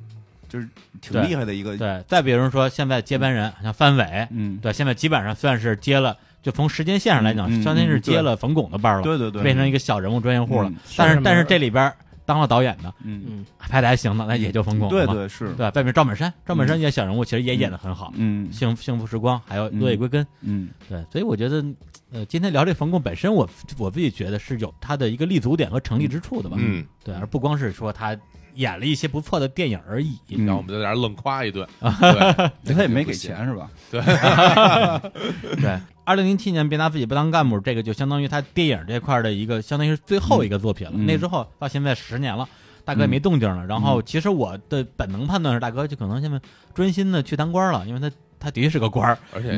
B: 就是挺
D: 对
B: 厉害的一个。
D: 对。再比如说现在接班人像范伟，
B: 哎嗯，
D: 对，现在基本上算是接了，就从时间线上来讲，
B: 嗯嗯
D: 相当于是
B: 嗯
D: 接
B: 对
D: 了冯巩的班儿了，
B: 对对对，
D: 变成一个小人物专业户了
B: 嗯。
D: 但
F: 小
D: 是
F: 人
D: 但是
F: 物
D: 这里边儿当了导演的，
B: 嗯，
F: 嗯，
D: [laughs] 拍的还行的，那也就冯巩
B: 对
D: 了嘛
B: 对是，
D: 对，外面赵本山，赵本山演小人物，其实也演的很好，
B: 嗯
D: 幸福幸福时光》还有《
B: 嗯
D: 落叶归根》，
B: 嗯
D: 对，所以我觉得，呃，今天聊这冯巩本身我，我自己觉得是有他的一个立足点和成立之处的吧，，
E: 嗯，
D: 对，而不光是说他演了一些不错的电影而已，
B: 嗯
E: 然后我们在那儿愣夸
D: [laughs]
E: 一顿，对
B: 他也没给钱是吧？
D: 对。二零零七年别拿自己不当干部，这个就相当于他电影这块的一个，相当于是最后一个作品了。
B: 嗯
D: 那之后到现在十年了，大哥也没动静了。然后其实我的本能判断是，大哥就可能现在专心的去当官了，因为他他的确是个官儿，
E: 而且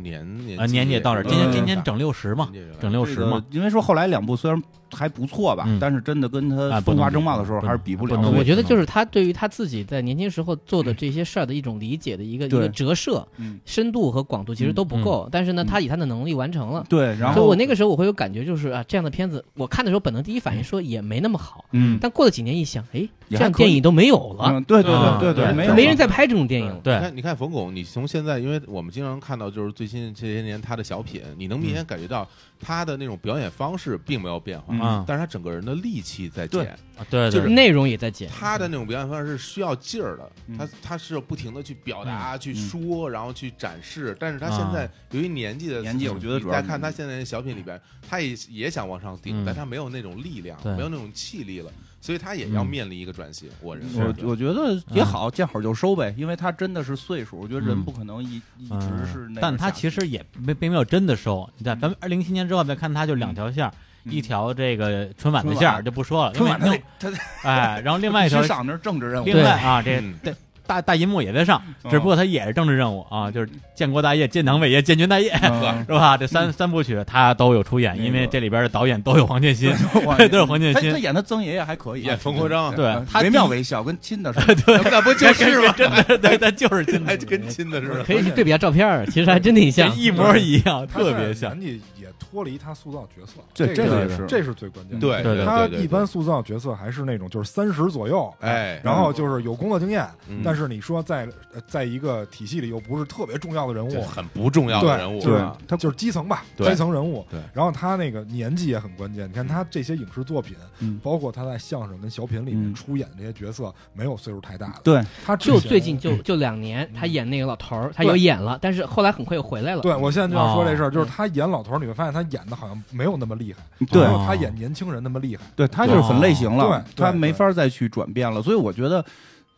E: 年
D: 啊，
E: 年
D: 年纪也到这儿，今年
B: 嗯
D: 今年整六十嘛，整六
B: 这
D: 十嘛
B: 个，因为说后来两部虽然还不错吧
D: 嗯，
B: 但是真的跟他《
D: 啊不
B: 风
D: 能
B: 华
D: 比
B: 正茂》的时候
D: 不
B: 还是
D: 能
B: 比不
D: 不
B: 了
D: 能
B: 的。嗯
D: 对
F: 我觉得
D: 可能
F: 就是他对于他自己在年轻时候做的这些事儿的一种理解的一个一个
B: 对
F: 折射
B: 嗯，
F: 深度和广度其实都不够，但是呢，他以他的能力完成了。
B: 对，嗯然
F: 所以
B: 后
F: 我那个时候我会有感觉，就是啊，这样的片子我看的时候，本能第一反应说也没那么好，
B: 嗯
F: 但过了几年一想，哎，这
B: 也还
F: 样
B: 可以
F: 电影都没有了，
B: 嗯，对对
D: 啊
B: 对对
E: 对
B: 对，没
E: 嗯
B: 有
F: 没
B: 了
F: 人再拍这种电影了。
B: 哎
D: 对
E: 你看，你看冯巩，你从现在，因为我们经常看到，就是最近这些年他的小品，你
B: 嗯
E: 能明显感觉到他的那种表演方式并没有变化，
B: 嗯
D: 啊
E: 但是他整个人的力气在
B: 对
E: 减，
D: 啊对
E: 就
D: 对
E: 是
D: 对。
F: 内容也在减，
E: 他的那种表演方式是需要劲儿的，
B: 嗯
E: 他他是要不停的去表达、去
B: 嗯
E: 说，然后去展示。但是他
D: 啊
E: 现在由于年纪的
B: 年纪我觉得
E: 你
B: 主要嗯
E: 再
B: 是
E: 看他现在的小品里边，他也也想往上
D: 嗯
E: 顶，但他没有那种力量，
D: 对
E: 没有那种气力了，所以他也要
D: 嗯
E: 面临一个转型。我认为
B: 我我觉得也好，见好就收呗，因为他真的是岁数，我觉得人不可能一一
D: 嗯
B: 直是那样下去。
D: 但他其实也没并没有真的收。你看，咱们二零七年之后再看，他就两条线儿，
B: 嗯
D: 一条这个春晚的线儿
B: 春晚
D: 就不说了，
B: 春晚
D: 另
B: 他
D: 外
B: 得他得
D: 哎，然后另外一条
B: 去上那是政治任务，
D: 另
B: [laughs]
D: 外啊，这
E: 嗯
D: 这大大银幕也在上，
B: 嗯
D: 只不过它也是政治任务啊，就是建国大业、建党伟业、建军大业，
B: 嗯
D: 是吧？
B: [laughs]
D: 这三三部曲他都有出演，
B: 那个
D: 因为这里边的导演都有黄建新，
B: 我
D: 对，都有黄建
B: 他他
D: 新，
B: 演的曾爷爷还可以，
E: 演冯国璋，啊
D: 对他
B: 惟妙
D: 第
B: 惟肖，跟亲的似的。
E: 那不那不就是吗？
D: [laughs] 真的对，他就是真
E: 还
B: 哎
D: 的，
E: 跟亲的似的。
F: [laughs] 可以去对比下照片儿，其实还真挺
D: 这
F: 像。
D: 一模一样，
B: 嗯
C: 他
D: 特
C: 现在
D: 别像。
C: 年纪也脱离他塑造角色，
B: 这
C: 这
B: 这个
C: 是
B: 也是
C: 这是最关键的。
E: 对
D: 对
E: 对
C: 他
E: 对对，
C: 一般塑造角色还是那种就是三十左右，
E: 哎
C: 然后就是有工作经验，
E: 嗯
C: 但是你说在呃在一个体系里又不是特别重要的人
E: 这
C: 物，
E: 很不重要的人物，
C: 对
E: 是吧
B: 他
C: 就是基层吧，
E: 对
C: 基层人物。
E: 对
C: 然后他那个年纪也很关键。你看他这些影视作品，
B: 嗯
C: 包括他在相声跟小品里面
B: 嗯
C: 出演这些角色，没有岁数太大的。
B: 对，
C: 他之
F: 就
C: 前
F: 最近就
B: 啊
F: 就两年，
B: 嗯
F: 他演那个老头儿，他
C: 对
F: 有演了，但是后来很快又回来了。
C: 对，我现在就要说这事儿，
F: 哦
C: 就是他演老头儿，你会发现他演的好像没有那么厉害，
B: 嗯对
C: 没有他演年轻人那么厉害。
B: 对，他就是很类型了
C: 哦，对
B: 他
C: 对
B: 没法再去转变了，所以我觉得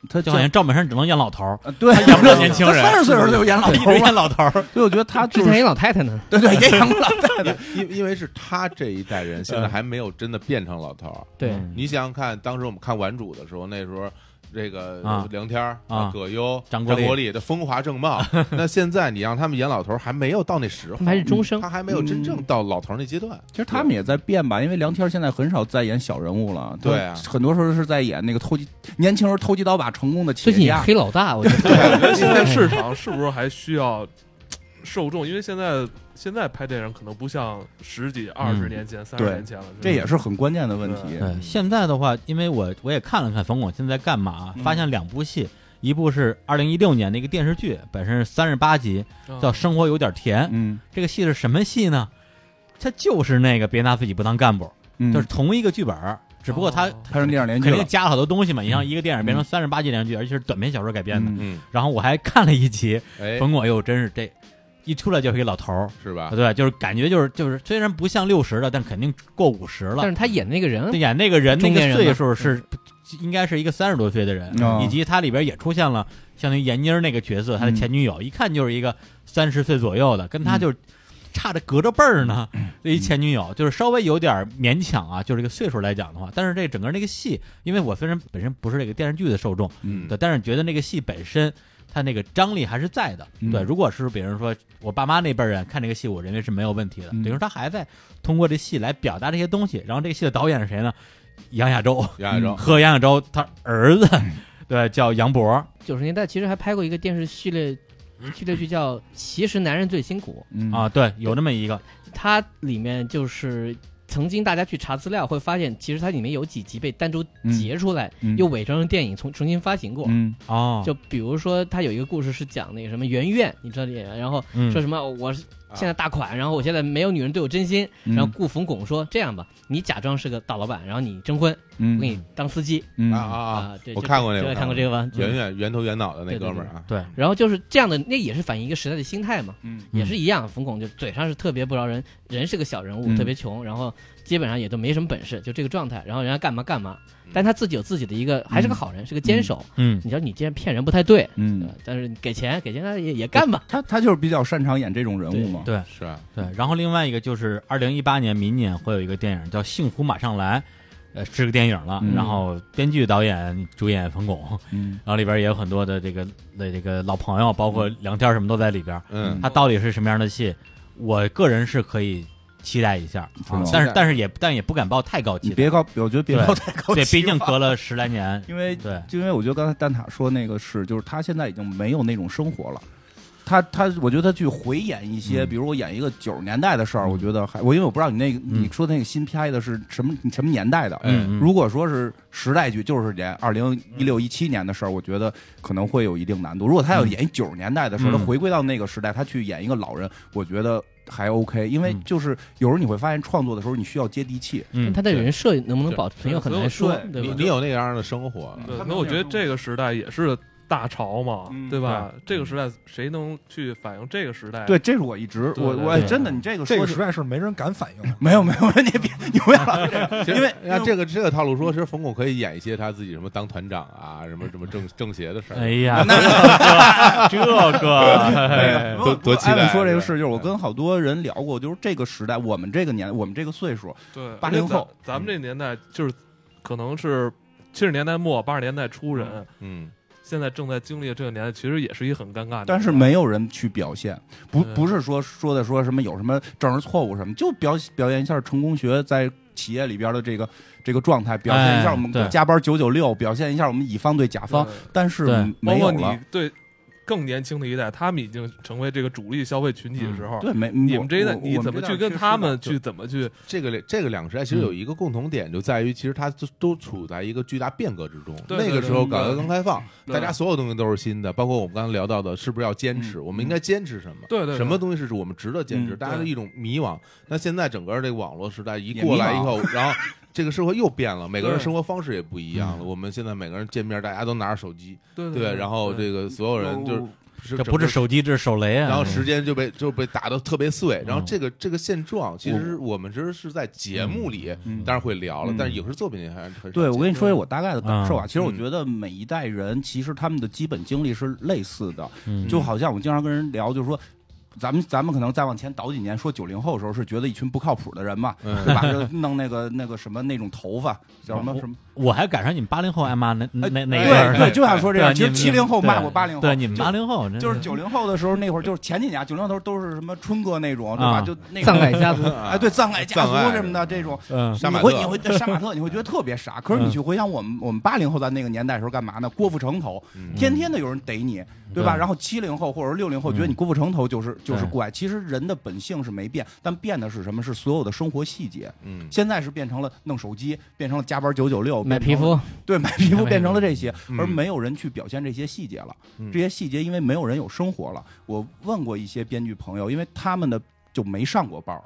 B: 他
D: 就好像赵本山只能演老头儿，
B: 呃对
D: 演不了年轻人
B: 三十岁的时候就演老
D: [laughs] 一
B: 头
D: 直
B: 儿了，
D: 演老头儿，
B: 所以我觉得他
F: 之
B: 就
F: 前
B: 是
F: 演老太太呢，
B: 对
F: [laughs]
B: 对也演过老太太，
E: [laughs] 因因因为是他这一代人现在还没有真的变成老头儿，
F: 对，
D: 嗯
E: 你想想看，当时我们看《顽主》的时候，那时候这个
D: 啊
E: 梁天儿
D: 啊
E: 葛优、
D: 张国
E: 国
D: 立
E: 立的风华正茂。那现在你让他们演老头儿，还没有到那时
F: 他
E: 候，
F: 们还是终生
E: 他，还没有真正
B: 嗯
E: 到老头儿那阶段。
B: 其实他们也在变吧，因为梁天现在很少在演小人物了，
E: 对啊
B: 很多时候是在演那个投机年轻人投机倒把成功的企
F: 最
B: 业
F: 近
B: 家。
F: 黑老大，我觉
B: [laughs]
F: 得
A: [laughs] 感觉现在市场是不是还需要受众？因为现在现在拍电影可能不像十几、二十年前、三十
B: 嗯对
A: 年前了，
B: 这也是很关键的问题。
A: 对
D: 对，现在的话，因为我我也看了看冯巩现在干嘛，啊
B: 嗯
D: 发现两部戏，一部是二零一六年的一个电视剧，本身是三十八集，
A: 嗯
D: 叫《生活有点甜》。
B: 嗯
D: 这个戏是什么戏呢？它就是那个别拿自己不当干部，
B: 嗯，
D: 就是同一个剧本儿，只不过它
A: 哦
D: 它
B: 拍成电影连续
D: 肯
B: 了
D: 定。加了好多东西嘛。你像一个电影变成
B: 嗯
D: 三十八集连续剧，而且是短篇小说改编的。
B: 嗯，
E: 嗯，
D: 然后我还看了一
B: [laughs]
D: 集，
E: 哎，
D: 冯巩，哎呦，真是这一出来就是一老头儿，
E: 是
B: 啊
E: 吧？
D: 对，就是感觉就是就是，虽然不像六十了，但肯定过五十了
F: 但。是他演那个人
D: 对，演那个人那
F: 中年
D: 个
F: 人
D: 岁
F: 嘛
D: 数是应该是一个三十多岁的人，
B: 嗯哦
D: 以及他里边也出现了相当于闫妮儿那个角色，他的
B: 嗯
D: 前女友，一看就是一个三十岁左右的，跟他
B: 嗯
D: 就差着隔着辈儿呢。这一前女友就是稍微有点勉强啊，就是这个岁数来讲的话，但是这整个那个戏，因为我虽然本身不是这个电视剧的受众，
E: 嗯
D: 对，但是觉得那个戏本身。它那个张力还是在的，
B: 嗯
D: 对。如果是比如说我爸妈那辈儿人看这个戏，我认为是没有问题的。
B: 嗯
D: 等于说他还在通过这戏来表达这些东西。然后这个戏的导演是谁呢？杨亚洲，
E: 杨亚洲，
D: 和杨亚洲他儿子，
B: 嗯
D: [laughs] 对，叫杨博。
F: 九十年代其实还拍过一个电视系列
E: 嗯
F: 系列剧叫《其实男人最辛苦
B: 嗯
D: 啊，，对，有那么一个，》，
F: 它里面就是曾经大家去查资料会发现，其实它里面有几集被单独截出来，
B: 嗯
F: 又伪装成电影重重新发行过。
B: 嗯
D: 哦，
F: 就比如说，他有一个故事是讲那个什么圆圆，你知道这演员，然后
D: 嗯
F: 说什么、哦我是现在大款，然后我现在没有女人对我真心，
B: 嗯
F: 然后顾冯巩说这样吧，你假装是个大老板，然后你征婚，
B: 嗯
F: 我给你当司机
B: 嗯
E: 啊啊啊！
F: 啊。对，
E: 我
F: 就
E: 看过那
F: 就
E: 个，
F: 看过这个吧？
E: 圆圆圆头圆脑的那
F: 对对
E: 哥们儿啊，
D: 对，
F: 然后就是这样的，那也是反映一个时代的心态嘛，
B: 嗯
F: 也是一样。冯巩就嘴上是特别不饶人，人是个小人物，
B: 嗯
F: 特别穷，然后基本上也都没什么本事，就这个状态。然后人家干嘛干嘛
E: 嗯，
F: 但他自己有自己的一个，还是个好人，是个坚守。
D: 嗯，
F: 你说你既然骗人不太对，
B: 嗯
F: 对吧，但是你给钱给钱他也也干吧。
B: 他他就是比较擅长演这种人物嘛。
D: 对
E: 是啊，
D: 对。然后另外一个就是二零一八年明年会有一个电影叫《幸福马上来》，呃，是个电影了。
B: 嗯
D: 然后编剧、导演、主演冯巩，
B: 嗯
D: 然后里边也有很多的这个的这个老朋友，包括梁天儿什么都在里边。
E: 嗯
D: 它到底是什么样的戏，我个人是可以期待一下
B: 是
D: 啊
B: 吗，
D: 但
E: 期
D: 是
E: 待
D: 但是也但也不敢抱太高期
B: 你
D: 待，
B: 别高，我觉得别
D: 对
B: 高太高
D: 对，
B: 期
D: 毕竟
B: 望
D: 隔了十来年，
B: 因为
D: 对，
B: 就因为我觉得刚才蛋塔说那个是，就是他现在已经没有那种生活了。他他，我觉得他去回演一些，
D: 嗯
B: 比如我演一个九十年代的事儿，
D: 嗯
B: 我觉得还我因为我不知道你那个
D: 嗯
B: 你说的那个新拍的是什么什么年代的。
E: 哎
D: 嗯，嗯
B: 如果说是时代剧，就是演二零一六一七年的事儿，我觉得可能会有一定难度。如果他要
D: 嗯
B: 演九十年代的时候，
D: 嗯
B: 他回归到那个时代，他去演一个老人，我觉得还 OK。因为
D: 嗯
B: 就是有时候你会发现，创作的时候你需要接地气。
D: 嗯，
F: 他的人设能不能
E: 对
F: 保存又很难说，对
E: 你
F: 吧？
E: 你有那样的生活了，
A: 对
B: 他，
A: 那
B: 们
A: 我
B: 那
A: 觉得
B: 种
A: 这个时代也是大潮嘛，
B: 嗯
A: 对吧？这个时代谁能去反映这个时代？
B: 对，这是我一直
A: 哎对
B: 我
A: 对
B: 我哎
D: 对
B: 真的你这个
C: 这
B: 说
C: 个
B: 起
C: 实在是没人敢反应。
B: 没有没 [laughs] 有，你别你不要老
E: 其实
B: 因为
E: 那这个这个套路说，其实冯巩可以演一些他自己什么当团长啊，什么
A: 嗯
E: 什么政政协的事
D: 哎
E: 儿，
D: 呀， [laughs] 这个这个，
E: 多多期待
B: 艾文说这个事，
E: 是
B: 就是我跟好多人聊过，就是这个时代，我们这个年，我们这个岁数，
A: 对，
B: 80后
A: 咱，咱们这年代就是可能是七十年代末八十年代初人，
E: 嗯，
A: 现在正在经历这个年代，其实也是一很尴尬的。
B: 但是没有人去表现，不
A: 对
B: 不是说说的说什么有什么政治错误什么，就表表现一下成功学在企业里边的这个这个状态，表现一下我
D: 对
B: 们加班九九六，表现一下我们乙方对甲方，
A: 对
B: 但是
D: 对
A: 包
B: 没有
A: 括
B: 了
A: 你，对更年轻的一代，他们已经成为这个主力消费群体的时候，
B: 嗯对没
A: 你
B: 你
A: 们这一代你怎么去跟他们去怎么去？
E: 这个这个两个时代其实有一个共同点，就在于其实它都都处在一个巨大变革之中。
A: 对对
E: 那个时候
A: 对
E: 改革刚开放，
A: 对
E: 大家所有东西都是新的，包括我们刚才聊到的，是不是要坚持？我们应该坚持什么？
A: 嗯对对对
E: 什么东西是我们值得坚持？
B: 嗯
E: 大家的一种迷惘。那现在整个这个网络时代一
B: 也
E: 过
B: 迷
E: 来以
B: 茫
E: 后，
A: [laughs]
E: 然后这个社会又变了，每个人
A: 对嗯
E: 生活方式也不一样了。我们现在每个人见面，大家都拿着手机，
A: 对
E: 对，然后这个所有人就是是
D: 这
E: 整
D: 不是
E: 个
D: 手机，这是手雷啊！
E: 然后时间就被就被打得特别碎，然后
D: 嗯
E: 这个这个现状，其实我们其实是在节目里
B: 嗯
E: 当然会聊了
B: 嗯，
E: 但是影视作品里还是很少
B: 对，我跟你说一下
E: 见
B: 我 [laughs] 大概的感受啊。
D: 嗯
B: 其实我
E: 嗯
B: 觉得每一代人，其实他们的基本经历是类似的，
D: 嗯
B: 就好像我经常跟人聊，就是说。咱们咱们可能再往前倒几年，说九零后的时候是觉得一群不靠谱的人嘛，
E: 嗯
B: 对吧？就弄那个那个什么那种头发叫什么什么，
D: 我还赶上你们八零后挨骂那那那那一
E: 哎
D: 辈儿
B: 呃对
D: 呢
B: 对，就想说这样。
D: [laughs] 对啊
B: 其实
D: 你们
B: 七零后
D: 对
B: 骂过八零后，
D: 对你们
B: 就
D: 八零后真
B: 就是九零后的时候，那会儿就是前几年，九零后都是什么春哥那种，对吧？
D: 啊
B: 就那
F: 葬
B: 种
F: 爱家族，
B: [laughs] 哎，对，葬爱家
E: 葬爱
B: 族什么的这种，
D: 嗯
E: 杀
B: 你
E: 马
B: 会
E: 特
B: 你会对杀马特，你会觉得特别傻。可是你去回想我们我们八零后在那个年代的时候干嘛呢？郭富城头，
E: 嗯
B: 天天的有人逮你，对吧？
D: 对
B: 然后七零后或者六零后
D: 嗯
B: 觉得你郭富城头就是就是
D: 对
B: 怪。其实人的本性是没变，但变的是什么？是所有的生活细节。
E: 嗯，
B: 现在是变成了弄手机，变成了加班九九六，
F: 买皮
B: 变成了，
F: 肤，
B: 对，买皮肤
D: 买
B: 变成了这些，[laughs]
E: 嗯
B: 而没有人去表现这些细节了。
E: 嗯
B: 这些细节因为没有人有生活了。我问过一些编剧朋友，因为他们的就没上过班儿。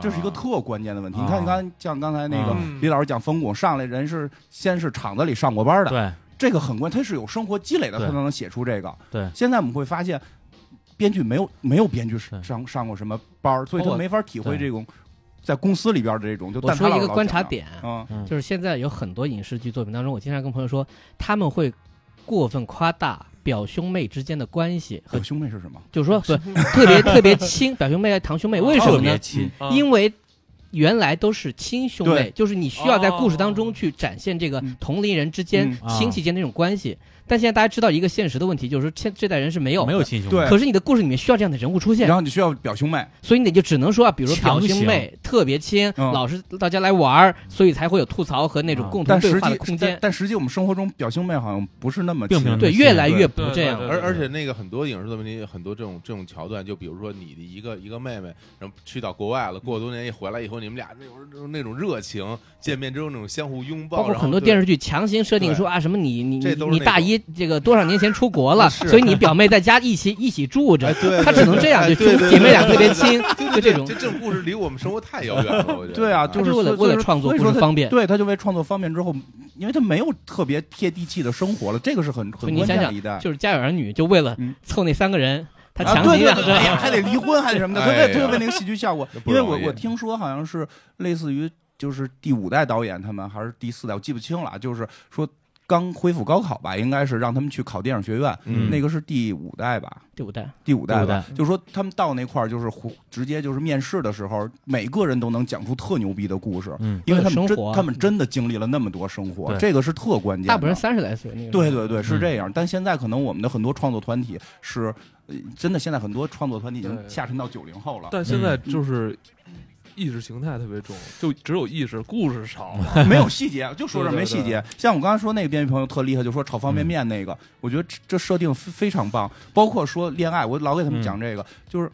B: 这
E: 啊
B: 是一个特关键的问题。你看，
D: 啊
B: 你刚像刚才那个
A: 嗯
B: 李老师讲风骨上来，人是先是厂子里上过班的，
D: 对
B: 这个很关，他是有生活积累的，他
D: 对
B: 才能写出这个。
D: 对
B: 现在我们会发现，编剧没有没有编剧
D: 对
B: 上上过什么班儿，所以
D: 包
B: 他
D: 括
B: 没法体会
D: 对
B: 这种在公司里边的这种。就
F: 我
B: 但他
F: 说
B: 老
F: 一个
B: 老
F: 观
B: 讲
F: 察
B: 的，
F: 点，
B: 嗯，
D: 嗯
F: 就是现在有很多影视剧作品当中，我经常跟朋友说，他们会过分夸大表兄妹之间的关系和
B: 和兄妹是什么？
F: 就是说不是特别特别亲，表兄妹、堂兄妹，为什么
D: 特
F: 呢
D: 别？亲，
A: 啊
F: 因为原来都是亲兄妹
B: 对，
F: 就是你需要在故事当中去展现这个
B: 嗯
F: 同龄人之间
B: 嗯、
D: 啊
F: 亲戚间的那种关系。但现在大家知道一个现实的问题，就是说现这代人是没有的
D: 没有。亲兄弟，
B: 对
F: 可是你的故事里面需要这样的人物出现
B: 然，后你需要表兄妹，
F: 所以你就只能说啊，比如说表
D: 强
F: 兄
D: 行
F: 妹特别亲，
B: 嗯
F: 老是大家来玩儿，所以才会有吐槽和那种
D: 啊
F: 共同
B: 但
F: 对
B: 实
F: 话的
B: 际
F: 空
B: 但
F: 间。
B: 但实际我们生活中表兄妹好像不是那么
D: 并
B: 亲
D: 没有那么
F: 对，
D: 亲
F: 越来越不
A: 对
F: 这样
A: 对
F: 了。
E: 而而且那个很多影视作品里很多这种这种桥段，就比如说你的一个一个妹妹，然后去到国外了，过多年一回来以后，你们俩那种那种热情，见面之后那种相互拥抱，
F: 包括很多电
E: 视
F: 视剧强行设定说啊什么你你
E: 这
F: 你
E: 都是
F: 你
E: 那
F: 大
E: 种啊
F: 姨这个多少年前出国了，
E: 是
F: 所以你表妹在家一起一起住着
E: 哎，对
F: 她只能这样，
E: 哎
F: 就
E: 对对
F: 姐妹俩
E: 对
F: 特
E: 对
F: 别亲，就这种
E: 就，这种故事离我们生活太遥远了，我觉得。
B: [laughs] 对啊，就是
F: 为了
B: 所以
F: 为了创作
B: 所以
F: 故
B: 说
F: 事
B: 他
F: 方便
B: 对，他就为创作方便之后，因为他没有特别贴地气的生活了，这个是很
F: 所以
B: 很
F: 你
B: 关
F: 想
B: 键的
F: 想
B: 一代。
F: 就是《家有儿女》就为了
B: 嗯
F: 凑那三个人，她
B: 啊，
F: 强
B: 对对
F: 行让
B: 对，哎
F: [laughs]
B: 呀还得离婚，还得什么的，他
E: 哎呀
B: 为他为那个戏剧效果
E: 那，不
B: 因为
E: 容
B: 我
E: 易
B: 我听说好像是类似于就是第五代导演他们还是第四代，我记不清了，啊就是说刚恢复高考吧，应该是让他们去考电影学院，
E: 嗯
B: 那个是第五代吧，
F: 对不对？
B: 第五代
D: 对不
B: 吧
D: 对，？
B: 就是说他们到那块儿就是胡直接就是面试的时候，每个人都能讲出特牛逼的故事，
D: 嗯，
B: 因为他们
F: 生
B: 真
F: 活
B: 他们真的经历了那么多生活，
D: 对
B: 这个是特关键的。
F: 大部分人三十来岁那个。
B: 对对对，是这样。但现在可能我们的很多创作团体是，呃真的现在很多创作团体已经
A: 对
B: 下沉到九零后了。
A: 嗯但现在就是意识形态特别重，就只有意识，故事少了。
B: 没有细节，就说这儿
A: 对对
B: 没细节。像我刚才说那个编剧朋友特厉害，就说炒方便面那个，我觉得这这设定非非常棒。包括说恋爱，我老给他们讲这个，就是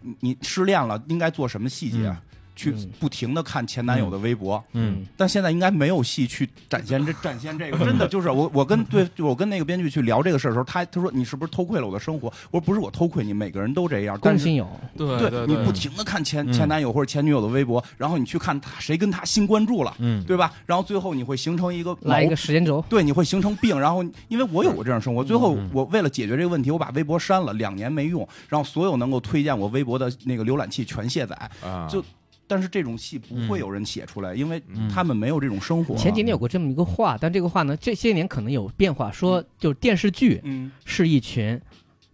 B: 你你失恋了应该做什么细节，
D: 嗯
B: 去
F: 嗯
B: 不停的看前男友的微博。
D: 嗯，
B: 但现在应该没有戏去展现
D: [laughs]
B: 这展现这个，真的就是我我跟对我跟那个编剧去聊这个事儿的时候，他他说你是不是偷窥了我的生活？我说不是我偷窥你，每个人都这样。但
F: 共
B: 是
F: 性有，
A: 对
B: 对
A: 对
B: 你不停的看前
D: 嗯
B: 前男友或者前女友的微博，然后你去看他谁跟他新关注了，
D: 嗯，
B: 对吧？然后最后你会形成一个毛
F: 来一个时间轴，
B: 对，你会形成病。然后，因为我有过这样生活，最后
D: 嗯
B: 我为了解决这个问题，我把微博删了，两年没用，然后所有能够推荐我微博的那个浏览器全卸载。
E: 啊，
B: 就但是这种戏不会有人写出来，因为
D: 嗯
B: 他们没有这种生活。
F: 前几年有过这么一个话，但这个话呢，这些年可能有变化，
E: 嗯
F: 说就是电视剧
B: 嗯，
F: 是一群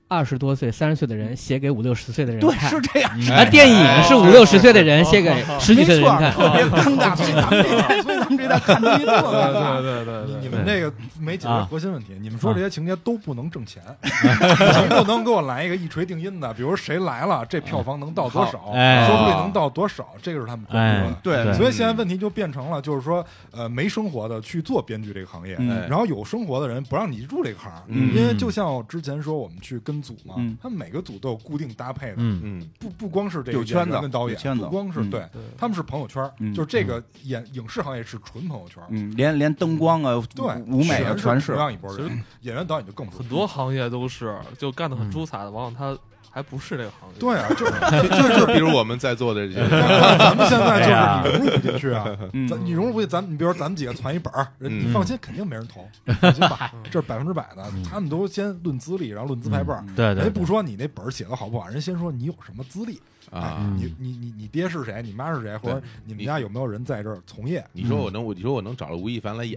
F: 二十多岁、三十岁的人写给五六十岁的人
B: 对，
F: 看，
B: 是这样，
D: 嗯
F: 啊，电影是五六十岁的人写给十几
B: 没
F: 岁
B: 错
F: 的人看，
B: 特别尴
F: [laughs]
B: 尬。所以咱们这代，所以咱们这代看这些特尴尬。
A: 对对对对
C: 你你
A: 对，
C: 们这个没解决
D: 啊
C: 核心问题。你们说
D: 啊
C: 这些情节都不能挣钱，你不能给我来一个一锤定音的，比如谁来了，这票房能到多少，
D: 哎
C: 收视率能到多少，这个是他们关注
D: 哎
C: 的，。
B: 对
D: 对
C: 所以现在问题就变成了，就是说，呃，没生活的去做编剧这个行业，
B: 嗯
C: 然后有生活的人不让你入这个行，
E: 嗯
C: 因为就像我之前说，我们去跟组嘛，
B: 嗯
C: 他们每个组都有固定搭配的，
D: 嗯
E: 嗯
C: 不不光是这个
B: 有圈子
C: 演员跟导演，
B: 有圈子
C: 不光是、
B: 嗯
C: 对
A: 对，
C: 他们是朋友圈，
B: 嗯
C: 就是这个演影视行业是纯朋友圈，
B: 嗯，连连灯光啊，
C: 对，
B: 舞美啊，全
C: 是
B: 是
C: 同。样一拨
A: 其
C: 人，演员导演就更不是
A: 很多。行业都是就干得很出彩的，往往他还不是这个行业。
C: 对啊，就是 [laughs]
E: 就就是比如我们在座的这
B: [laughs]
E: 些，
C: 咱咱们现
D: 哎呀
C: 在就是你融入不进去啊，
B: 嗯
C: 咱你融入不进，咱们你比如说咱们几个攒一本儿，人
E: 嗯
C: 你放心，肯定没人投，放心吧，这是百分之百的。他们都先论资历，然后论资排辈儿。哎
D: 对
C: 人
D: 对
C: 家不说你那本儿写的好不好，人先说你有什么资历，
E: 啊
C: 哎。你你你你爹是谁？你妈是谁？或者你们
E: 你
C: 家有没有人在这儿从业？
E: 你说我能，我你说我能找了吴亦凡来演，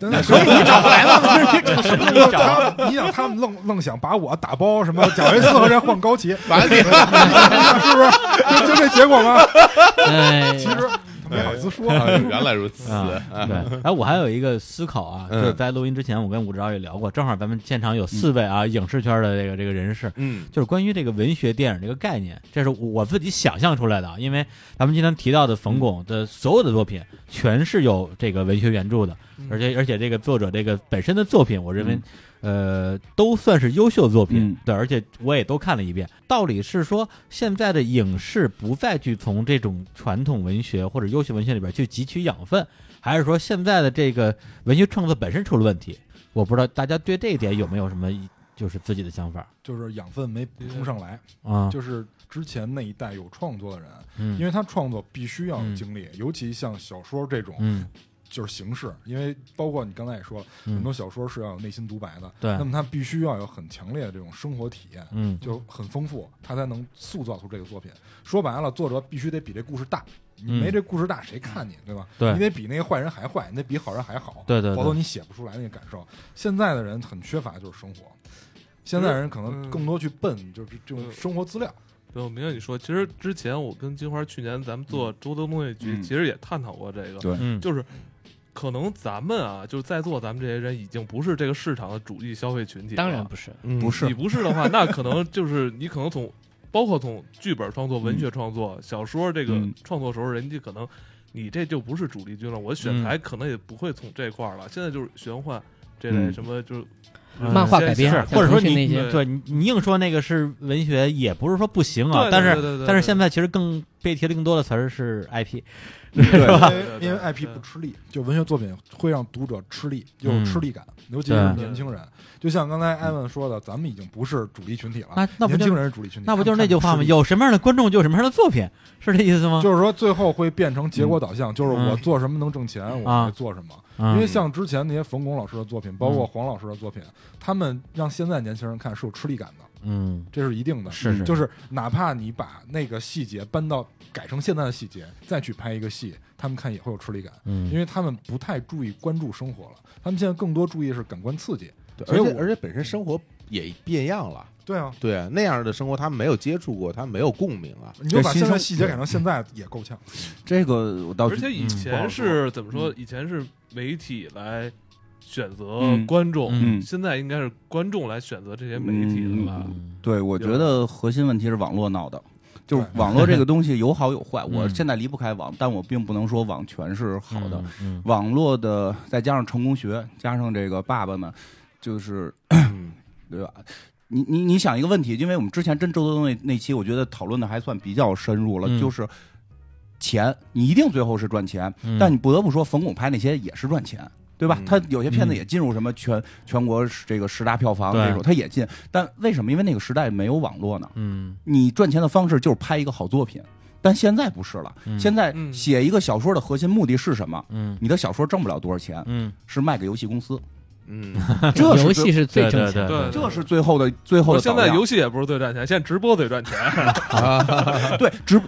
C: 但是所以你找来了，
D: 什么都找，
C: 他 [laughs] 你想他们愣愣想把我打包什么贾维斯和谁换高旗，
E: 完了，
C: [laughs] 是不是？就就这结果
D: [laughs]
C: 吗？
F: 哎，
C: 其实他没好意思说，
E: 原来如此，
D: 啊，对，哎，我还有一个思考啊，就
E: 嗯
D: 是在录音之前，我跟武指导也聊过，正好咱们现场有四位啊，影视圈的这个这个人士，
E: 嗯
D: 就是关于这个文学电影这个概念，这是我自己想象出来的啊。因为咱们今天提到的冯巩的所有的作品，全是有这个文学原著的，
A: 嗯
D: 而且而且这个作者这个本身的作品，我认为、呃都算是优秀作品。
B: 嗯
D: 对，而且我也都看了一遍。道理是说，现在的影视不再去从这种传统文学或者优秀文学里边去汲取养分，还是说现在的这个文学创作本身出了问题？我不知道大家对这一点有没有什么就是自己的想法
C: 就是养分没补充上来。
D: 啊？
C: 就是之前那一代有创作的人，
D: 嗯
C: 因为他创作必须要有经历，尤其像小说这种
D: 嗯
C: 就是形式，因为包括你刚才也说了，
D: 嗯
C: 很多小说是要有内心独白的，
D: 对
C: 那么他必须要有很强烈的这种生活体验，
D: 嗯
C: 就很丰富，他才能塑造出这个作品。说白了，作者必须得比这故事大。你
D: 嗯
C: 没这故事大，谁看你，对吧？
D: 对
C: 你得比那个坏人还坏，你得比好人还好，
D: 对对对
C: 否则你写不出来那个感受。现在的人很缺乏就是生活，现在人可能
A: 嗯
C: 更多去奔就是这种生活资料，
A: 对，我明白你说。其实之前我跟金花去年咱们做周德东那局，
B: 嗯
A: 其实也探讨过这个，
B: 对
D: 嗯，
A: 就是可能咱们啊，就是在座咱们这些人已经不是这个市场的主力消费群体了，
F: 当然不是，
E: 嗯
B: 不是
A: 你不是的话，那可能就是你可能从包括从剧本创作、文学创作、小说这个
B: 嗯
A: 创作时候，人家可能你这就不是主力军了。我
D: 嗯
A: 选材可能也不会从这块儿了。现在就是玄幻这类
B: 嗯
A: 什么，就是
D: 嗯
F: 漫画改编，
A: 是
F: 像
D: 或者说
F: 腾讯
D: 你
F: 那些
A: 对
D: 对你你硬说那个是文学，也不是说不行啊
A: 对，
D: 但
A: 对对
D: 是
A: 对
D: 但是
A: 对
D: 现在其实更被提的更多的词儿是 IP，
C: 对
D: 吧
C: 因为
A: 对对
C: 因
A: 对
C: 为 IP
A: 对
C: 不吃力，就文学作品会让读者吃力，有
D: 嗯
C: 吃力感，尤其是
D: 对
C: 年轻人。就像刚才艾文说的，咱们已经不是主力群体了
D: 那，那不
C: 年
D: 就
C: 轻
D: 是
C: 人是主力群体，
D: 那不就是那句话吗？
C: 他们看
D: 有什么样的观众就有什么样的作品，是这意思吗
C: 不吃力。？就是说，最后会变成结果导向，就是我做什么能挣钱，我
D: 嗯啊嗯
C: 会做什么。
D: 啊
C: 因为像之前那些冯巩老师的作品，包括黄老师的作品，他们让现在年轻人看是有吃力感的，
D: 嗯，
C: 这是一定的。
D: 是是
C: 就是哪怕你把那个细节搬到改成现在的细节，再去拍一个戏，他们看也会有吃力感。
D: 嗯
C: 因为他们不太注意关注生活了，他们现在更多注意是感官刺激。
E: 对
C: 所以
E: 而且
C: 我
E: 而且本身生活也变样了，
C: 对啊，
E: 对啊，那样的生活他们没有接触过，他们没有共鸣啊，
C: 你就把
B: 这新
C: 现在
B: 生
C: 细节改成现在也够呛。
B: 这个我倒
A: 而且以前是、怎么
B: 嗯
A: 说？以前是媒体来选择
B: 嗯
A: 观众，
B: 嗯
A: 现在应该是观众来选择这些媒体了吧？
D: 嗯
B: 对，我觉得核心问题是网络闹的，就是
C: 对
B: 网络这个东西有好有坏。
D: 嗯
B: 我现在离不开网，但我并不能说网全是好的。，
D: 嗯
B: 网络的再加上成功学，加上这个爸爸们，就是
E: 嗯
B: [clears throat] 对吧？你你你想一个问题，因为我们之前真周德东那那期，我觉得讨论的还算比较深入了，
D: 嗯
B: 就是钱，你一定最后是赚钱，
D: 嗯
B: 但你不得不说，冯巩拍那些也是赚钱，对吧？
E: 嗯
B: 他有些片子
D: 嗯
B: 也进入什么全、全国这个十大票房
D: 对
B: 这种，他也进，但为什么？因为那个时代没有网络呢，
D: 嗯
B: 你赚钱的方式就是拍一个好作品，但现在不是了，
D: 嗯
B: 现在
A: 嗯
B: 写一个小说的核心目的是什么？
D: 嗯
B: 你的小说挣不了多少钱，
D: 嗯，
B: 是卖给游戏公司，
E: 嗯，
B: 这是
F: [laughs] 游
B: 最
F: 戏是最挣钱
D: 对
F: 的。
A: 对，
B: 这是最后的最后
A: 我
B: 的
A: 现
B: 导
A: 在
B: 向
A: 游戏也不是最赚钱，现在直播最赚钱。
B: 对直，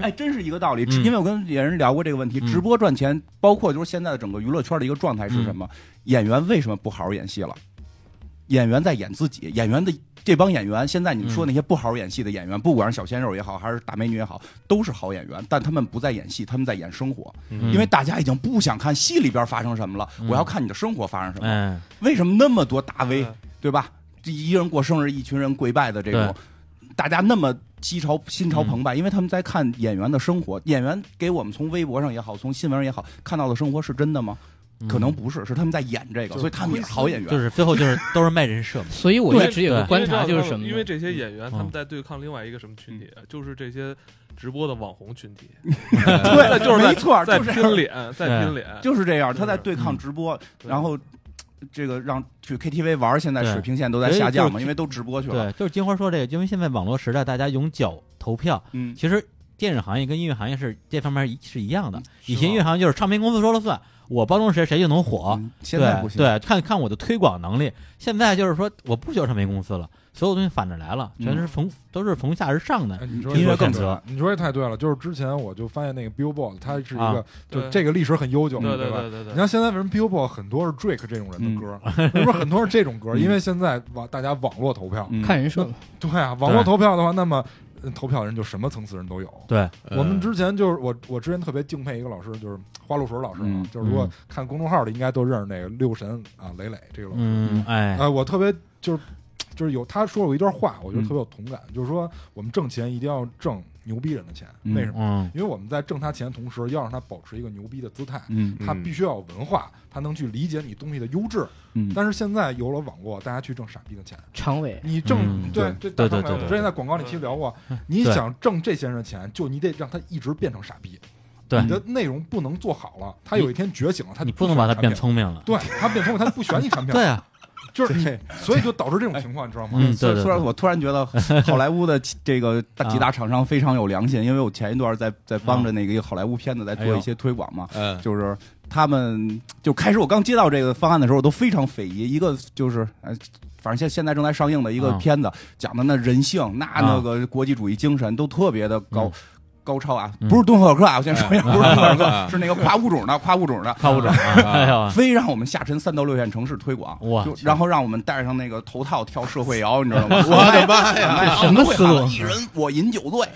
B: 哎，真是一个道理。直
D: 嗯
B: 因为我跟演员聊过这个问题，
D: 嗯
B: 直播赚钱，包括就是现在的整个娱乐圈的一个状态是什么？演员为什么不好好演戏了？演员在演自己，演员的这帮演员，现在你们说那些不好好演戏的演员，不管是小鲜肉也好，还是大美女也好，都是好演员，但他们不在演戏，他们在演生活，
E: 嗯
B: 因为大家已经不想看戏里边发生什么了，
D: 嗯
B: 我要看你的生活发生什么。
D: 哎，
B: 为什么那么多大 V
A: 嗯
B: 对吧？这一人过生日，一群人跪拜的这种，大家那么激潮、心潮澎湃，因为他们在看演员的生活。演员给我们从微博上也好，从新闻上也好看到的生活是真的吗？
D: 嗯
B: 可能不是，是他们在演这个，
C: 就是
B: 所以他们也是好演员。
D: 就是最后就是都是卖人设嘛，
F: 所以我一直有个观察就是什么呢？
A: 因为这些演员他
D: 嗯
A: 们在对抗另外一个什么群
B: 嗯
A: 体，啊就是这些直播的网红群体， [laughs]
B: 对，
A: 就是
B: 没错，
A: 在
B: 就是这样
A: 拼脸，在拼脸。
B: 就是这样。
A: 就是
B: 他在对抗直播，
A: 对
B: 然后这个让去 KTV 玩，现在
D: 对
B: 水平线都在
D: 所以
B: 下降
D: 就
B: 嘛，
D: 是
B: 因为都直播去了。
D: 对，就是金花说这个，因为现在网络时代，大家用脚投票，
B: 嗯，
D: 其实电影行业跟音乐行业是这方面一是一样的。以
B: 是
D: 前
B: 吧
D: 音乐行业就是唱片公司说了算，我包装谁谁就能火。
B: 嗯现在
D: 对
B: 不行，
D: 对，看看我的推广能力。现在就是说，我不需要唱片公司了，所有东西反着来了，全是从、都是从下而上的。
C: 哎你
D: 嗯
C: 说
D: 音乐
C: 这太
D: 更
C: 对
D: 自由
C: 了你说这太对了，就是之前我就发现那个 Billboard，它是一
D: 啊
C: 个，就
A: 对
C: 这个历史很悠久，
A: 对对
C: 吧？
A: 对对对
C: 你，像现在为什么 Billboard 很多是 Drake 这种
D: 嗯
C: 人的歌，为什么很多是这种歌？
B: 嗯
C: 因为现在网大家网络投票，
B: 嗯
F: 看人说，
C: [laughs] 对啊，网络投票的话，那么呃投票的人就什么层次人都有。
D: 对，
B: 呃
E: 嗯
C: 我们之前就是我，我之前特别敬佩一个老师，就是花露水老师啊
B: 嗯，
C: 就是如果
D: 嗯
C: 看公众号的，应该都认识那个六神啊，磊磊这个老师。
D: 嗯，哎，
C: 呃，我特别就是就是有他说过一段话，我觉得特别有同感，就是说我们挣钱一定要挣牛逼人的钱，
B: 嗯
C: 为什么？
D: 嗯，
C: 因为我们在挣他钱的同时，要让他保持一个牛逼的姿态。
B: 嗯
C: 他必须要有文化，他能去理解你东西的优质。
B: 嗯，
C: 但是现在有了网络，大家去挣傻逼的钱，
F: 常委
C: 你挣、
D: 嗯
C: 对
B: 对
C: 这
D: 对
C: 大
D: 对
C: 张伟我
D: 对嗯
C: 之前在广告那期聊过，你想挣这些人的钱，就你得让他一直变成傻逼。
D: 对
C: 你的内容不能做好了，他有一天觉醒了，他
D: 你不能把它
C: 它
D: 变。聪明了。
C: 对他变聪明，他不选你产品，
D: 对，啊，
C: 就是你，所以就导致这种情况，你知道吗？
D: 嗯，对对
B: 虽然
D: 对，
B: 我突然觉得好莱坞的这个大
D: [laughs] 啊
B: 几大厂商非常有良心，因为我前一段在在帮着那个一个好莱坞片子在做
D: 哎呦
B: 一些推广嘛，
E: 嗯
B: 就是他们就开始我刚接到这个方案的时候，我都非常匪夷。一个就是呃，反正现现在正在上映的一个
D: 啊
B: 片子，讲的那人性，那
D: 啊
B: 那个国际主义精神都特别的高。
D: 嗯
B: 高超啊，
D: 嗯
B: 不是敦刻尔克啊！我先说一下，不是敦刻尔克，
D: [laughs]
E: 嗯
B: 是那个跨物种的，跨物种的，
D: 靠不准啊，哎呦，
B: 非让我们下沉三到六线城市推广，
D: 哇
B: 就
D: 天
B: 然后让我们戴上那个头套跳社会摇，你知道
F: [laughs]
B: 吗？
E: 我的妈呀！
B: 哎
F: 什么思
B: [laughs]
F: 路啊
B: 我会喊一人我饮酒醉，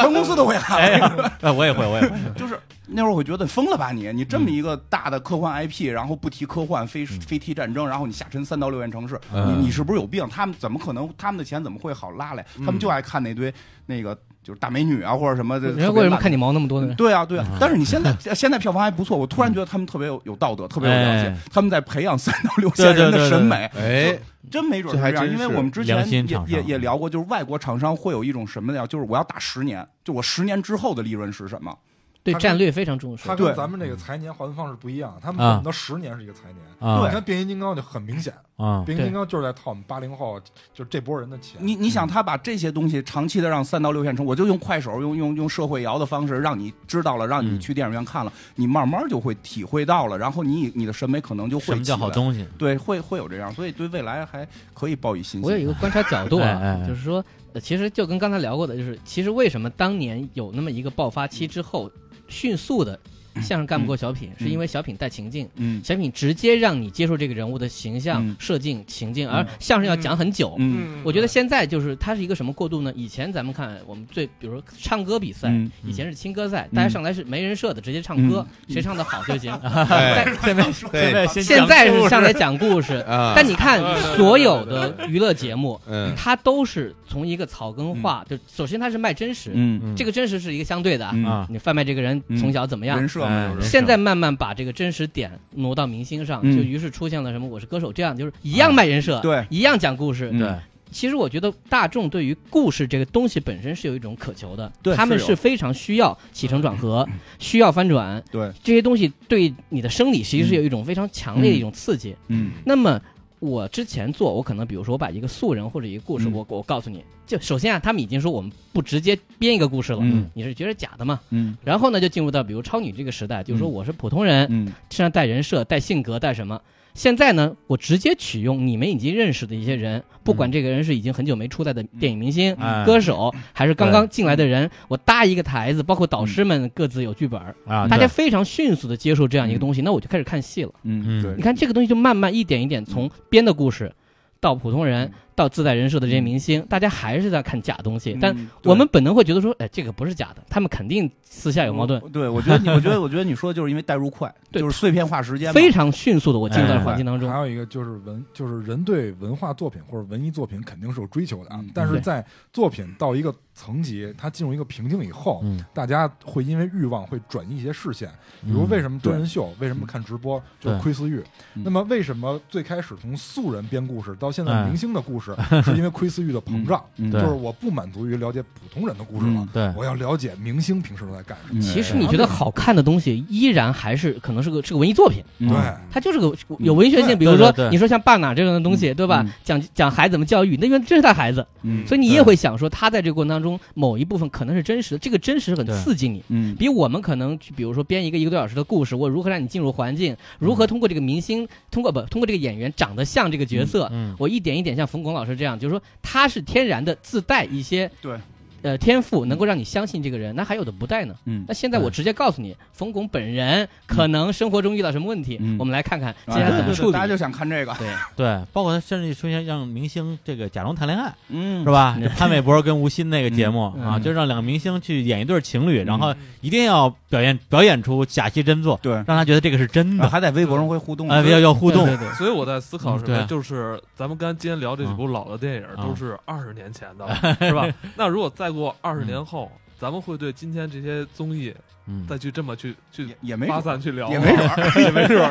B: 全公司都会
D: 哎
F: [laughs]
B: 喊。
D: 呀，哎，我也会，我也会，
B: 就是那会儿我觉得疯了吧你，你这么一个大的科
F: 嗯
B: 幻 IP，然后不提科幻，非非提战争，然后你下沉三到六线城市，
D: 嗯
B: 你你是不是有病？他们怎么可能？他们的钱怎么会好拉来？他们就爱看那堆那个就是大美女啊或者什么的。
F: 嗯人家为什么看
B: 你？
F: 你毛那么
D: [laughs]
F: 多呢？
B: 对啊，对
D: 嗯
B: 啊，但是你现在 [laughs] 现在票房还不错，我突然觉得他们特别有有道德，特别有良
D: 哎
B: 心，他们在培养三到六线人
D: 对对对
B: 的
D: 对
B: 审美，
E: 哎，
B: 真没准
E: 这
B: 是
E: 还
B: 这样，
E: 真
B: 因为
E: 是
B: 我们之
D: 良
B: 前
D: 心
B: 也
D: 厂商
B: 也也聊过，就是外国厂商会有一种什么呀？就是我要打十年，就我十年之后的利润是什么？
F: 对
C: 他跟
F: 战略非常重视
C: 他。跟
B: 对
C: 咱们这个财年划分方式不一样，他们
D: 啊
C: 可能到十年是一个财年。
D: 啊
C: 你看变形金刚就很明显，
D: 啊，
C: 变形金刚就是在套我们八零后，就是这波人的钱。
B: 你你想，他把这些东西长期的让三到六线城，我就用快手，用用用社会摇的方式，让你知道了，让你
D: 嗯
B: 去电影院看了，你慢慢就会体会到了，然后你你的审美可能就
D: 什
B: 会
D: 么叫
B: 起
D: 好
B: 来
D: 东西？
B: 对，会会有这样，所以对未来还可以抱以信
F: 我有
B: 心。
F: 一个观察角度
D: 哎哎
F: 啊
D: 哎，
F: 就是说，呃其实就跟刚才聊过的，就是其实为什么当年有那么一个爆发期之后，迅速的相声干不过小品，是因为小品带情境。
B: 嗯
F: 小品直接让你接受这个人物的形象、
B: 嗯
F: 设定、情境，
B: 嗯
F: 而相声要讲很久。
B: 嗯
F: 我觉得现在就是它是一个什么过渡呢？以前咱们看我们最，比如说唱歌比赛，
B: 嗯
F: 以前是青歌赛，
B: 嗯
F: 大家上来是没人设的，直接唱歌，谁唱的好就
B: [laughs]
F: 行。
E: 哎
F: 但
D: 现在
E: 对
D: 先
F: 现在
D: 讲故
F: 是
D: 事
F: 上来讲
B: [laughs]
F: 故事，
E: 啊，
F: 但你看所有的娱乐节目，
E: 嗯
F: 它都是从一个草根化，就首先它是卖真实，
B: 嗯
D: 嗯
F: 这个真实是一个相对的啊，
B: 嗯
D: 啊，
F: 你贩卖这个人
B: 嗯
F: 从小怎么样
B: 人。设嘛，
D: 哎
B: 有人
F: 现在慢慢把这个真实点挪到明星上，
B: 嗯
F: 就于是出现了什么《我是歌手》这样，就是一样卖人设，
B: 对
F: 一样讲故事。
B: 嗯
D: 对，
F: 其实我觉得大众对于故事这个东西本身是有一种渴求的，
B: 对
F: 他们
B: 是有嗯
F: 是非常需要起承转合，需要翻转，
B: 对，
F: 这些东西对你的生理其实是有一种非常强烈的一种刺激。
B: 嗯
F: 那么我之前做，我可能比如说我把一个素人或者一个故事，
B: 嗯
F: 我我告诉你，就首先啊，他们已经说我们不直接编一个故事了，
B: 嗯
F: 你是觉得假的嘛？
B: 嗯
F: 然后呢，就进入到比如超女这个时代，就是说
B: 嗯
F: 我是普通人，
B: 嗯
F: 身上带人设、带性格、带什么。现在呢，我直接取用你们已经认识的一些人，
B: 嗯
F: 不管这个人是已经很久没出来的电影明星、
D: 哎
F: 歌手，还是刚刚进来的人，我搭一个台子，包括导
B: 嗯
F: 师们各自有剧本儿，
D: 啊，
F: 大
D: 对
F: 家非常迅速的接受这样一个东西，那我就开始看戏了。
B: 嗯，对
F: 你，看这个东西就慢慢一点一点从编的故事，到普通人
B: 嗯，
F: 到自带人设的这些明星，大家还是在看假东
B: 嗯
F: 西，但我们本能会觉得说，哎，这个不是假的，他们肯定私下有矛盾。
B: 嗯我对，我觉得你，我觉得，我觉得你说的就是因为代入快，
F: [laughs] 对
B: 就是碎片化时间嘛，
F: 非常迅速的，我进入
B: 哎
F: 到环境当中
C: 还，有一个就是文，就是人对文化作品或者文艺作品肯定是有追求的啊，
B: 嗯
C: 但是
F: 对
C: 在作品到一个层级，它进入一个瓶颈以后，
D: 嗯，
C: 大家会因为欲望会转移一些视线，比如为
D: 么
C: 什么真人秀，为什么看直播，就是
D: 嗯对
C: 窥私欲。
B: 嗯
C: 那么为什么最开始从素人编故事到现
D: 哎
C: 在明星的故事，事，是因为窥私欲的膨胀，
B: 嗯
C: 就是
D: 对
C: 我不满足于了解普通人的故事了
B: 嗯，
D: 对，
C: 我要了解明星平时都在干什
B: 嗯
C: 么。
F: 其实你觉得好看的东西，依然还是可能是个是个文艺作品，
B: 嗯
C: 对，
F: 它就是个有文学性。
D: 嗯
F: 比如说
D: 对对对
F: 你说像《爸哪》这样的东西，
B: 嗯
F: 对吧
B: 嗯？
F: 讲讲孩子怎么教育，那因为这是他孩子，
B: 嗯
F: 所以你也会想说，他在这个过程当中某一部分可能是真实的，这个真实很
D: 对
F: 刺激你。
B: 嗯
F: 比我们可能去，比如说编一个一个多小时的故事，我如何让你进入环境，如何通过这个明星，通过不通过这个演员长得像这个角色，
D: 嗯
F: 我一点一点像冯巩老师这样，就是说他是天然的自带一些
B: 对
F: 呃天赋，能够让你相信这个人。那还有的不带呢？
B: 嗯
F: 那现在我直接告诉你，冯巩本人可能生活中遇到什么问题，
B: 嗯
F: 我们来看看接
B: 啊
F: 下来
B: 对
F: 怎么
B: 对
F: 处理
B: 大。家就想看这个，
F: 对，
D: 对，包括他甚至出现让明星这个假装谈恋爱，
B: 嗯
D: 是？
B: [laughs]
D: 吧？
F: 嗯
D: 这潘玮柏跟吴昕那个节目
F: 嗯
D: 啊，
F: 嗯
D: 就让两个明星去演一对情侣，
B: 嗯
D: 然后一定要表演表演出假戏真做，
B: 对，啊
D: 让他觉得这个是真
F: 嗯
D: 的，
B: 还在微博上会 [laughs] 互动，
D: 啊，要要互动
F: 对，对对
A: 所以我在思考什
D: 嗯对
A: 么
D: 啊
A: 呀，就是咱们刚今天聊这几部老的电影
D: 啊
A: 都是二十年前的，
D: [laughs]
A: 是吧？那如果再过二十年后，咱们会对今天这些综艺
D: 嗯，
A: 再去这么去去
B: 也也没
A: 发
B: 准儿
A: 散去聊吗， [laughs]
B: 也没准
F: [laughs]
B: 儿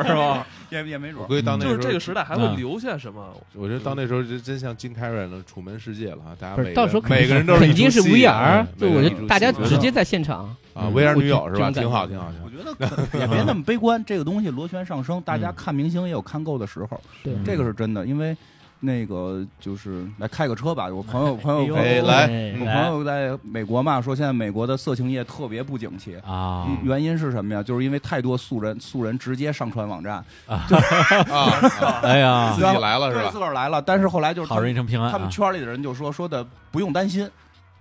B: 也没准儿是 [laughs] 吧？也也没准
E: 我
B: 儿，
E: 估计到那
A: 就是这
E: 时
A: 个
E: 候，
A: 时代还
D: 嗯
A: 会留下什么？
E: 我觉得到那时候就真像金凯瑞了，《楚门世界》了啊！大家
F: 不
E: 每
F: 是
E: 个
F: 到时候
E: 人
F: 肯定
E: 每个人都是一
F: 肯定是
E: 出戏
F: VR，
E: 啊
F: 就
E: 每个
F: 我
E: 人
F: 觉
E: 一
F: 得
E: 出
F: 大家
E: 戏
F: 直接在现场，
E: 啊，VR 女友
F: 我
E: 是吧？
F: 这种
E: 挺好，
F: 感觉
E: 挺好，挺
B: 我
E: 好。
B: 觉得可也别那么悲观，这个东西螺旋上升，大家
D: 嗯
B: 看明星也有看够的时候，
F: 对
E: 嗯
B: 这个是真的，因为那个就是来开个车吧，我朋友朋友
E: 哎，
D: 哦
E: 来，
F: 哎
B: 我
E: 嗯
B: 朋友在美国嘛，说现在美国的色情业特别不景气。
D: 啊，
B: 嗯原因是什么呀？就是因为太多素人，素人直接上传网站，
E: 啊，
D: 哎呀
B: [laughs]
E: 自，己来了
B: 对，
E: 是
B: 自个
E: 吧？
B: 儿来了。但是后来就是他
D: 好人一生平安
B: 他们
D: 啊，
B: 圈里的人就说说的不用担心，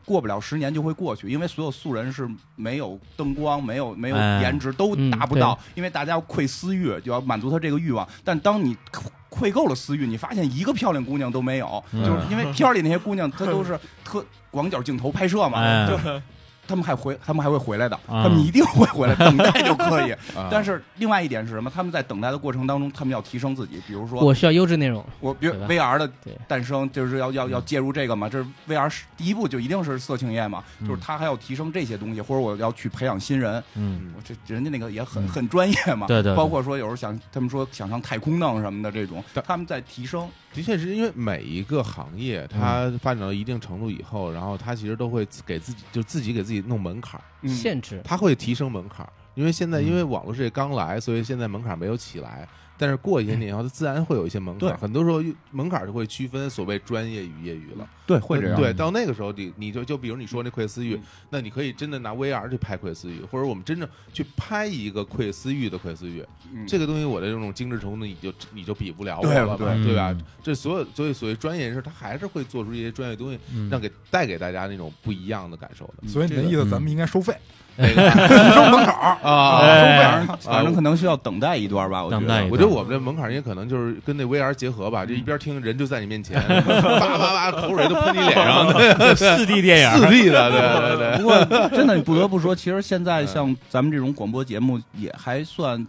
B: 过不了十年就会过去，因为所有素人是没有灯光、没有没有
D: 哎
B: 颜值都
F: 嗯
B: 达不到，因为大家要窥私欲，就要满足他这个欲望。但当你窥窥够了私欲，你发现一个漂亮姑娘都没有，
D: 嗯
B: 就是因为片儿里那些姑娘她都是特广角镜头拍摄嘛，
D: 哎
B: 就是他们还回，他们还会回来的，
D: 啊
B: 他们一定会回来，等待就可以。
E: 啊
B: 但是另外一点是什么？他们在等待的过程当中，他们要提升自己，比如说
F: 我需要优质内容。
B: 我比如
D: 对吧嗯
B: VR 的
F: 对
B: 诞生，就是要要要介入这个嘛，这是 VR 是第一步就一定是色情业嘛，
D: 嗯
B: 就是他还要提升这些东西，或者我要去培养新人，
D: 嗯，
B: 我这人家那个也很
D: 嗯
B: 很专业嘛，
D: 对对对
B: 包括说有时候想他们说想上太空弄什么的这种
E: 但，
B: 他们在提升，
E: 的确是因为每一个行业它
B: 嗯
E: 发展到一定程度以后，然后它其实都会自给自己就自己给自己弄门槛儿，
B: 嗯
F: 限制，
E: 它会提升门槛儿。因为现在
D: 嗯
E: 因为网络世界刚来，所以现在门槛儿没有起来。但是过一些年以后，它自然会有一些门槛儿。
B: 对
E: 很多时候门槛儿就会区分所谓专业与业余了。
B: 对会这样，嗯
E: 对，到那个时候你你就就比如你说那窥私欲，那你可以真的拿 VR 去拍窥私欲，或者我们真正去拍一个窥私欲的窥私欲。
B: 嗯
E: 这个东西我的这种精致程度，你就你就比不了我
B: 对
E: 了嘛，
B: 对
E: 对吧
D: 嗯？
E: 这所有所以所谓专业人士，他还是会做出一些专业东西，
D: 嗯
E: 让给带给大家那种不一样的感受
D: [laughs]
E: 的。
B: 嗯
C: 所以你的
B: 这个
C: 意思，
D: 嗯
C: 咱们应该收费，
E: 那
D: [laughs]
E: 个
B: 提升门槛儿
E: 啊
D: 哎
B: 反正反正可能需要等待一段吧，我觉
D: 等待
B: 得
D: 一段
E: 我觉得我们这门槛儿也可能就是跟那 VR 结合吧，这一边
D: 嗯
E: 听人就在你面前，叭叭叭口水都喷你脸
D: [laughs]
E: 上，
B: [laughs]
E: 对
D: 四 D 电影
E: 四 D 的，对对对。
B: 不过真的，你不得不说，其实现在像咱们这种广播节目也还算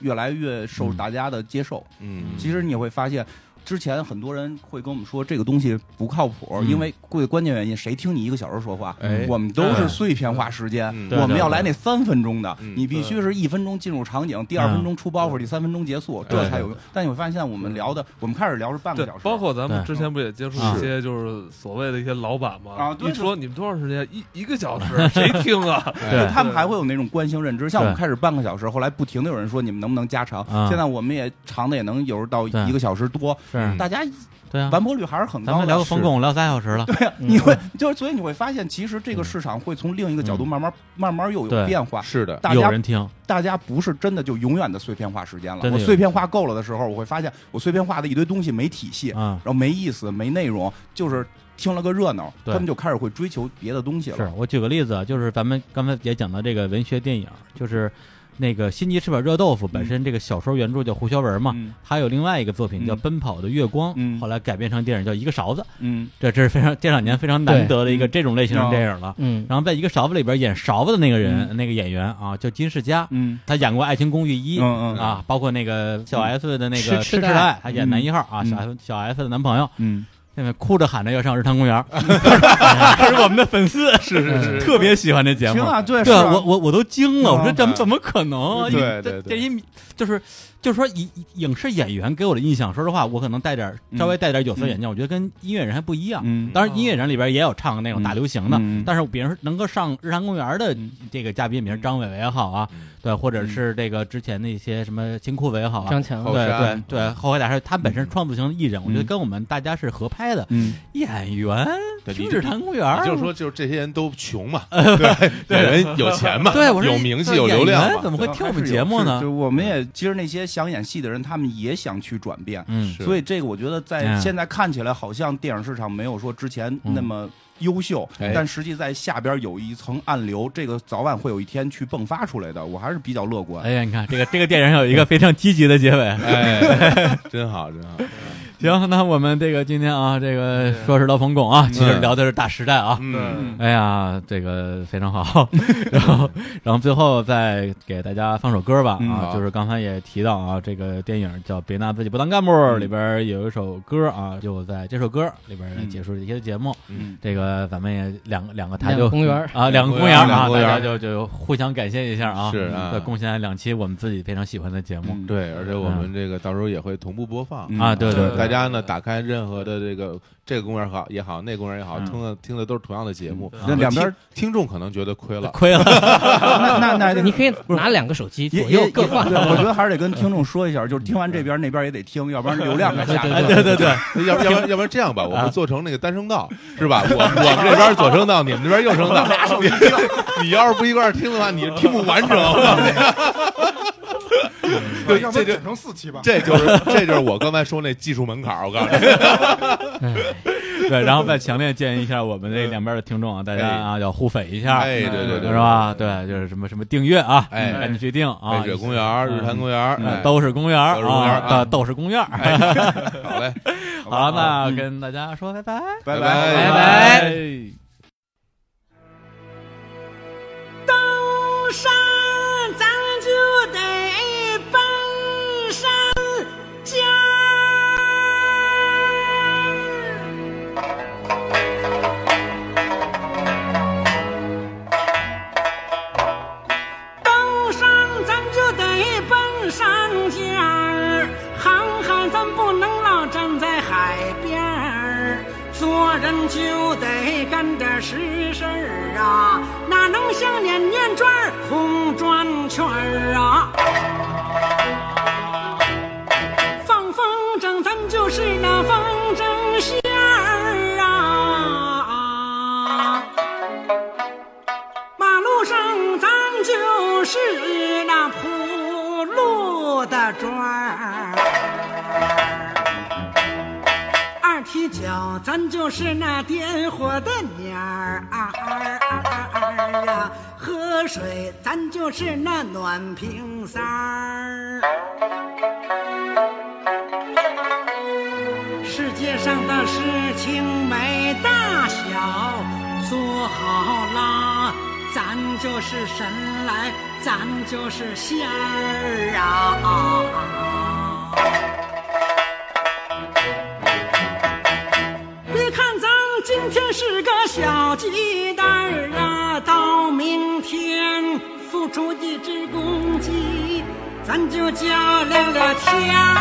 B: 越来越受大家的接受。
E: 嗯，
B: 其实你也会发现，之前很多人会跟我们说这个东西不靠谱，
D: 嗯
B: 因为最关键原因，谁听你一个小时说话？
E: 哎
B: 我们都是碎片化时间，
E: 嗯
B: 我们要来那三分钟的，
E: 嗯
B: 你必须是一分钟进入场景，第二分钟出包袱，第三分钟结束，这才有用。但你会发现，我们聊的，我们开始聊是半个
A: 对
B: 小时，，
A: 包括咱们
D: 对
A: 之前不也接触
D: 啊
A: 一些就是所谓的一些老板嘛？
B: 啊对
A: 一说你们多长时间？一一个小时，谁听
B: [laughs]
A: 啊？
E: 哎
D: 对
B: 他们还会有那种惯性认知，像我们
D: 对
B: 开始半个小时，后来不停的有人说你们能不能加长，
D: 啊
B: 现在我们也长的也能有时候到
D: 对
B: 一个小时多，
D: 是，
B: 大家
D: 对啊，
B: 完播率还是很
D: 咱
B: 高的。
D: 们聊个冯巩聊仨小时了，
B: 对呀，
F: 嗯
B: 你会就是所以你会发现，其实这个市场会从另一个角度
D: 嗯
B: 慢慢慢慢又
D: 对
B: 有变化。
E: 是的，
B: 大
D: 有
B: 家
D: 人听，
B: 大家不是真的就永远的碎片化时间了
D: 真，的
B: 我
D: 有
B: 碎片化够了的时候，我会发现我碎片化的一堆东西没体系，然
D: 嗯，
B: 后没意思，没内容，就是听了个热闹，
D: 对
B: 他们就开始会追求别的东西了
D: 是。我举个例子，啊，就是咱们刚才也讲到这个文学电影，就是那个《心急吃饱热豆腐》本身这个小说原著叫胡小文嘛，
B: 嗯
D: 他有另外一个作品叫
B: 嗯
D: 《奔跑的月光》，
B: 嗯
D: 后来改编成电影叫《一个勺子》，
B: 嗯
D: 这这是非常这两年非常难得的一个这种类型的
B: 嗯
D: 电影了。
F: 嗯，
D: 然后在《一个勺子》里边演勺子的那个人，那个演员啊叫金世佳，
B: 嗯
D: 他演过《爱情公寓一》
B: 嗯嗯
D: 啊，包括那个小 S 的那个
F: 痴
D: 痴
F: 痴的
D: 的爱，他演男一号啊，
B: 嗯
D: 小 S 小 S 的男朋友。
B: 嗯
D: 那边哭着喊着要上日坛公园儿，
B: [laughs]
D: [laughs] 他是我们的粉丝，
E: 是是是，
D: 特别喜欢这节目
B: 行。啊，对
D: 对
B: 是
D: 啊，
B: 啊
D: 我我我都惊了，
B: 嗯
D: 我说怎么怎么可能啊？
E: 对
D: 一
E: 对
D: 这
E: 对
D: 这一就是就是说影影视演员给我的印象，说实话，我可能戴点儿
E: 嗯
D: 稍微戴点儿有色眼镜，我觉得跟音乐人还不一样。
B: 嗯，
D: 当然，音乐人里边也有唱那种大流行的，
B: 嗯嗯
D: 但是比如说能够上日坛公园的
E: 嗯
D: 这个嘉宾，比如张伟伟也好啊，对，或者是这个之前那些什么金库伟也好啊，
F: 张强
E: 好
D: 对
E: 山
D: 对
E: 嗯
D: 对，后海大师他本身创作型的艺人，我觉得
B: 嗯
D: 跟我们大家是合拍的。
B: 嗯，
D: 演员
E: 对
D: 去
E: 你
D: 日坛公园，
E: 你就是说，就是这些人都穷
D: [laughs]
E: 嘛，对，每人有钱 [laughs] 嘛，
D: 对我说
E: 有名气有流
D: 演
E: 量
D: 员怎
E: 嘛，
D: 么会听我们节
B: 嗯
D: 目
B: 是
D: 呢
B: 就？我们也其实那些想演戏的人，他们也想去转变，
D: 嗯，
E: 是
B: 所以这个我觉得在
D: 嗯
B: 现在看起来好像电影市场没有说之前
D: 嗯
B: 那么优秀，
E: 哎
B: 但实际在下边有一层暗流，这个早晚会有一天去迸发出来的，我还是比较乐观。
D: 哎呀，你看这个这个电影有一个非常积极的结
E: [laughs]
D: 尾。 [laughs]
E: 哎，真好真好，
D: 行，那我们这个今天啊，这个说是老冯巩啊，其实聊的是大时代啊。
E: 嗯，
D: 哎呀，这个非常好。 [laughs] 然后，然后最后再给大家放首歌吧
B: 嗯
D: 啊，
E: 好
D: 就是刚才也提到啊，这个电影叫《别拿自己不当干部》，
E: 嗯
D: 里边有一首歌啊，就在这首歌里边来结束这期的节目。
E: 嗯，
D: 这个咱们也两个两个台
F: 两个
D: 就
F: 公园儿
D: 啊，两个
E: 公
D: 公
E: 园
D: 园
E: 儿
D: 儿
E: 两
D: 啊，
E: 个公
D: 大
E: 园
D: 家
E: 儿
D: 就就互相感谢一下啊，
E: 是啊
D: 对，贡献了两期我们自己非常喜欢的节目。
B: 嗯
E: 对，而且我们这个到时候也会同步播放
B: 嗯
D: 啊对对
E: 呃大家呢打开任何的这个这个公园好也好，那公园也好，
D: 嗯
E: 听的听的都是同样的节目，
B: 那嗯两边
E: 听听众可能觉得亏了，
D: 亏了，
B: 那那那
E: 嗯
F: 你可以拿两个手机
B: 也
F: 左
B: 也
F: 右各放。
B: 对我觉得还是得跟听众说一下，就是听完这边那边也得听，要不然流量下来。
D: 对对对，
E: 要要不然要不然这样吧，我
D: 啊
E: 们做成那个单声道是吧？我我们这边左声道，你们这边右
D: [laughs]
E: 声道。你你要是不一块儿听的话，你听不完整。
D: [laughs]
E: 对
C: [laughs] 要不
E: 这就
C: 然剪成四期吧。
E: 这就是这就是我刚才说那技术门槛儿，我告诉
D: 啊
E: 你，
D: 对，然后再强烈建议一下我们这两边的听众啊，大家啊要互粉一下，
E: 嗯哎，对对对对，
D: 是吧？对，就是什么什么订阅啊，
E: 哎
D: 赶紧去订
E: 哎？
D: 啊
E: 北，水公园儿、日坛公园儿，
D: 嗯
E: 哎
D: 都是公园儿
E: 都是公园儿
D: 啊，
E: 啊
D: 到都是公园儿。
E: 哎好嘞，
D: [laughs] 好，那跟大家说拜拜，
B: 拜
E: 拜
F: 拜
D: 拜
G: 登山咱就得奔山尖儿。登山咱就得奔山尖儿，航海咱不能老站在海边儿，做人就得干点实事儿啊，哪能像碾面砖儿红转圈儿啊？放风筝，咱就是那风筝线儿啊。马路上咱就是那铺路的砖儿，二踢脚咱就是那点火的鸟儿啊啊！喝水咱就是那暖瓶塞儿。世界上的事情没大小，做好啦，咱就是神来，咱就是仙儿啊！别看咱今天是个小鸡蛋儿啊，到明天孵出一只公鸡，咱就较量了天